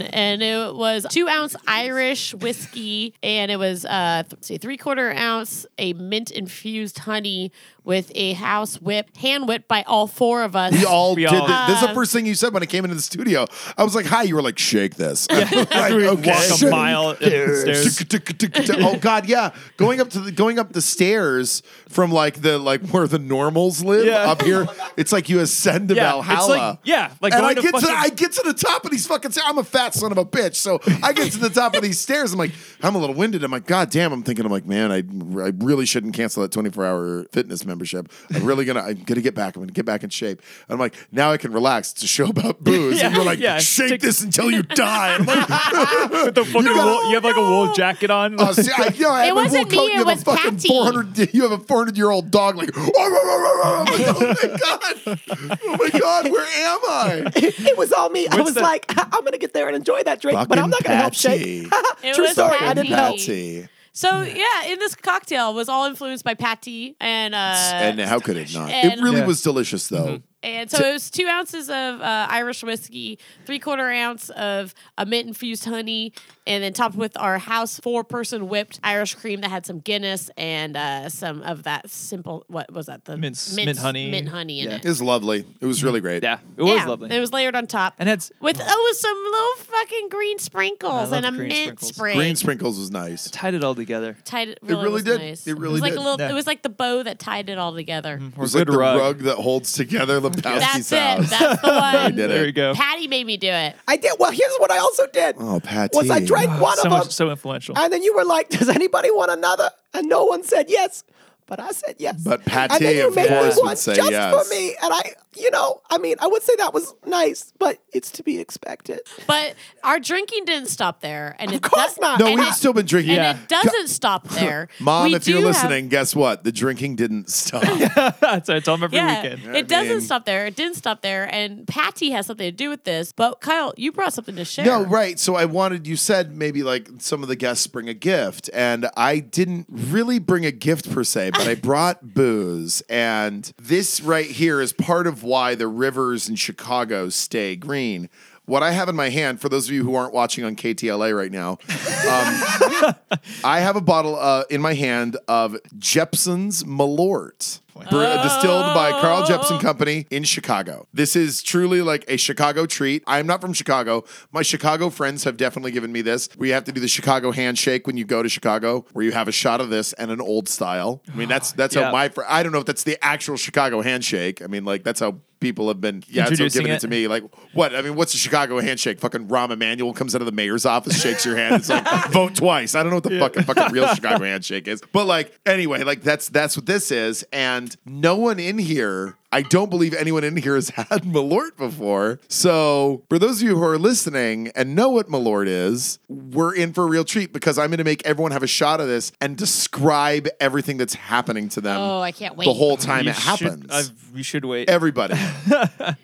Speaker 5: Persuasion.
Speaker 1: and it was two ounce Irish whiskey, and it was uh, th- see, three quarter ounce a mint infused honey with a house whip, hand whipped by all four of us.
Speaker 5: We all
Speaker 2: We
Speaker 5: did.
Speaker 2: all-
Speaker 5: thi- this is the first thing you said when I came into the studio. I was like, "Hi." You were like, "Shake this." (laughs) Like, okay.
Speaker 2: Walk a mile up the stairs.
Speaker 5: oh god, yeah. Going up to the going up the stairs from like the like where the normals live
Speaker 2: Yeah.
Speaker 5: up here. It's like you ascend to
Speaker 2: Yeah,
Speaker 5: Valhalla.
Speaker 2: it's like- yeah, like
Speaker 5: and
Speaker 2: going
Speaker 5: I
Speaker 2: to
Speaker 5: get to
Speaker 2: fucking-
Speaker 5: I get to the top of these fucking stairs. I'm a fat son of a bitch, so I get to the top of these stairs. I'm like, I'm a little winded. I'm like, god damn. I'm thinking, I'm like, man, I I really shouldn't cancel that 24 hour fitness membership. I'm really gonna I'm gonna get back. I'm gonna get back in shape. And I'm like, now I can relax. It's a show
Speaker 2: (laughs)
Speaker 5: about booze. and
Speaker 2: Yeah,
Speaker 5: you're like,
Speaker 2: yeah.
Speaker 5: shake
Speaker 2: Take-
Speaker 5: this
Speaker 2: (laughs)
Speaker 5: until you die. I'm like,
Speaker 2: With the fucking
Speaker 5: gotta-
Speaker 2: wool, you have like a wool jacket on.
Speaker 5: Oh,
Speaker 2: (laughs)
Speaker 5: see, I, you know, I
Speaker 1: It
Speaker 5: have a wool
Speaker 1: wasn't me,
Speaker 5: coat,
Speaker 1: it
Speaker 5: you have
Speaker 1: was
Speaker 5: a fucking
Speaker 1: Patty.
Speaker 5: 400, you have a 400 year old dog like, oh, oh, oh, oh,
Speaker 2: (laughs)
Speaker 5: oh, oh, oh my God. Oh my God, where am I?
Speaker 4: it was all me. I
Speaker 2: What's
Speaker 4: was
Speaker 2: the-
Speaker 4: like, "Ha, I'm gonna get there and enjoy that drink, but I'm not gonna help shake.
Speaker 1: It
Speaker 4: True
Speaker 1: was
Speaker 4: story. I didn't help.
Speaker 1: Patty. So yeah, in this cocktail was all influenced by Patty, and uh,
Speaker 5: And how could it not?
Speaker 1: And-
Speaker 5: it really
Speaker 2: Yeah.
Speaker 5: was delicious, though.
Speaker 2: Mm-hmm.
Speaker 1: And so it was two ounces of uh, Irish whiskey, three quarter ounce of a mint infused honey, and then topped with our house four person whipped Irish cream that had some Guinness and uh, some of that simple what was that the
Speaker 2: Mince- mint honey.
Speaker 1: mint honey in
Speaker 2: Yeah.
Speaker 1: it.
Speaker 5: It was lovely. It was really great.
Speaker 2: Yeah, it was
Speaker 1: Yeah,
Speaker 2: lovely.
Speaker 1: It was layered on top,
Speaker 2: and it's
Speaker 1: with oh with some little fucking green sprinkles
Speaker 2: I
Speaker 1: and a
Speaker 2: love green
Speaker 1: mint
Speaker 2: sprinkles.
Speaker 1: sprig.
Speaker 5: Green sprinkles was nice.
Speaker 2: tied it all together.
Speaker 1: tied it. Really
Speaker 5: really
Speaker 1: was
Speaker 5: did.
Speaker 1: Nice.
Speaker 5: It really
Speaker 1: was like
Speaker 5: did.
Speaker 1: A little,
Speaker 2: Yeah. Mm-hmm.
Speaker 1: It was like the bow that tied it all together.
Speaker 5: It was
Speaker 2: Or
Speaker 5: like
Speaker 2: good
Speaker 5: the
Speaker 2: rug.
Speaker 5: rug. that holds together Lebowski's
Speaker 1: That's it.
Speaker 5: house.
Speaker 1: That's the
Speaker 5: (laughs)
Speaker 1: one.
Speaker 5: did
Speaker 2: There
Speaker 5: it.
Speaker 2: you go.
Speaker 1: Patty made me do it.
Speaker 4: I did. Well, here's what I also did.
Speaker 5: Oh, Patty.
Speaker 4: Was I drank one
Speaker 2: so
Speaker 4: of
Speaker 2: much,
Speaker 4: them,
Speaker 2: so influential.
Speaker 4: and then you were like, "Does anybody want another?" And no one said yes, but I said yes.
Speaker 5: But Patty,
Speaker 4: and then you
Speaker 5: of
Speaker 4: made
Speaker 5: course,
Speaker 4: me
Speaker 5: would
Speaker 4: one
Speaker 5: say
Speaker 4: just
Speaker 5: yes.
Speaker 4: for me, and I, you know, I mean, I would say that was nice, but it's to be expected.
Speaker 1: But our drinking didn't stop there, and
Speaker 4: Of course not.
Speaker 5: No,
Speaker 1: And
Speaker 5: we've
Speaker 1: it-
Speaker 5: still been drinking.
Speaker 1: And it doesn't
Speaker 5: (laughs)
Speaker 1: stop there.
Speaker 5: Mom,
Speaker 1: We
Speaker 5: if you're
Speaker 1: do have-
Speaker 5: listening, guess what? The drinking didn't stop.
Speaker 2: (laughs) That's
Speaker 4: (laughs)
Speaker 2: what I tell them every
Speaker 1: yeah,
Speaker 2: weekend.
Speaker 1: it doesn't
Speaker 5: mean-
Speaker 1: stop there. It didn't stop there. And Patty has something to do with this. But Kyle, you brought something to share.
Speaker 5: No, right. So I wanted you said maybe like some of the guests bring a gift, and I didn't really bring a gift per se, but I brought booze, and this right here is part of why the rivers in Chicago stay green. What I have in my hand, for those of you who aren't watching on KTLA right now, um, I have a bottle uh, in my hand of Jepson's Malort, bre- distilled by Carl Jepson Company in Chicago. This is truly like a Chicago treat. I'm not from Chicago. My Chicago friends have definitely given me this. We have to do the Chicago handshake when you go to Chicago, where you have a shot of this and an old style. I mean, that's that's
Speaker 2: Yeah.
Speaker 5: how my fr- I don't know if that's the actual Chicago handshake. I mean, like that's how people have been yeah, so
Speaker 2: Introducing
Speaker 5: giving it.
Speaker 2: it.
Speaker 5: to me. Like what? I mean, what's a Chicago handshake? Fucking Rahm Emanuel comes out of the mayor's office, shakes your hand.
Speaker 2: (laughs)
Speaker 5: It's like vote twice. I don't know what the fucking fucking real Chicago handshake is. But like anyway, like that's that's what this is. And no one in here, I don't believe anyone in here has (laughs) had Malort before. So for those of you who are listening and know what Malort is, we're in for a real treat because I'm gonna make everyone have a shot of this and describe everything that's happening to them
Speaker 1: Oh, I can't wait.
Speaker 5: the whole time
Speaker 2: You
Speaker 5: it
Speaker 2: should-
Speaker 5: happens.
Speaker 2: I've- we should wait. (laughs)
Speaker 5: Everybody.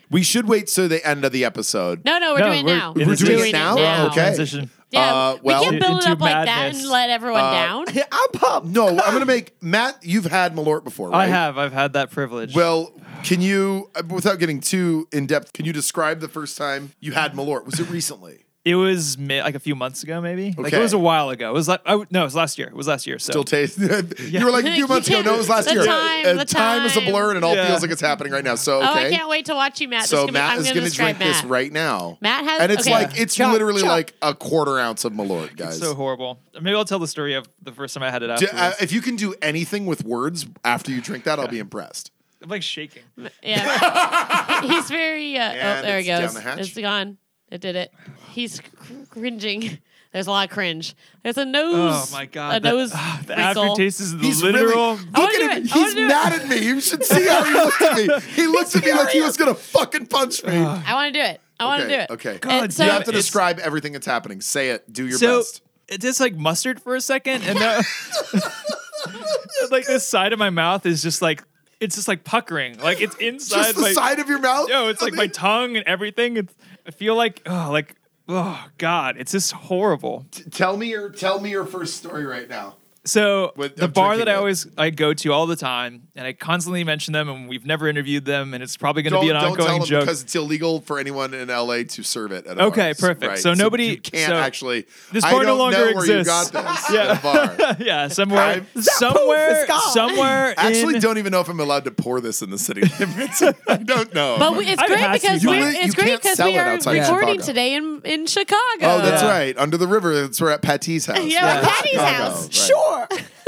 Speaker 5: we should wait till the end of the episode.
Speaker 1: no, no, we're
Speaker 2: No,
Speaker 1: doing it
Speaker 2: we're-
Speaker 1: now.
Speaker 2: it is-
Speaker 5: We're doing it now? Oh, Okay.
Speaker 2: Transition.
Speaker 1: Yeah,
Speaker 5: Uh, well- Uh,
Speaker 1: we can't build it
Speaker 2: Into
Speaker 1: up like that
Speaker 2: madness.
Speaker 1: and let everyone down.
Speaker 4: I'm pumped.
Speaker 5: No, I'm going to make Matt, you've had Malort before, right?
Speaker 2: I have. I've had that privilege.
Speaker 5: Well, can you, uh, without getting too in depth, can you describe the first time you had Malort? Was it recently?
Speaker 2: it was ma- like a few months ago, maybe. Like it
Speaker 5: Okay.
Speaker 2: was a while ago. It was like I w- no, it was last year. It was last year. So
Speaker 5: Still taste. (laughs) You were like a few
Speaker 1: You
Speaker 5: months ago.
Speaker 1: can't-
Speaker 5: No, it was last
Speaker 1: the
Speaker 5: year.
Speaker 1: time,
Speaker 5: Uh,
Speaker 1: the
Speaker 5: is a
Speaker 1: time.
Speaker 5: blur, and it all
Speaker 2: Yeah.
Speaker 5: feels like it's happening right now. So okay.
Speaker 1: Oh, I can't wait to watch you, Matt. This
Speaker 5: So
Speaker 1: gonna be-
Speaker 5: Matt
Speaker 1: I'm
Speaker 5: is
Speaker 1: gonna
Speaker 5: going to
Speaker 1: describe
Speaker 5: drink
Speaker 1: Matt.
Speaker 5: this right now.
Speaker 1: Matt has-
Speaker 5: and it's
Speaker 1: okay.
Speaker 5: like it's
Speaker 4: Chop,
Speaker 5: literally
Speaker 4: chop.
Speaker 5: like a quarter ounce of Malort, guys.
Speaker 2: so horrible. Maybe I'll tell the story of the first time I had it.
Speaker 5: Do-
Speaker 2: Afterwards.
Speaker 5: uh, if you can do anything with words after you drink that, I'll be impressed.
Speaker 2: I'm like shaking.
Speaker 1: Yeah.
Speaker 5: (laughs)
Speaker 1: He's very. Uh, oh,
Speaker 5: And
Speaker 1: there it
Speaker 5: it's down
Speaker 1: goes.
Speaker 5: the hatch.
Speaker 1: It's gone. It did it. He's cr- cringing. (laughs) There's a lot of cringe. There's a nose.
Speaker 2: Oh my god.
Speaker 1: A
Speaker 2: that-
Speaker 5: (sighs)
Speaker 1: nose.
Speaker 2: ah, the
Speaker 1: wrinkle.
Speaker 2: aftertaste is
Speaker 5: He's
Speaker 2: literal.
Speaker 5: really look
Speaker 1: I wanna do
Speaker 5: at him.
Speaker 1: it. I wanna
Speaker 5: He's
Speaker 1: do it.
Speaker 5: mad at me. You should see how he looked at me. He looked at me like he was gonna fucking punch me.
Speaker 2: Uh,
Speaker 1: I want to do it. I want to
Speaker 5: okay,
Speaker 1: do it.
Speaker 5: okay.
Speaker 1: God,
Speaker 5: you
Speaker 1: so
Speaker 5: have to
Speaker 2: it's-
Speaker 5: describe everything that's happening. Say it. Do your
Speaker 2: so
Speaker 5: best.
Speaker 2: it tastes like mustard for a second, and the, (laughs) like the side of my mouth is just like it's just like puckering, like it's inside
Speaker 5: (laughs) Just the
Speaker 2: my
Speaker 5: side of your mouth.
Speaker 2: No, it's like my tongue and everything. It's I feel like oh like oh god, it's just horrible.
Speaker 5: Tell me your tell me your first story right now.
Speaker 2: So
Speaker 5: With-
Speaker 2: the
Speaker 5: I'm
Speaker 2: bar
Speaker 5: drinking
Speaker 2: that I
Speaker 5: it.
Speaker 2: always I go to all the time, and I constantly mention them, and we've never interviewed them, and it's probably going to
Speaker 5: Don't,
Speaker 2: be an
Speaker 5: don't tell
Speaker 2: ongoing
Speaker 5: them
Speaker 2: joke.
Speaker 5: because it's illegal for anyone in LA to serve it. At a
Speaker 2: Okay,
Speaker 5: bar.
Speaker 2: perfect. So nobody-
Speaker 5: you can't
Speaker 2: so
Speaker 5: actually.
Speaker 2: this
Speaker 5: I
Speaker 2: bar no
Speaker 5: don't
Speaker 2: longer
Speaker 5: know where you
Speaker 2: exists.
Speaker 5: got this
Speaker 2: Yeah.
Speaker 5: at a
Speaker 2: (laughs)
Speaker 5: bar.
Speaker 2: (laughs) yeah,
Speaker 5: (laughs)
Speaker 2: somewhere,
Speaker 5: I'm-
Speaker 2: somewhere, somewhere.
Speaker 5: Actually,
Speaker 2: in-
Speaker 5: don't even know if I'm allowed to pour this in the city limits. (laughs) I don't know.
Speaker 1: But we, it's
Speaker 2: I'd
Speaker 1: great
Speaker 2: have to
Speaker 1: because
Speaker 2: do
Speaker 1: we're,
Speaker 5: it. You
Speaker 1: it's great
Speaker 5: can't
Speaker 1: because
Speaker 5: sell
Speaker 1: we
Speaker 5: it
Speaker 1: are
Speaker 5: outside
Speaker 2: of
Speaker 1: recording
Speaker 5: Chicago.
Speaker 1: today in, in Chicago.
Speaker 5: Oh, that's
Speaker 2: Yeah.
Speaker 5: right. Under the river. That's where at Patty's house.
Speaker 1: (laughs) Yeah,
Speaker 5: right?
Speaker 1: Patty's
Speaker 5: Chicago,
Speaker 1: house.
Speaker 5: right.
Speaker 6: Sure.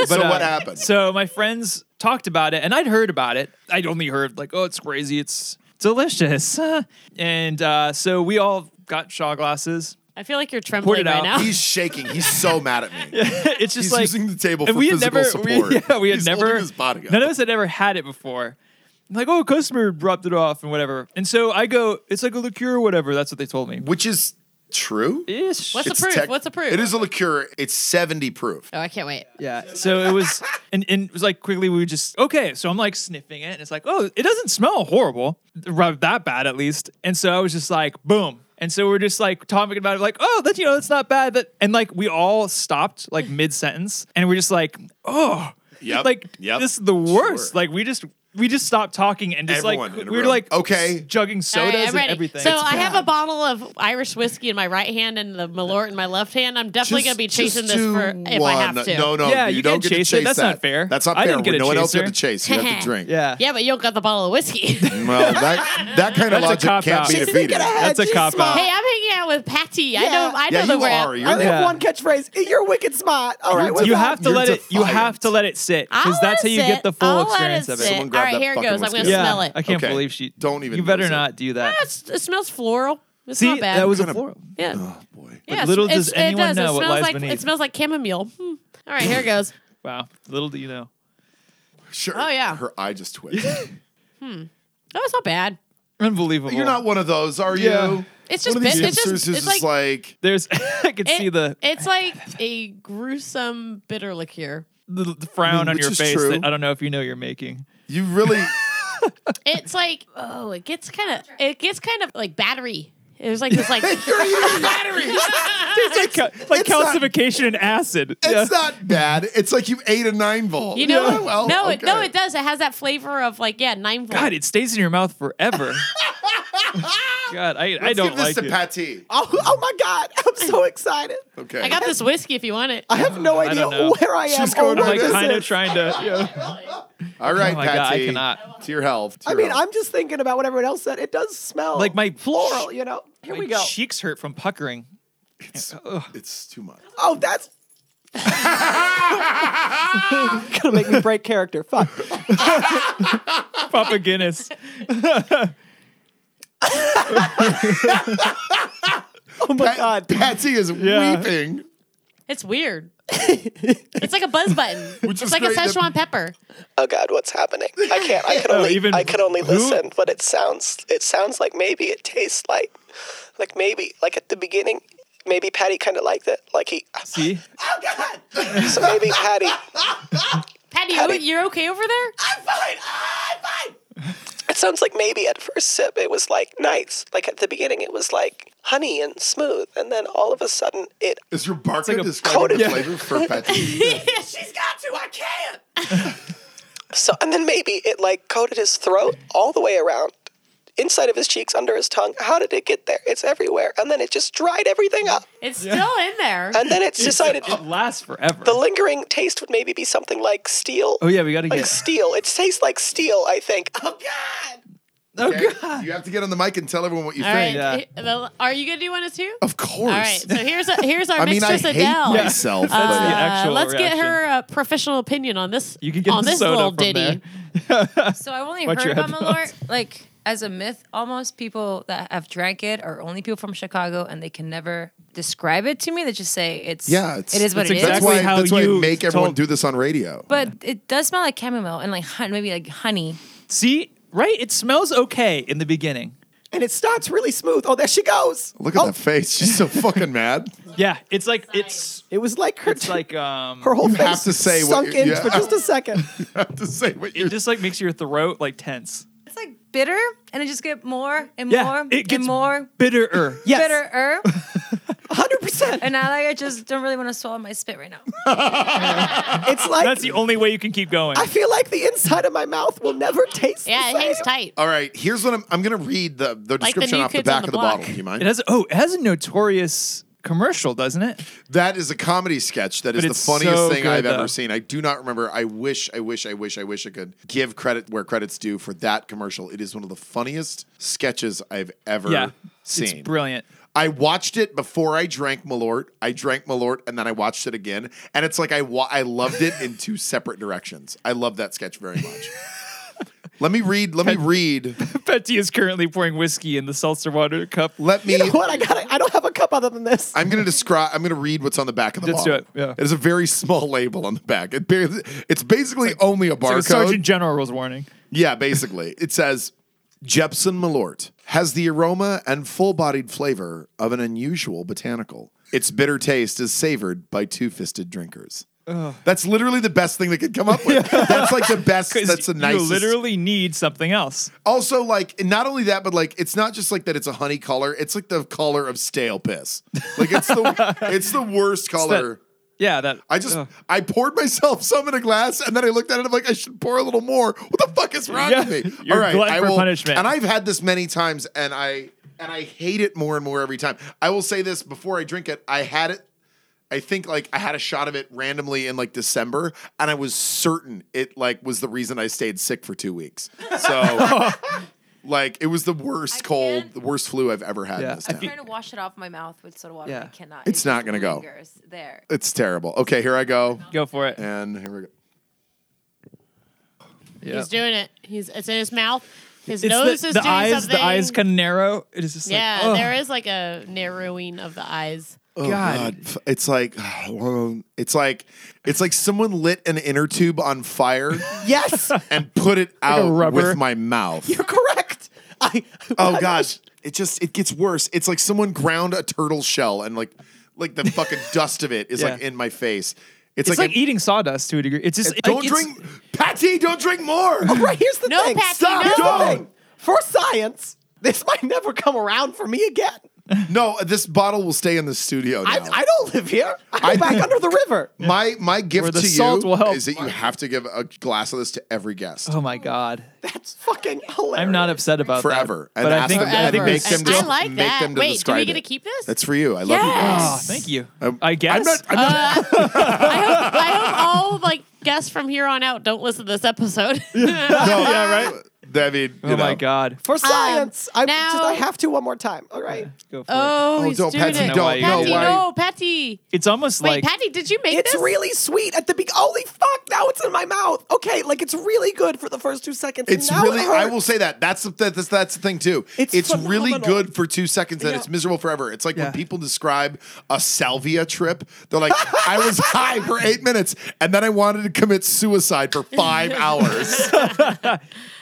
Speaker 5: So
Speaker 2: uh,
Speaker 5: what happened?
Speaker 2: So my friends talked about it, and I'd heard about it. I'd only heard like, "Oh, it's crazy. It's delicious." (laughs) and uh, so we all got shot glasses. (laughs)
Speaker 1: I feel like you're
Speaker 2: Poured
Speaker 1: trembling
Speaker 2: it
Speaker 1: right
Speaker 2: out.
Speaker 1: now.
Speaker 5: He's shaking. He's so
Speaker 2: (laughs)
Speaker 5: mad at me.
Speaker 2: it's just
Speaker 5: He's
Speaker 2: like
Speaker 5: using the table
Speaker 2: and
Speaker 5: for
Speaker 2: we had
Speaker 5: physical
Speaker 2: never,
Speaker 5: support.
Speaker 2: We, (laughs) yeah, we had
Speaker 5: He's
Speaker 2: never.
Speaker 5: holding his body up.
Speaker 2: None of us had ever had it before. I'm like, oh, a customer dropped it off and whatever. And so I go, it's like a liqueur or whatever. That's what they told me.
Speaker 5: Which is true.
Speaker 2: Ish.
Speaker 1: What's the
Speaker 5: It's
Speaker 1: proof?
Speaker 5: tech-
Speaker 1: What's the proof?
Speaker 5: It is a liqueur. It's 70 proof.
Speaker 1: Oh, I can't wait.
Speaker 2: Yeah. So it (laughs) was, and, and it was like quickly we just okay. So I'm like sniffing it, and it's like, oh, it doesn't smell horrible, r- that bad at least. And so I was just like, boom. And so we're just like talking about it, like, oh, that you know, that's not bad. That and like we all stopped (laughs) like mid sentence, and we're just like, oh,
Speaker 5: Yep,
Speaker 2: like
Speaker 5: yep,
Speaker 2: this is the worst.
Speaker 5: sure.
Speaker 2: Like we just we just stopped talking and just
Speaker 5: Everyone
Speaker 2: like
Speaker 5: in a
Speaker 2: we were
Speaker 5: room.
Speaker 2: like
Speaker 5: Okay.
Speaker 2: jugging
Speaker 1: All right,
Speaker 2: sodas
Speaker 1: I'm
Speaker 2: and
Speaker 1: ready.
Speaker 2: everything.
Speaker 1: So
Speaker 2: It's
Speaker 1: I have
Speaker 5: bad.
Speaker 1: a bottle of Irish whiskey in my right hand and the Malort in my left hand. I'm definitely going to be chasing
Speaker 5: just
Speaker 1: this
Speaker 5: do
Speaker 1: for if I have
Speaker 5: one.
Speaker 1: to.
Speaker 5: No, no,
Speaker 2: Yeah,
Speaker 5: you,
Speaker 2: you
Speaker 5: don't
Speaker 2: can't
Speaker 5: get to
Speaker 2: chase
Speaker 5: chase
Speaker 2: it. That's
Speaker 5: that.
Speaker 2: not fair.
Speaker 5: That's not
Speaker 2: I
Speaker 5: fair.
Speaker 2: didn't get a
Speaker 5: no one else
Speaker 2: chaser.
Speaker 5: had to chase. You
Speaker 1: (laughs)
Speaker 5: have to drink.
Speaker 2: yeah.
Speaker 1: Yeah, but you don't got the bottle of
Speaker 2: (laughs)
Speaker 1: whiskey. hey,
Speaker 5: Well, that that kind of
Speaker 2: That's a
Speaker 5: logic
Speaker 2: cop
Speaker 5: can't
Speaker 2: out.
Speaker 5: be
Speaker 2: She's
Speaker 5: defeated.
Speaker 2: That's a cop out.
Speaker 1: I'm hanging out with Patty. I
Speaker 6: Yeah.
Speaker 1: know. I know
Speaker 5: Yeah,
Speaker 1: the
Speaker 5: you
Speaker 1: rap.
Speaker 5: are.
Speaker 6: I only
Speaker 5: You're,
Speaker 2: Yeah.
Speaker 6: have one catchphrase. You're wicked smart. All right, what's
Speaker 2: you
Speaker 6: up?
Speaker 2: have to
Speaker 5: You're
Speaker 2: let it. You
Speaker 5: defiant.
Speaker 2: have to let it sit
Speaker 1: I'll
Speaker 2: because
Speaker 1: let
Speaker 2: that's how
Speaker 1: it
Speaker 2: you get
Speaker 1: sit.
Speaker 2: the full
Speaker 1: I'll let
Speaker 2: experience
Speaker 1: it
Speaker 2: of it.
Speaker 1: sit.
Speaker 5: Someone
Speaker 1: All
Speaker 5: grab
Speaker 1: right,
Speaker 5: that
Speaker 1: here it
Speaker 5: fucking
Speaker 1: goes. I'm
Speaker 5: whiskey.
Speaker 1: going to
Speaker 2: Yeah,
Speaker 1: smell it.
Speaker 2: I can't
Speaker 5: Okay.
Speaker 2: believe she.
Speaker 5: Don't even
Speaker 2: You better
Speaker 5: use it.
Speaker 2: not do that.
Speaker 1: That's- it smells floral. It's
Speaker 2: See,
Speaker 1: not bad.
Speaker 2: that was a
Speaker 5: Kinda-
Speaker 2: floral.
Speaker 1: yeah.
Speaker 5: boy.
Speaker 1: yeah,
Speaker 2: little
Speaker 1: it's-
Speaker 2: does anyone
Speaker 1: it does.
Speaker 2: know
Speaker 1: it
Speaker 2: what
Speaker 1: smells
Speaker 2: lies
Speaker 1: like
Speaker 2: beneath.
Speaker 1: it smells like chamomile. Hmm. All right, here it goes.
Speaker 2: Wow. Little do you know.
Speaker 5: Sure.
Speaker 1: Oh, yeah.
Speaker 5: Her eye just twitched.
Speaker 1: Oh, it's not bad.
Speaker 2: Unbelievable.
Speaker 5: (laughs) You're not one of those, are
Speaker 2: Yeah.
Speaker 5: you?
Speaker 1: It's
Speaker 5: One
Speaker 1: just
Speaker 5: of these
Speaker 1: bit- it's just-
Speaker 5: hipsters who's
Speaker 1: it's
Speaker 5: just like
Speaker 2: There's. (laughs) I could
Speaker 1: It-
Speaker 2: see the,
Speaker 1: It's like a gruesome bitter liqueur.
Speaker 2: the, the frown on
Speaker 5: Mm, Which
Speaker 2: your
Speaker 5: is
Speaker 2: face.
Speaker 5: true.
Speaker 2: That I don't know if you know you're making. (laughs)
Speaker 5: you really.
Speaker 1: It's like oh, it gets kind of it gets kind of like battery. It was like this
Speaker 2: (laughs)
Speaker 1: like (laughs) Ah,
Speaker 2: It's like, cal- like
Speaker 5: it's not-
Speaker 2: calcification and acid. Yeah.
Speaker 5: It's not bad. It's like you ate a nine ball.
Speaker 1: you know
Speaker 5: Yeah, well,
Speaker 1: no it, no
Speaker 5: okay.
Speaker 1: it does it has that flavor of like yeah nine volt.
Speaker 2: God, it stays in your mouth
Speaker 5: (laughs)
Speaker 2: forever. God, I, I
Speaker 5: Let's
Speaker 2: don't
Speaker 5: give this
Speaker 2: like
Speaker 5: to
Speaker 2: it.
Speaker 5: Patty.
Speaker 6: Oh, oh my God! (laughs) I'm so excited.
Speaker 5: Okay.
Speaker 1: I got this whiskey if you want it.
Speaker 6: I have no
Speaker 2: don't
Speaker 6: idea
Speaker 2: know.
Speaker 6: where I am.
Speaker 5: She's
Speaker 6: or
Speaker 5: going to
Speaker 2: I'm
Speaker 6: where
Speaker 2: like
Speaker 5: What
Speaker 6: this
Speaker 2: kind of
Speaker 6: is.
Speaker 2: trying to. Yeah.
Speaker 5: All right,
Speaker 2: Oh my God, I
Speaker 5: Patsy.
Speaker 2: cannot.
Speaker 5: To your health. to
Speaker 6: I
Speaker 5: your
Speaker 6: mean,
Speaker 5: health.
Speaker 6: I'm just thinking about what everyone else said. It does smell
Speaker 2: Like my
Speaker 6: floral, you know. Here
Speaker 2: My
Speaker 6: we go.
Speaker 2: cheeks hurt from puckering.
Speaker 5: It's too much.
Speaker 6: Oh,
Speaker 2: (laughs)
Speaker 6: that's gonna make me break character. Fuck.
Speaker 1: (laughs)
Speaker 2: Papa Guinness.
Speaker 6: Oh my God.
Speaker 5: Patsy
Speaker 2: (laughs)
Speaker 5: is
Speaker 2: Yeah.
Speaker 5: weeping.
Speaker 1: It's
Speaker 5: (laughs)
Speaker 1: weird. it's like a buzz button.
Speaker 5: Which is
Speaker 1: it's like a
Speaker 5: great that-
Speaker 1: Szechuan pepper.
Speaker 4: Oh God, what's happening? I can't. I can only.
Speaker 2: Oh, even-
Speaker 4: I can only
Speaker 2: who-
Speaker 4: listen. But it sounds. It sounds like maybe it tastes like, like maybe like at the beginning, maybe Patty kind of liked it. Like he.
Speaker 2: See,
Speaker 4: So maybe Patty.
Speaker 1: Patty, you- you're okay over there?
Speaker 4: It sounds like maybe at first sip it was like nice. Like at the beginning it was like honey and smooth, and then all of a sudden it.
Speaker 5: Is your barker
Speaker 2: like a
Speaker 5: describing the
Speaker 2: Yeah.
Speaker 5: flavor for
Speaker 1: (laughs)
Speaker 5: Patsy?
Speaker 1: Oh
Speaker 4: She's got to. I can't. so and then maybe it like coated his throat all the way around. Inside of his cheeks, under his tongue. How did it get there? It's everywhere. And then it just dried everything up.
Speaker 1: It's still in there.
Speaker 4: And then (laughs) it's decided
Speaker 2: it lasts forever.
Speaker 4: the lingering taste would maybe be something like steel.
Speaker 2: oh yeah, we gotta
Speaker 4: Like
Speaker 2: get.
Speaker 4: steel. It tastes like steel, I think. (laughs) Oh, God.
Speaker 2: Oh
Speaker 5: Okay?
Speaker 2: god.
Speaker 5: You have to get on the mic and tell everyone what you
Speaker 1: All
Speaker 5: think.
Speaker 1: right. eh, well, Are you gonna do one of two?
Speaker 5: Of course.
Speaker 1: All right. So here's a, here's our
Speaker 5: (laughs) I mean, I
Speaker 1: mixtress
Speaker 5: hate
Speaker 1: Adele.
Speaker 5: myself.
Speaker 2: That's the
Speaker 5: but-
Speaker 1: Uh,
Speaker 2: actual
Speaker 1: let's
Speaker 2: reaction.
Speaker 1: get her a professional opinion on this.
Speaker 2: You can get
Speaker 1: on
Speaker 2: the
Speaker 1: this
Speaker 2: soda
Speaker 1: little
Speaker 2: from
Speaker 1: ditty.
Speaker 3: So I've only
Speaker 2: Watch
Speaker 3: heard
Speaker 2: your
Speaker 3: about Malort like as a myth. Almost people that have drank it are only people from Chicago, and they can never describe it to me. They just say it's
Speaker 5: Yeah, it's-
Speaker 3: it is what
Speaker 2: It's
Speaker 3: it is.
Speaker 5: That's
Speaker 2: Exactly
Speaker 5: why,
Speaker 2: how
Speaker 5: that's why I
Speaker 2: you
Speaker 5: make everyone
Speaker 2: told-
Speaker 5: do this on radio.
Speaker 3: But it does smell like chamomile and like hun- maybe like honey.
Speaker 2: See, right? It smells okay in the beginning.
Speaker 6: And it starts really smooth. Oh, there she goes.
Speaker 5: Look at that face. She's so fucking mad.
Speaker 12: Yeah, it's like it's
Speaker 4: It was like her,
Speaker 12: it's like um
Speaker 4: her whole
Speaker 5: You
Speaker 4: face
Speaker 5: have to say what
Speaker 4: sunk
Speaker 5: you-
Speaker 4: in
Speaker 5: yeah. (laughs)
Speaker 4: for just a second.
Speaker 5: You have to say what you're
Speaker 12: it just like makes your throat like tense.
Speaker 3: It's like bitter, and it just get more and
Speaker 12: Yeah,
Speaker 3: more
Speaker 12: it
Speaker 3: and
Speaker 12: gets
Speaker 3: more
Speaker 12: bitterer. Yeah,
Speaker 3: bitterer.
Speaker 4: 100%.
Speaker 3: and I like I just don't really want to swallow my spit right now.
Speaker 4: It's like
Speaker 12: that's the only way you can keep going.
Speaker 4: I feel like the inside of my mouth will never taste
Speaker 1: Yeah,
Speaker 4: the
Speaker 1: it
Speaker 4: same.
Speaker 1: hangs tight.
Speaker 5: All right, here's what I'm I'm gonna read the, the
Speaker 1: Like the
Speaker 5: description
Speaker 1: new
Speaker 5: off the
Speaker 1: kids on
Speaker 5: back
Speaker 1: the
Speaker 5: of the
Speaker 1: block.
Speaker 5: bottle. Do you
Speaker 12: it
Speaker 5: mind?
Speaker 12: has oh, it has a notorious commercial, doesn't it?
Speaker 5: That is a comedy sketch that is the
Speaker 12: it's
Speaker 5: funniest
Speaker 12: so
Speaker 5: thing
Speaker 12: good,
Speaker 5: I've
Speaker 12: though.
Speaker 5: ever seen. I do not remember. I wish, I wish, I wish, I wish I could give credit where credit's due for that commercial. It is one of the funniest sketches I've ever
Speaker 12: Yeah.
Speaker 5: seen.
Speaker 12: It's brilliant.
Speaker 5: I watched it before I drank Malort. I drank Malort and then I watched it again. And it's like I wa- I loved it in two separate directions. I love that sketch very
Speaker 12: (laughs)
Speaker 5: much. let me read, let me read.
Speaker 12: Betty is currently pouring whiskey in the seltzer water cup.
Speaker 5: Let me
Speaker 4: You know what? I got. I don't have a cup other than this.
Speaker 5: I'm gonna describe. I'm gonna read what's on the back of the
Speaker 12: Let's do
Speaker 5: bottle.
Speaker 12: it, yeah.
Speaker 5: it is a very small label on the back. It barely, it's basically only a
Speaker 12: It's like a
Speaker 5: barcode.
Speaker 12: Sergeant General's warning.
Speaker 5: Yeah, basically. It says Jepson Malort has the aroma and full bodied flavor of an unusual botanical. Its bitter taste is savored by two fisted drinkers. That's literally the best thing they could come up with. (laughs) That's like the
Speaker 12: (laughs)
Speaker 5: best.
Speaker 12: 'Cause
Speaker 5: That's the nicest.
Speaker 12: You literally need something else.
Speaker 1: Oh,
Speaker 5: Also, like, not only that, but like, it's not just like that. It's a honey color. It's like the color of stale piss. Like, it's the
Speaker 12: (laughs)
Speaker 5: it's the worst color.
Speaker 12: Yeah, that
Speaker 5: I just
Speaker 12: Ugh.
Speaker 5: I poured myself (laughs) some in a glass and then I looked at it I'm like I should pour a little more. What the fuck is wrong
Speaker 12: Yeah,
Speaker 5: with me?
Speaker 12: (laughs) you're glutton
Speaker 5: I
Speaker 12: for punishment.
Speaker 5: And I've had this many times and I and I hate it more and more every time. I will say this before I drink it, I had it I think like I had a shot of it randomly in like December and I was certain it like was the reason I stayed sick for 2 weeks.
Speaker 12: (laughs)
Speaker 5: So like it was the worst cold,
Speaker 13: can't-
Speaker 5: the worst flu I've ever had
Speaker 12: Yeah,
Speaker 5: in this
Speaker 12: I
Speaker 5: town.
Speaker 13: I'm trying to wash it off my mouth with soda water.
Speaker 12: Yeah.
Speaker 13: I cannot.
Speaker 5: It's not gonna go.
Speaker 13: lingers There.
Speaker 5: it's terrible. Okay, here I go.
Speaker 12: go for it.
Speaker 5: And here we go.
Speaker 12: Yeah.
Speaker 1: He's doing it. He's it's in his mouth. His
Speaker 12: It's
Speaker 1: nose
Speaker 12: the,
Speaker 1: is
Speaker 12: the
Speaker 1: doing
Speaker 12: eyes.
Speaker 1: something.
Speaker 12: The eyes kind of narrow. It is just
Speaker 1: yeah,
Speaker 12: like, oh,
Speaker 1: there is like a narrowing of the eyes.
Speaker 5: Oh
Speaker 12: God.
Speaker 5: God. F- It's like (sighs) it's like it's like someone lit an inner tube
Speaker 12: (laughs)
Speaker 5: on fire
Speaker 4: Yes,
Speaker 5: and put it out
Speaker 12: rubber.
Speaker 5: with my mouth.
Speaker 4: you're correct. I.
Speaker 5: Oh gosh. It just it gets worse. It's like someone ground a turtle shell and like like the
Speaker 12: (laughs)
Speaker 5: fucking dust of it is
Speaker 12: Yeah.
Speaker 5: like in my face. It's,
Speaker 12: It's,
Speaker 5: like,
Speaker 12: like, eating sawdust to a degree. It's just
Speaker 5: an- don't
Speaker 12: like, it's- Oh,
Speaker 5: drink Patty, don't drink more.
Speaker 4: Right here's the
Speaker 1: No,
Speaker 4: thing.
Speaker 1: Patsy, no.
Speaker 4: Stop. Here's the thing. For science, this might never come around for me again.
Speaker 5: no, this bottle will stay in the studio now.
Speaker 4: I, I don't live here. I go back under the river.
Speaker 5: my my gift
Speaker 12: the
Speaker 5: to
Speaker 12: salt
Speaker 5: you
Speaker 12: will help.
Speaker 5: is that you have to give a glass of this to every guest.
Speaker 12: Oh my god,
Speaker 4: That's fucking hilarious.
Speaker 12: I'm not upset about that.
Speaker 5: Forever. And
Speaker 12: But I
Speaker 5: ask
Speaker 12: think
Speaker 5: them-
Speaker 12: I
Speaker 5: and
Speaker 12: think
Speaker 5: make
Speaker 12: they
Speaker 5: them
Speaker 1: And
Speaker 12: still-
Speaker 1: I like
Speaker 5: make
Speaker 1: that.
Speaker 5: them to
Speaker 1: Wait, do we
Speaker 5: describe
Speaker 1: get to
Speaker 5: it.
Speaker 1: keep this?
Speaker 5: That's for you. I love you.
Speaker 12: Oh, thank you.
Speaker 5: I'm-
Speaker 12: I guess.
Speaker 5: I'm not. I'm
Speaker 12: (laughs)
Speaker 1: Uh, (laughs)
Speaker 5: not
Speaker 1: I hope I hope all like guests from here on out don't listen to this episode.
Speaker 5: no, (laughs) yeah, right. I mean, you
Speaker 12: oh my
Speaker 5: know.
Speaker 12: god.
Speaker 4: For science, I
Speaker 1: now-
Speaker 4: just I have to one more time. All right.
Speaker 12: Go for
Speaker 1: (laughs) oh,
Speaker 5: Oh,
Speaker 1: he's
Speaker 5: don't,
Speaker 1: doing
Speaker 5: Patsy,
Speaker 1: it.
Speaker 12: know why
Speaker 5: don't,
Speaker 12: you-
Speaker 1: Patty,
Speaker 5: no,
Speaker 12: Patty,
Speaker 5: why?
Speaker 1: no, Patty.
Speaker 12: It's almost
Speaker 1: Wait,
Speaker 12: like
Speaker 1: Patty, did you make
Speaker 4: It's
Speaker 1: this?
Speaker 4: really sweet at the beginning. Holy fuck! Now it's in my mouth. Okay, like it's really good for the first two seconds. and
Speaker 5: It's
Speaker 4: now
Speaker 5: really.
Speaker 4: It
Speaker 5: I will
Speaker 4: hurts.
Speaker 5: say that. That's the that's, that's the thing too.
Speaker 4: It's
Speaker 5: really
Speaker 4: phenomenal.
Speaker 5: good for two seconds, and it's miserable forever. It's like
Speaker 12: Yeah.
Speaker 5: when people describe a salvia trip. They're like, I was (laughs) high for eight minutes, and then I wanted to commit suicide
Speaker 1: (laughs)
Speaker 5: for five hours.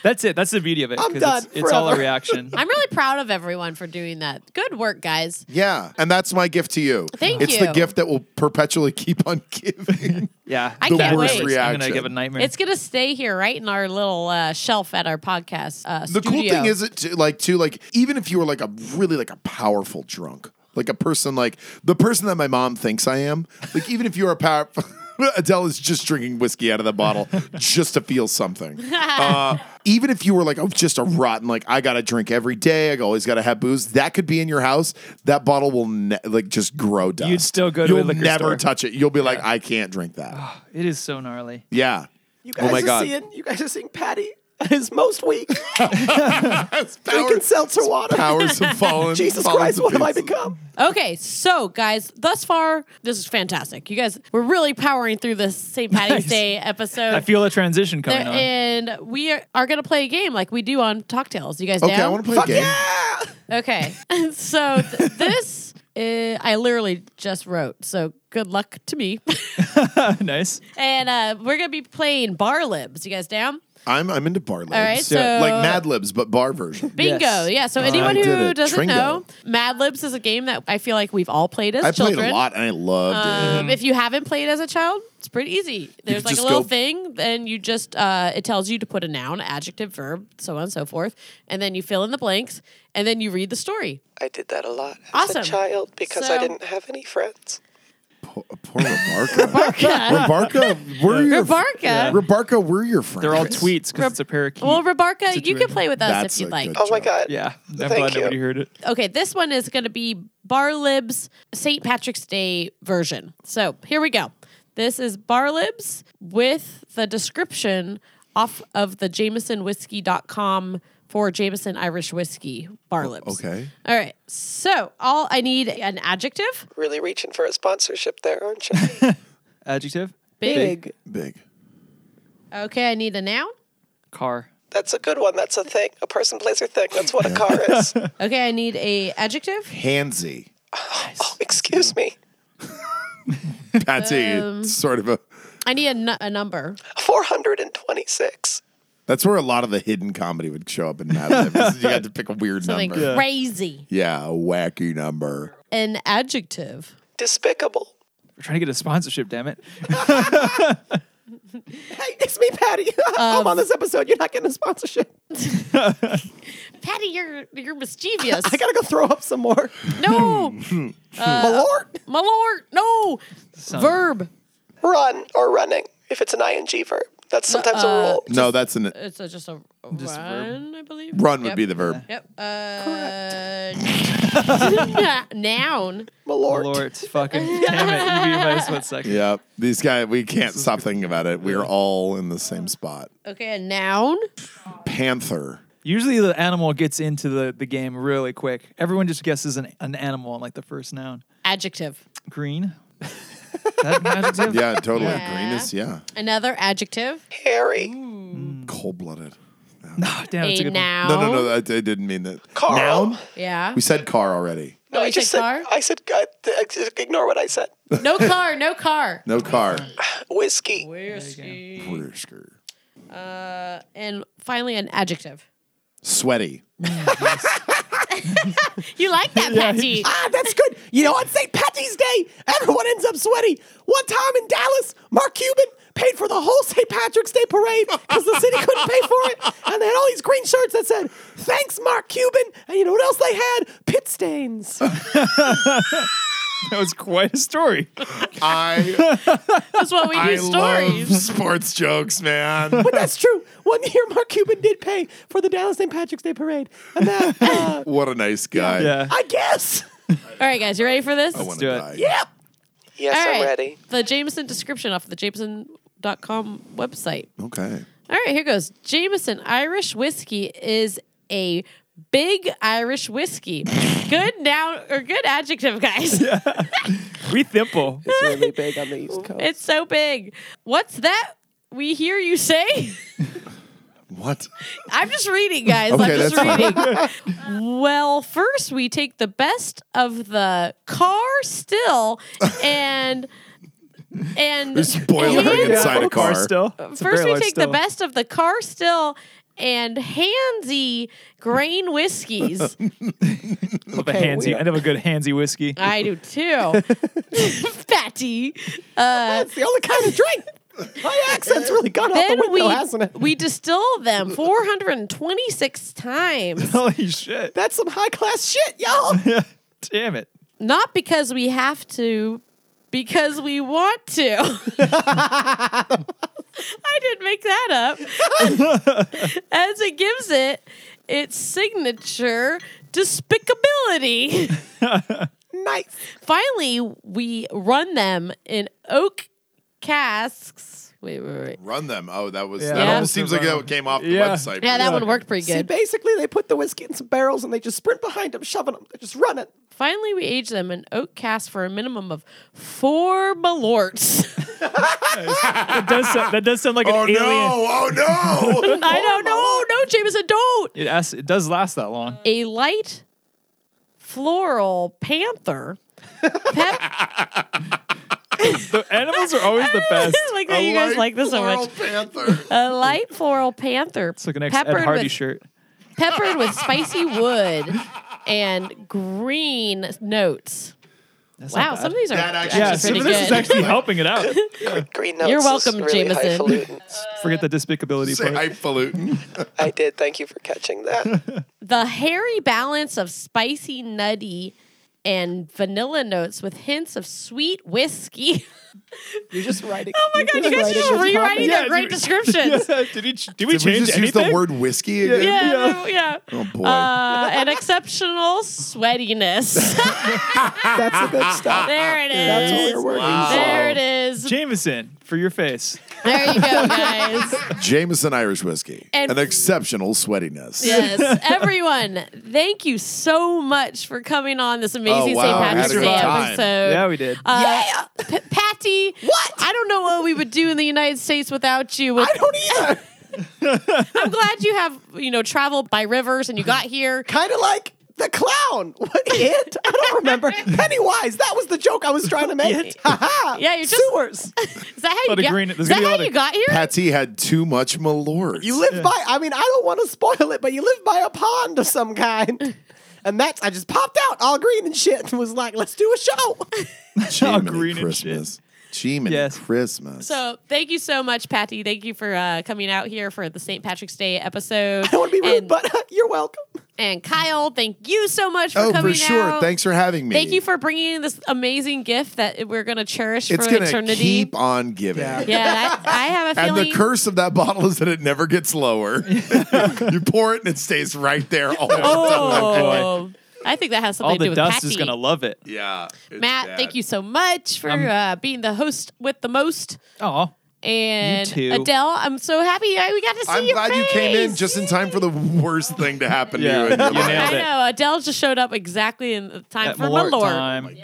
Speaker 12: that's it. That's the beauty of it.
Speaker 4: I'm
Speaker 12: 'cause
Speaker 4: done
Speaker 12: It's, it's all a
Speaker 4: forever.
Speaker 12: reaction.
Speaker 1: I'm really proud of everyone for doing that. Good work, guys.
Speaker 5: yeah, and that's my gift to you.
Speaker 1: Thank
Speaker 5: it's
Speaker 1: you.
Speaker 5: the gift that will perpetually keep on (laughs) giving.
Speaker 12: yeah.
Speaker 1: I
Speaker 5: the
Speaker 1: can't
Speaker 5: worst
Speaker 1: wait.
Speaker 12: I'm gonna
Speaker 5: reaction.
Speaker 12: give a nightmare.
Speaker 1: It's gonna stay here, right in our little uh, shelf at our podcast uh,
Speaker 5: the cool
Speaker 1: studio.
Speaker 5: thing is it too, like too like even if you were like a really like a powerful drunk like a person like the person that my mom thinks i am like even if you're a power (laughs) adele is just drinking whiskey out of the bottle just to feel something uh, even if you were like oh just a rotten like i gotta drink every day i always gotta have booze that could be in your house that bottle will ne- like just grow dust
Speaker 12: You'd still go to a
Speaker 5: you'll
Speaker 12: liquor
Speaker 5: never
Speaker 12: store.
Speaker 5: touch it you'll be like i can't
Speaker 12: (sighs)
Speaker 5: drink that
Speaker 12: it is so gnarly.
Speaker 5: yeah
Speaker 4: You guys
Speaker 5: oh my
Speaker 4: are
Speaker 5: god
Speaker 4: seeing. You guys are seeing Patty at his most
Speaker 5: (laughs)
Speaker 4: weak.
Speaker 5: Power-
Speaker 4: drinking seltzer water.
Speaker 5: powers
Speaker 4: (laughs)
Speaker 5: have fallen
Speaker 4: Jesus
Speaker 5: fallen
Speaker 4: Christ!
Speaker 5: to
Speaker 4: What have I
Speaker 5: pieces.
Speaker 4: become?
Speaker 1: Okay, so guys, thus far this is fantastic. You guys, we're really powering through this St. Patty's
Speaker 12: Nice.
Speaker 1: Day episode.
Speaker 12: I feel a transition
Speaker 1: There-
Speaker 12: coming on.
Speaker 1: and we are, are gonna play a game like we do on Talk Tales. You guys
Speaker 5: okay i
Speaker 1: down?
Speaker 5: want to play
Speaker 1: (laughs)
Speaker 4: Fuck
Speaker 5: a game
Speaker 4: yeah!
Speaker 5: (laughs)
Speaker 1: okay, so th- this Uh, I literally just wrote, so good luck to me. (laughs)
Speaker 12: (laughs)
Speaker 2: nice.
Speaker 1: and uh, we're gonna be playing bar libs. You guys down?
Speaker 5: I'm I'm into bar libs.
Speaker 1: right, so-
Speaker 5: Yeah, like Mad Libs, but bar
Speaker 1: (laughs)
Speaker 5: version.
Speaker 1: Bingo.
Speaker 2: Yes.
Speaker 1: Yeah. So
Speaker 5: I
Speaker 1: anyone
Speaker 5: did
Speaker 1: who
Speaker 5: it.
Speaker 1: doesn't
Speaker 5: Tringo.
Speaker 1: know, Mad Libs is a game that I feel like we've all played as
Speaker 5: I
Speaker 1: children.
Speaker 5: played a lot and I loved it.
Speaker 1: Um, if you haven't played as a child, it's pretty easy. There's like a
Speaker 5: just
Speaker 1: little
Speaker 5: go-
Speaker 1: thing, and you just uh, it tells you to put a noun, adjective, verb, so on and so forth, and then you fill in the blanks, and then you read the story.
Speaker 4: I did that a lot as
Speaker 1: Awesome.
Speaker 4: a child because I
Speaker 1: So-
Speaker 4: didn't have any friends.
Speaker 5: Po- Poor Rebarka. (laughs) Rebarka, we're your
Speaker 1: Rebarka. Yeah.
Speaker 5: Rebarka, we're your friends.
Speaker 2: They're all tweets because it's a parakeet.
Speaker 1: Well, Rebarka, you
Speaker 2: Situation.
Speaker 1: can play with us
Speaker 5: That's
Speaker 1: if you'd
Speaker 5: a
Speaker 1: like.
Speaker 5: good
Speaker 4: Oh my
Speaker 5: joke.
Speaker 4: god.
Speaker 2: yeah, I'm
Speaker 4: Thank
Speaker 2: glad
Speaker 4: you.
Speaker 2: nobody heard it.
Speaker 1: Okay, this one is going to be Bar Lib's St. Patrick's Day version. So here we go. This is Bar Libs with the description off of the JamesonWhiskey.com for Jameson Irish Whiskey Bar Libs.
Speaker 5: Oh, okay.
Speaker 1: All right. So all I need an adjective.
Speaker 4: Really reaching for a sponsorship there, aren't
Speaker 5: (laughs)
Speaker 4: you?
Speaker 2: Adjective?
Speaker 1: Big.
Speaker 5: Big.
Speaker 1: Okay, I need a noun.
Speaker 2: Car.
Speaker 4: That's a good one. That's a thing. A person, place, or thing. That's what a car
Speaker 5: (laughs)
Speaker 4: is.
Speaker 1: Okay, I need a adjective. (laughs)
Speaker 5: Handsy.
Speaker 4: Oh, excuse me.
Speaker 5: Patsy,
Speaker 1: Um,
Speaker 5: it's sort of a.
Speaker 1: I need a nu- a number.
Speaker 4: 426.
Speaker 5: That's where a lot of the hidden comedy would show up in Mad Libs. you had to pick a weird
Speaker 1: Something
Speaker 5: number. Yeah.
Speaker 1: crazy.
Speaker 5: a wacky number.
Speaker 1: An adjective.
Speaker 4: Despicable.
Speaker 2: We're trying to get a sponsorship, damn it.
Speaker 6: Hey, it's me, Patty. (laughs) I'm
Speaker 1: Um,
Speaker 6: on this episode. You're not getting a sponsorship.
Speaker 1: Patty, you're you're
Speaker 5: (laughs)
Speaker 1: mischievous.
Speaker 6: I gotta go throw up some more.
Speaker 1: no.
Speaker 5: Hmm.
Speaker 1: Uh,
Speaker 6: My lord.
Speaker 1: My lord, no. Verb.
Speaker 4: Run or running, if it's an ing verb. That's sometimes a
Speaker 1: Uh,
Speaker 4: rule.
Speaker 5: No, that's an
Speaker 1: It's a, just a
Speaker 2: a
Speaker 1: run, I believe.
Speaker 5: run would
Speaker 1: Yep.
Speaker 5: be the verb.
Speaker 1: Yep. Uh, (laughs) noun.
Speaker 6: Malort.
Speaker 2: Lord, fucking damn it. You beat me by split second.
Speaker 5: Yep. These guys, we can't stop thinking about it. We're all in the same spot.
Speaker 1: Okay, a noun.
Speaker 5: Panther.
Speaker 2: Usually the animal gets into the, the game really quick. Everyone just guesses an, an animal on like the first noun.
Speaker 1: Adjective.
Speaker 2: Green.
Speaker 1: (laughs)
Speaker 2: that an
Speaker 5: (laughs)
Speaker 2: adjective?
Speaker 5: Yeah, totally.
Speaker 1: Yeah.
Speaker 5: Green is, yeah.
Speaker 1: Another adjective.
Speaker 4: Harry.
Speaker 5: Cold blooded.
Speaker 2: Oh, damn, it's
Speaker 1: a
Speaker 2: a good one.
Speaker 1: noun.
Speaker 5: Mm. No, no, no. I, I didn't mean that.
Speaker 4: Carl.
Speaker 5: Noun?
Speaker 1: Yeah.
Speaker 5: We said car already.
Speaker 4: No,
Speaker 1: Oh,
Speaker 4: I
Speaker 1: you
Speaker 4: just
Speaker 1: said
Speaker 4: said.
Speaker 1: car?
Speaker 4: I said. I, I, just ignore what I said.
Speaker 1: no car. No car.
Speaker 5: (laughs) No car.
Speaker 4: Whiskey.
Speaker 5: Whisker.
Speaker 1: Uh, and finally, an adjective.
Speaker 5: Sweaty.
Speaker 1: You like
Speaker 5: (laughs)
Speaker 1: that, Patty?
Speaker 6: Ah, that's good. You know, on St. Patty's Day, everyone ends up sweaty. One time in Dallas, Mark Cuban paid for the whole St. Patrick's Day parade because the city couldn't pay for it. And they had all these green shirts that said, Thanks, Mark Cuban. And you know what else they had? Pit stains.
Speaker 2: That was quite a story.
Speaker 1: (laughs)
Speaker 5: I,
Speaker 1: That's what we
Speaker 5: (laughs) I
Speaker 1: do.
Speaker 5: love
Speaker 1: Stories.
Speaker 5: sports jokes, man.
Speaker 6: But that's true. One year, Mark Cuban did pay for the Dallas St. Patrick's Day parade.
Speaker 1: (laughs)
Speaker 6: And that, uh,
Speaker 5: What a nice guy.
Speaker 2: Yeah.
Speaker 6: I guess.
Speaker 1: All right, guys, you ready for this?
Speaker 5: I want
Speaker 2: do
Speaker 5: to
Speaker 2: it.
Speaker 5: die.
Speaker 6: Yep.
Speaker 4: Yes,
Speaker 1: All
Speaker 4: I'm
Speaker 1: right.
Speaker 4: ready.
Speaker 1: The Jameson description off the Jameson.com website.
Speaker 5: Okay.
Speaker 1: All right, here goes. Jameson Irish whiskey is a big Irish whiskey.
Speaker 5: (laughs)
Speaker 1: good noun or good adjective, guys.
Speaker 2: We thimple.
Speaker 5: (laughs)
Speaker 6: It's really big on the East Coast.
Speaker 1: It's so big. What's that? We hear you say. (laughs)
Speaker 5: What?
Speaker 1: I'm just reading, guys.
Speaker 5: Okay,
Speaker 1: I'm just
Speaker 5: that's
Speaker 1: reading.
Speaker 5: (laughs)
Speaker 1: well, first we take the best of the car still and
Speaker 5: (laughs)
Speaker 1: and
Speaker 5: There's spoiler
Speaker 1: hand-
Speaker 5: inside a car.
Speaker 2: still.
Speaker 1: Uh, First, we take the best of the car still and handsy grain
Speaker 6: (laughs) Oh,
Speaker 1: whiskeys.
Speaker 2: Love a handsy. I love a good handsy whiskey.
Speaker 1: (laughs)
Speaker 2: (laughs)
Speaker 1: I do too. (laughs) Fatty. Uh,
Speaker 6: That's the only kind of drink. My accent's really gone out the
Speaker 1: then
Speaker 6: window,
Speaker 1: we,
Speaker 6: hasn't it?
Speaker 1: we distill them 426
Speaker 6: (laughs) Oh.
Speaker 1: times.
Speaker 2: Holy shit.
Speaker 6: That's some high class shit, y'all.
Speaker 1: (laughs)
Speaker 2: Damn it.
Speaker 1: Not because we have to, because we want
Speaker 6: (laughs)
Speaker 1: to. I didn't make
Speaker 6: (laughs)
Speaker 1: that up. As it gives it its signature despicability.
Speaker 6: nice.
Speaker 1: Finally, we run them in oak casks. Wait, wait, wait.
Speaker 5: Run them. Oh, that was.
Speaker 2: Yeah.
Speaker 5: That
Speaker 1: Yeah.
Speaker 5: almost seems like that came off the
Speaker 2: Yeah.
Speaker 5: website.
Speaker 1: Yeah, that one worked pretty
Speaker 6: See,
Speaker 1: good.
Speaker 6: basically, they put the whiskey in some barrels and they just sprint behind them, shoving them. They're just running.
Speaker 1: Finally, we age them in oak casks for a minimum of four malorts. (laughs)
Speaker 2: That does sound, that does sound like
Speaker 5: Oh
Speaker 2: an
Speaker 5: no!
Speaker 2: alien.
Speaker 5: Oh
Speaker 2: (laughs)
Speaker 5: no!
Speaker 1: I don't know. No, Jameson, don't. (laughs)
Speaker 2: It, as- it does last that long. (laughs)
Speaker 1: A light floral panther
Speaker 2: The animals are
Speaker 1: (laughs)
Speaker 2: always the best.
Speaker 1: like that you guys like this so much.
Speaker 5: Panther.
Speaker 1: A light floral panther.
Speaker 2: It's like an ex
Speaker 1: peppered
Speaker 2: Ed Hardy
Speaker 1: with,
Speaker 2: shirt.
Speaker 1: Peppered with spicy wood and green notes. wow, some of these are
Speaker 5: That
Speaker 1: actually
Speaker 5: actually-
Speaker 2: Yeah, some
Speaker 1: pretty
Speaker 2: of this
Speaker 1: good.
Speaker 2: is
Speaker 1: (laughs)
Speaker 2: actually helping it out.
Speaker 4: Green notes.
Speaker 1: You're
Speaker 4: is
Speaker 1: welcome,
Speaker 4: really
Speaker 1: Jameson.
Speaker 4: highfalutin.
Speaker 2: Forget the despicability
Speaker 5: Say
Speaker 2: part.
Speaker 5: highfalutin.
Speaker 4: I did. Thank you for catching that.
Speaker 1: (laughs) the hairy balance of spicy, nutty, and vanilla notes with hints of sweet whiskey.
Speaker 6: You're just writing.
Speaker 1: oh my god, you guys are just rewriting their great
Speaker 2: (laughs)
Speaker 1: descriptions.
Speaker 2: Yeah, did, he, did we
Speaker 5: Did we
Speaker 2: change
Speaker 5: just use
Speaker 2: anything?
Speaker 5: the word whiskey again?
Speaker 1: (laughs) Yeah, yeah.
Speaker 5: Oh boy.
Speaker 1: Uh, an exceptional sweatiness.
Speaker 6: That's the good stuff.
Speaker 1: there it is.
Speaker 6: That's what we're working
Speaker 1: There it is.
Speaker 2: Jameson, for your face.
Speaker 1: There you go, guys.
Speaker 5: Jameson Irish whiskey.
Speaker 1: And-
Speaker 5: An exceptional sweatiness.
Speaker 1: Yes, everyone, thank you so much for coming on this amazing
Speaker 5: wow,
Speaker 1: St.
Speaker 5: I had
Speaker 1: Patrick's
Speaker 5: a
Speaker 1: Day
Speaker 5: good time.
Speaker 1: episode.
Speaker 2: yeah, we did.
Speaker 1: Uh, P- Patty, what? I don't know what we would do in the United States without you. I don't either. I'm glad you have you know traveled by rivers and you got here.
Speaker 6: Kind of like the clown. (laughs) What it? I
Speaker 1: (laughs)
Speaker 6: don't remember. Pennywise. That was the joke I was trying to make. (laughs) Ha ha.
Speaker 1: Yeah, you're just- Is
Speaker 6: sewers.
Speaker 1: that how
Speaker 2: Lot
Speaker 1: you
Speaker 2: of
Speaker 1: got?
Speaker 2: green- there's
Speaker 1: is that
Speaker 2: gonna be a
Speaker 1: how
Speaker 2: lot
Speaker 1: you
Speaker 2: of-
Speaker 1: got here?
Speaker 5: Patsy had too much malort.
Speaker 6: You live by. I mean, I don't want to spoil it, but you live by a pond of
Speaker 1: (laughs)
Speaker 6: some kind. And that's I just popped out all green and shit and was like, let's do a show.
Speaker 2: All
Speaker 5: Jiminy
Speaker 2: green and shit.
Speaker 5: Christmas. Jiminy
Speaker 2: Yes.
Speaker 5: Christmas.
Speaker 1: So thank you so much, Patty. Thank you for uh, coming out here for the St. Patrick's Day episode.
Speaker 6: I don't want to be rude,
Speaker 1: and,
Speaker 6: but uh, you're welcome.
Speaker 1: and Kyle, thank you so much for
Speaker 5: oh,
Speaker 1: coming
Speaker 5: for sure.
Speaker 1: out.
Speaker 5: Thanks for having me.
Speaker 1: Thank you for bringing this amazing gift that we're gonna cherish
Speaker 5: It's
Speaker 1: for
Speaker 5: gonna
Speaker 1: eternity.
Speaker 5: keep on giving.
Speaker 1: yeah, I, I have a
Speaker 5: (laughs) And
Speaker 1: feeling.
Speaker 5: the curse of that bottle is that it never gets lower. you pour it and it stays right there all the time.
Speaker 1: Oh, I think that has something
Speaker 2: All
Speaker 1: to do
Speaker 2: the
Speaker 1: with
Speaker 2: dust
Speaker 1: Patty.
Speaker 2: is going to love it.
Speaker 5: Yeah. it's
Speaker 1: Matt,
Speaker 5: bad.
Speaker 1: thank you so much for uh, being the host with the most.
Speaker 2: Oh,
Speaker 1: And
Speaker 2: You too.
Speaker 1: Adele, I'm so happy I, we got to see
Speaker 5: I'm
Speaker 1: your
Speaker 5: glad you came in
Speaker 1: face.
Speaker 5: just in time for the worst thing to happen
Speaker 2: Yeah,
Speaker 5: to you. in your
Speaker 2: you
Speaker 5: life.
Speaker 2: nailed
Speaker 1: I
Speaker 2: it.
Speaker 1: know Adele just showed up exactly in the time
Speaker 2: That
Speaker 1: for my
Speaker 2: Malort
Speaker 1: lord.
Speaker 2: time.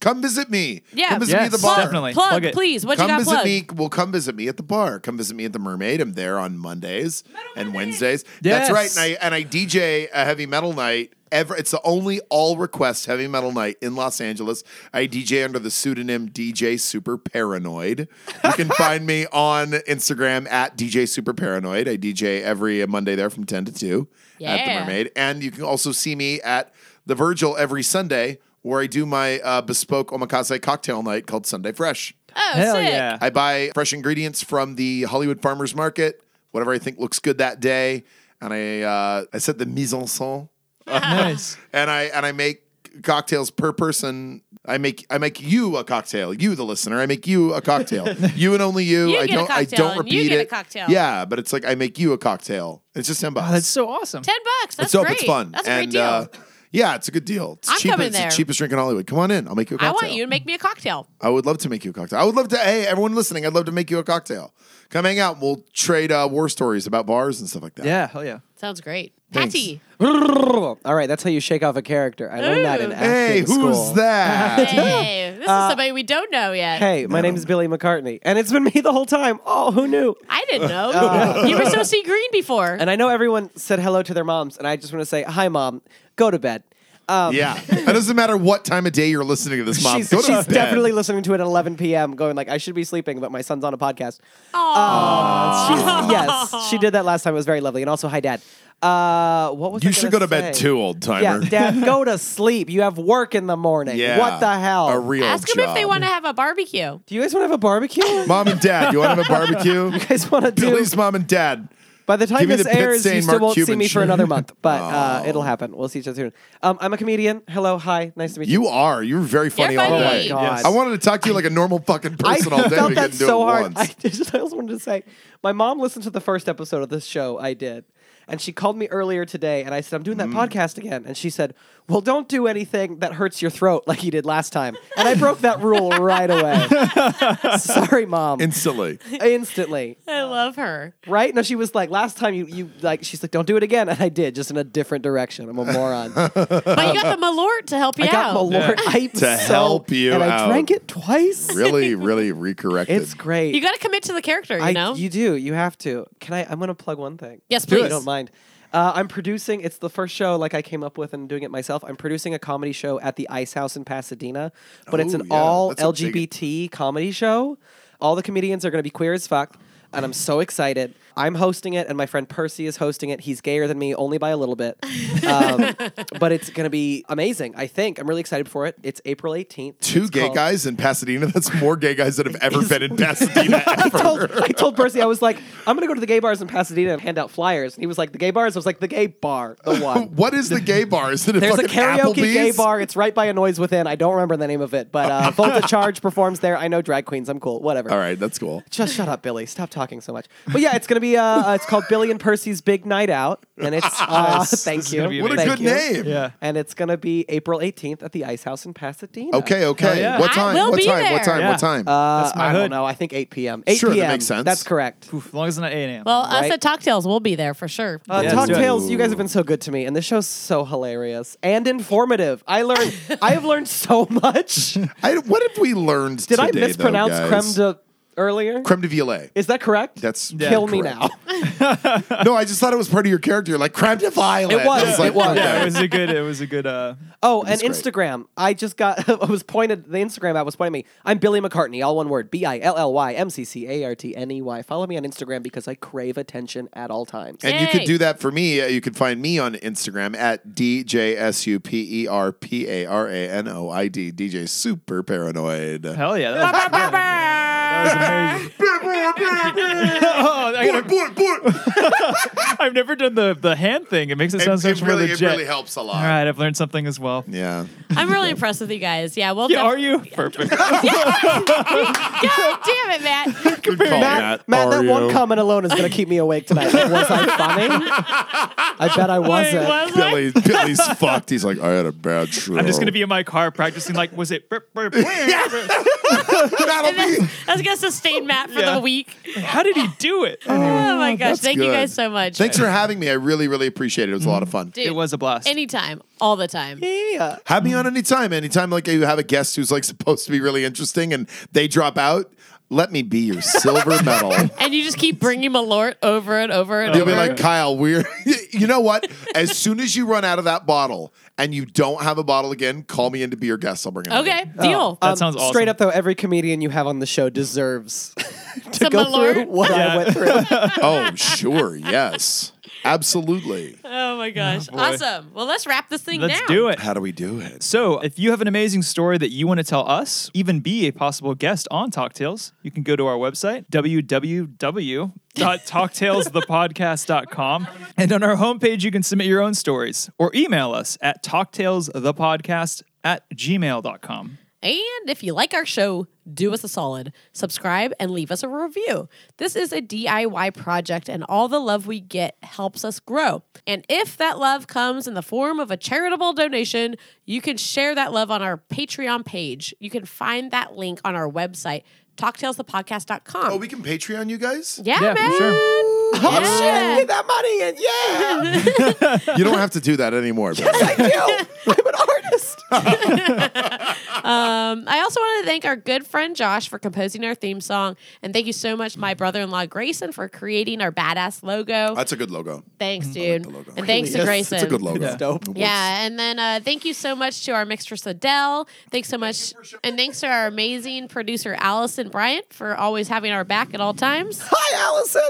Speaker 5: Come visit me.
Speaker 1: Yeah.
Speaker 5: Come visit me at the
Speaker 1: Yes,
Speaker 5: bar.
Speaker 2: definitely.
Speaker 1: Plug,
Speaker 2: Plug it.
Speaker 1: please. What you
Speaker 5: Come
Speaker 1: got
Speaker 5: visit
Speaker 1: plugged?
Speaker 5: me. Well, come visit me at the bar. Come visit me at the Mermaid. I'm there on Mondays and Wednesdays. That's
Speaker 2: Yes.
Speaker 5: right. And I and I DJ a heavy metal night. Ever, it's the only all request heavy metal night in Los Angeles. I DJ under the pseudonym DJ Super Paranoid.
Speaker 1: (laughs)
Speaker 5: You can find me on Instagram at DJ Super Paranoid. I DJ every Monday there from 10 to 2 at the
Speaker 1: Yeah.
Speaker 5: Mermaid. And you can also see me at the Virgil every Sunday where I do my uh, bespoke omakase cocktail night called Sunday Fresh.
Speaker 1: oh,
Speaker 2: Hell
Speaker 1: sick. (laughs)
Speaker 2: yeah.
Speaker 5: I buy fresh ingredients from the Hollywood Farmers Market, whatever I think looks good that day, and I uh, I set the mise en scène,
Speaker 2: nice.
Speaker 5: and I and I make cocktails per person. I make I make you a cocktail, you the listener. I make you
Speaker 1: (laughs)
Speaker 5: a cocktail, you and only you.
Speaker 1: You
Speaker 5: I
Speaker 1: get a
Speaker 5: don't I
Speaker 1: cocktail,
Speaker 5: don't
Speaker 1: and you
Speaker 5: repeat
Speaker 1: get a
Speaker 5: it.
Speaker 1: cocktail.
Speaker 5: Yeah, but it's like I make you a cocktail. It's just ten bucks.
Speaker 2: Oh, that's so awesome.
Speaker 1: Ten bucks. That's
Speaker 5: it's dope.
Speaker 1: great.
Speaker 5: It's fun.
Speaker 1: That's a
Speaker 5: and
Speaker 1: great deal.
Speaker 5: Uh, yeah, it's a good deal. It's
Speaker 1: I'm
Speaker 5: cheap.
Speaker 1: coming
Speaker 5: It's
Speaker 1: there.
Speaker 5: the cheapest drink in Hollywood. Come on in. I'll make you a
Speaker 1: I
Speaker 5: cocktail.
Speaker 1: want you to make me a cocktail.
Speaker 5: I would love to make you a cocktail. I would love to. Hey, everyone listening, I'd love to make you a cocktail. Come hang out. and We'll trade uh, war stories about bars and stuff like that.
Speaker 2: Yeah, hell yeah.
Speaker 1: Sounds great.
Speaker 5: Thanks. (laughs)
Speaker 1: Patty.
Speaker 6: (laughs) All right, that's how you shake off a character. I learned that in
Speaker 1: Ooh.
Speaker 6: acting
Speaker 5: Hey, who's
Speaker 6: school.
Speaker 1: (laughs)
Speaker 5: that?
Speaker 1: Hey, this
Speaker 2: Uh,
Speaker 1: is somebody we don't know yet.
Speaker 6: Hey, my name's Billy McCartney, and it's been me the whole time. Oh, who knew?
Speaker 1: I didn't
Speaker 2: (laughs)
Speaker 1: know.
Speaker 2: Uh,
Speaker 1: you were so sea green before.
Speaker 6: And I know everyone said hello to their moms, and I just want to say, hi, mom. Go to bed. Um,
Speaker 5: yeah. That doesn't matter what time of day you're listening to this, mom.
Speaker 6: she's
Speaker 5: Go to
Speaker 6: she's
Speaker 5: bed.
Speaker 6: definitely listening to it at 11 p.m. Going like, I should be sleeping, but my son's on a podcast. She's- yes, she did that last time. It was very lovely. And also, hi, dad. Uh, what was I
Speaker 5: You should go
Speaker 6: gonna
Speaker 5: to bed
Speaker 6: say?
Speaker 5: too, old
Speaker 6: Yeah,
Speaker 5: timer. (laughs)
Speaker 6: dad, go to sleep. You have work in the morning.
Speaker 5: Yeah.
Speaker 6: What the hell?
Speaker 5: A real
Speaker 1: Ask
Speaker 5: job.
Speaker 1: them if they want to have a barbecue.
Speaker 6: Do you guys want to have
Speaker 5: (laughs)
Speaker 6: a barbecue? you
Speaker 5: Mom and dad, you want
Speaker 6: (laughs)
Speaker 5: to have a barbecue?
Speaker 6: guys want to do?
Speaker 5: Billy's mom and dad.
Speaker 6: By the time
Speaker 5: Give me
Speaker 6: this
Speaker 5: the pit
Speaker 6: airs, you
Speaker 5: stain
Speaker 6: still
Speaker 5: Mark
Speaker 6: won't see
Speaker 5: Cuban
Speaker 6: me for
Speaker 5: shirt.
Speaker 6: another month, but uh, it'll happen. We'll see each other soon. Um, I'm a comedian. Hello, hi, nice to meet you.
Speaker 5: You are. You're very funny
Speaker 1: You're
Speaker 5: all
Speaker 1: funny.
Speaker 5: day.
Speaker 1: Oh
Speaker 6: my Yes. God.
Speaker 5: I wanted to talk to you like a normal fucking
Speaker 6: I
Speaker 5: person all day.
Speaker 6: felt
Speaker 5: we
Speaker 6: that
Speaker 5: couldn't do
Speaker 6: so
Speaker 5: it
Speaker 6: hard. (laughs) I
Speaker 5: once.
Speaker 6: just, I also wanted to say, my mom listened to the first episode of this show I did, and she called me earlier today, and I said, "I'm doing
Speaker 5: Mm.
Speaker 6: that podcast again," and she said, "Well, don't do anything that hurts your throat like you did last time," and I broke that rule right
Speaker 5: (laughs)
Speaker 6: away. Sorry, mom.
Speaker 5: Instantly.
Speaker 6: Instantly.
Speaker 1: I love her.
Speaker 6: Right? No, she was like, last time you, you like, she's like, don't do it again. And I did, just in a different direction. I'm a moron.
Speaker 1: But you got the Malort to help you
Speaker 6: I
Speaker 1: out.
Speaker 6: got Malort I'm
Speaker 5: To
Speaker 6: so-
Speaker 5: help you
Speaker 6: and I
Speaker 5: out.
Speaker 6: drank it twice.
Speaker 5: Really, really recorrected.
Speaker 6: It's great.
Speaker 1: You got to commit to the character, you
Speaker 6: I,
Speaker 1: know?
Speaker 6: you do. You have to. Can I? I'm gonna plug one thing.
Speaker 1: yes, please.
Speaker 6: Please. don't mind. Uh, I'm producing. It's the first show like I came up with and doing it myself. I'm producing a comedy show at the Ice House in Pasadena, but it's
Speaker 5: Ooh,
Speaker 6: an
Speaker 5: Oh, yeah,
Speaker 6: all
Speaker 5: that's a big-
Speaker 6: LGBT comedy show. All the comedians are going to be queer as fuck, and I'm so excited. I'm hosting it, and my friend Percy is hosting it. He's gayer than me, only by a little bit,
Speaker 1: (laughs)
Speaker 6: um, but it's going to be amazing. I think I'm really excited for it. It's April 18th.
Speaker 5: Two
Speaker 6: It's
Speaker 5: gay
Speaker 6: called-
Speaker 5: guys in Pasadena. That's more gay guys that have ever been in Pasadena
Speaker 6: (laughs) I told,
Speaker 5: ever.
Speaker 6: I told Percy, I was like, I'm going to go to the gay bars in Pasadena and hand out flyers. And he was like, the gay bars? I was like, the gay bar, the
Speaker 5: (laughs)
Speaker 6: one.
Speaker 5: What is the gay bar? Is it a
Speaker 6: There's a
Speaker 5: fucking
Speaker 6: karaoke
Speaker 5: Applebee's?
Speaker 6: gay bar. It's right by a noise within. I don't remember the name of it,
Speaker 5: (laughs)
Speaker 6: but uh, Volta Charge performs there. I know drag queens. I'm cool. Whatever.
Speaker 5: All right, that's cool.
Speaker 6: Just shut up, Billy. Stop talking so much. But yeah, it's gonna be. Uh, uh, it's called Billy and Percy's Big Night Out, and it's.
Speaker 5: (laughs)
Speaker 6: Uh,
Speaker 2: Yes,
Speaker 6: thank
Speaker 2: this is
Speaker 6: you.
Speaker 2: gonna be
Speaker 5: What a
Speaker 6: Thank
Speaker 5: good
Speaker 6: you.
Speaker 5: name.
Speaker 2: Yeah.
Speaker 6: And it's gonna be April 18th at the Ice House in Pasadena.
Speaker 5: Okay, okay.
Speaker 2: yeah.
Speaker 5: What
Speaker 1: I
Speaker 5: time?
Speaker 1: will
Speaker 5: What
Speaker 1: be
Speaker 5: time?
Speaker 1: there.
Speaker 5: What time?
Speaker 2: Yeah.
Speaker 5: What time?
Speaker 6: Uh,
Speaker 2: That's my
Speaker 6: I don't
Speaker 2: hood.
Speaker 6: know. I think 8 p.m. 8
Speaker 5: Sure, that
Speaker 6: p.m.
Speaker 5: makes sense.
Speaker 6: That's correct.
Speaker 2: Oof, as long as it's not 8 a.m.
Speaker 1: Well,
Speaker 6: Right.
Speaker 1: us at Cocktails will be there for sure.
Speaker 6: Uh,
Speaker 2: Yeah,
Speaker 6: Talk
Speaker 2: let's do it.
Speaker 6: Tales, you guys have been so good to me, and this show's so hilarious and informative. I learned, I have learned so (laughs) much. Did
Speaker 5: I, what have we learned today,
Speaker 6: I
Speaker 5: though,
Speaker 6: mispronounce
Speaker 5: guys?
Speaker 6: creme de earlier?
Speaker 5: creme de violet?
Speaker 6: Is that correct?
Speaker 5: That's
Speaker 6: kill me
Speaker 5: correct.
Speaker 6: now.
Speaker 5: no, I just thought it was part of your character. Like creme de violet.
Speaker 6: It was,
Speaker 5: I
Speaker 6: it was.
Speaker 5: okay.
Speaker 2: yeah, it was a good. It was a good. Uh,
Speaker 6: Oh, and
Speaker 5: great.
Speaker 6: Instagram. I just got. (laughs) I was pointed. The Instagram app was pointing at me. I'm Billy McCartney, all one word. B i l l y m c c a r t n e y. Follow me on Instagram because I crave attention at all times.
Speaker 5: And you could
Speaker 1: Yay.
Speaker 5: do that for me. Uh, You could find me on Instagram at E DJSUPERPARANOID, DJ Super Paranoid.
Speaker 2: hell yeah.
Speaker 1: (laughs)
Speaker 2: That was,
Speaker 5: (laughs)
Speaker 2: that was amazing. (laughs) oh, I gotta, (laughs)
Speaker 5: boy, boy.
Speaker 2: I've never done the, the hand thing. It makes it
Speaker 5: It,
Speaker 2: sound so much
Speaker 5: it really,
Speaker 2: more
Speaker 5: it
Speaker 2: legit.
Speaker 5: really helps a lot.
Speaker 2: All right, I've learned something as well.
Speaker 5: Yeah.
Speaker 1: I'm really impressed with you guys. (laughs) Yeah, well,
Speaker 2: Yeah,
Speaker 1: def- (laughs)
Speaker 2: are you? Perfect. (laughs)
Speaker 1: God damn it,
Speaker 5: (laughs)
Speaker 1: Matt.
Speaker 5: Good call,
Speaker 6: Matt, Matt, that one comment alone is going to keep me awake (laughs) tonight. Like, was I funny? I bet I wasn't.
Speaker 1: Was I?
Speaker 5: Billy,
Speaker 2: (laughs)
Speaker 5: Billy's fucked. He's like, I had a bad show.
Speaker 2: I'm just gonna be in my car practicing. Like, was it? burp,
Speaker 1: (laughs)
Speaker 2: burp, burp, burp?
Speaker 5: That'll be.
Speaker 2: (laughs)
Speaker 1: I was gonna sustain Matt for
Speaker 2: Yeah.
Speaker 1: the week.
Speaker 2: How did he do it?
Speaker 1: Oh my gosh!
Speaker 5: that's
Speaker 1: Thank you
Speaker 5: good.
Speaker 1: guys so much.
Speaker 5: Thanks for having me. I really, really appreciate it. It was a lot of fun.
Speaker 1: Dude,
Speaker 2: It was a blast.
Speaker 1: anytime, all the time.
Speaker 6: Yeah.
Speaker 5: Have me on anytime. Anytime, like you have a guest who's like supposed to be really interesting and they drop out, let me be your
Speaker 2: (laughs)
Speaker 5: silver medal.
Speaker 1: And you just keep bringing Malort over and over and
Speaker 5: You'll
Speaker 1: over.
Speaker 5: be like, Kyle, we're. (laughs) you know what? As soon as you run out of that bottle and you don't have a bottle again, call me in to be your guest. I'll bring it.
Speaker 1: okay, deal.
Speaker 6: uh,
Speaker 2: That sounds awesome.
Speaker 6: Um, Straight up though, every comedian you have on the show deserves (laughs) to
Speaker 1: Some
Speaker 6: go
Speaker 1: alert.
Speaker 6: through what I went through.
Speaker 5: Oh, sure. Yes. Absolutely.
Speaker 1: oh my gosh! awesome. Well, let's wrap this thing
Speaker 2: Let's
Speaker 1: down.
Speaker 2: do it.
Speaker 5: How do we do it?
Speaker 2: So, if you have an amazing story that you want to tell us, even be a possible guest on Talk Tales, you can go to our website, www.talktalesthepodcast.com. And on our homepage, you can submit your own stories or email us at talktalesthepodcast at gmail.com.
Speaker 1: And if you like our show, do us a solid. Subscribe and leave us a review. This is a DIY project, and all the love we get helps us grow. And if that love comes in the form of a charitable donation, you can share that love on our Patreon page. You can find that link on our website, talktalesthepodcast.com.
Speaker 5: Oh, we can Patreon you guys?
Speaker 1: yeah,
Speaker 2: Yeah,
Speaker 1: man.
Speaker 2: for sure. Oh,
Speaker 1: Yeah.
Speaker 6: Get that money and yeah,
Speaker 5: You don't have to do that anymore. but-
Speaker 6: I do. I'm an artist.
Speaker 1: Um, I also want to thank our good friend Josh for composing our theme song. And thank you so much, my brother in law, Grayson, for creating our badass logo.
Speaker 5: That's a good logo.
Speaker 1: Thanks, dude.
Speaker 5: Mm, the logo.
Speaker 1: And thanks to
Speaker 6: Yes,
Speaker 1: Grayson.
Speaker 5: It's a good logo.
Speaker 2: It's
Speaker 6: dope.
Speaker 5: It works.
Speaker 1: Yeah, and then uh, thank you so much to our mixtress Adele. Thanks so much, and thanks to our amazing producer Allison Bryant for always having our back at all
Speaker 5: (laughs)
Speaker 1: times.
Speaker 6: Hi, Allison.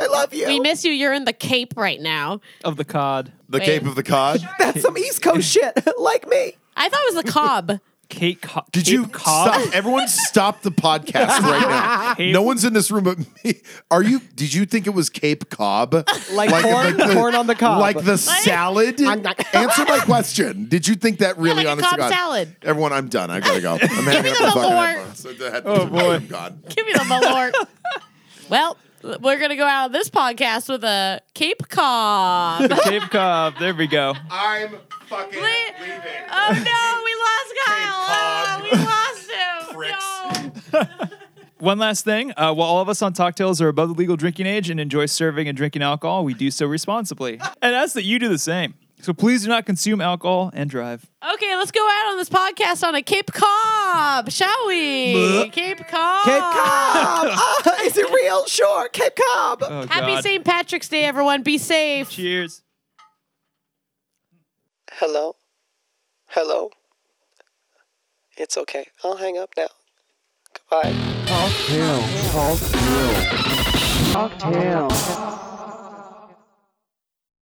Speaker 6: I love you.
Speaker 1: We miss you. You're in the Cape right now.
Speaker 2: Of the cod.
Speaker 5: The Cape of the Cod.
Speaker 6: That's some East Coast (laughs) shit, like me.
Speaker 1: I thought it was the
Speaker 5: (laughs)
Speaker 1: Cobb.
Speaker 2: Kate Co-
Speaker 5: Did
Speaker 2: Cape
Speaker 5: you
Speaker 2: Cod?
Speaker 5: stop? Everyone, stop the podcast right now.
Speaker 2: Cape-
Speaker 5: No one's in this room but me. Are you? Did you think it was Cape Cob?
Speaker 6: Like corn- corn on the cob.
Speaker 5: like the salad. Answer my question. Did you think that really?
Speaker 1: like a
Speaker 5: honest to
Speaker 1: cob
Speaker 5: God,
Speaker 1: salad.
Speaker 5: Everyone, I'm done. I gotta go. I'm hanging up
Speaker 1: the
Speaker 5: the fucking
Speaker 1: Lord.
Speaker 5: headphones. I had to- I'm gone.
Speaker 1: Give me the
Speaker 5: (laughs)
Speaker 1: Malort. well, we're gonna go out of this podcast with a Cape
Speaker 5: (laughs)
Speaker 1: Cobb.
Speaker 2: The Cape Cod. There we go.
Speaker 5: I'm fucking leaving.
Speaker 1: Oh no, we lost Kyle. Oh,
Speaker 5: Cobb.
Speaker 1: we lost him.
Speaker 5: (laughs) Pricks.
Speaker 1: No.
Speaker 2: One last thing. Uh, while all of us on Talktales are above the legal drinking age and enjoy serving and drinking alcohol, we do so responsibly and ask that you do the same. So please do not consume alcohol and drive.
Speaker 1: Okay, let's go out on this podcast on a Cape Cob, shall we?
Speaker 2: Bleh.
Speaker 1: Cape Cob.
Speaker 6: Cape Cob! Ah, is it real? Sure, Cape Cob!
Speaker 2: Oh,
Speaker 1: Happy
Speaker 2: God.
Speaker 1: St. Patrick's Day, everyone. Be safe.
Speaker 2: Cheers.
Speaker 4: Hello? Hello? It's okay. I'll hang up now. Goodbye.
Speaker 14: Cocktail. Cocktail. Cocktail.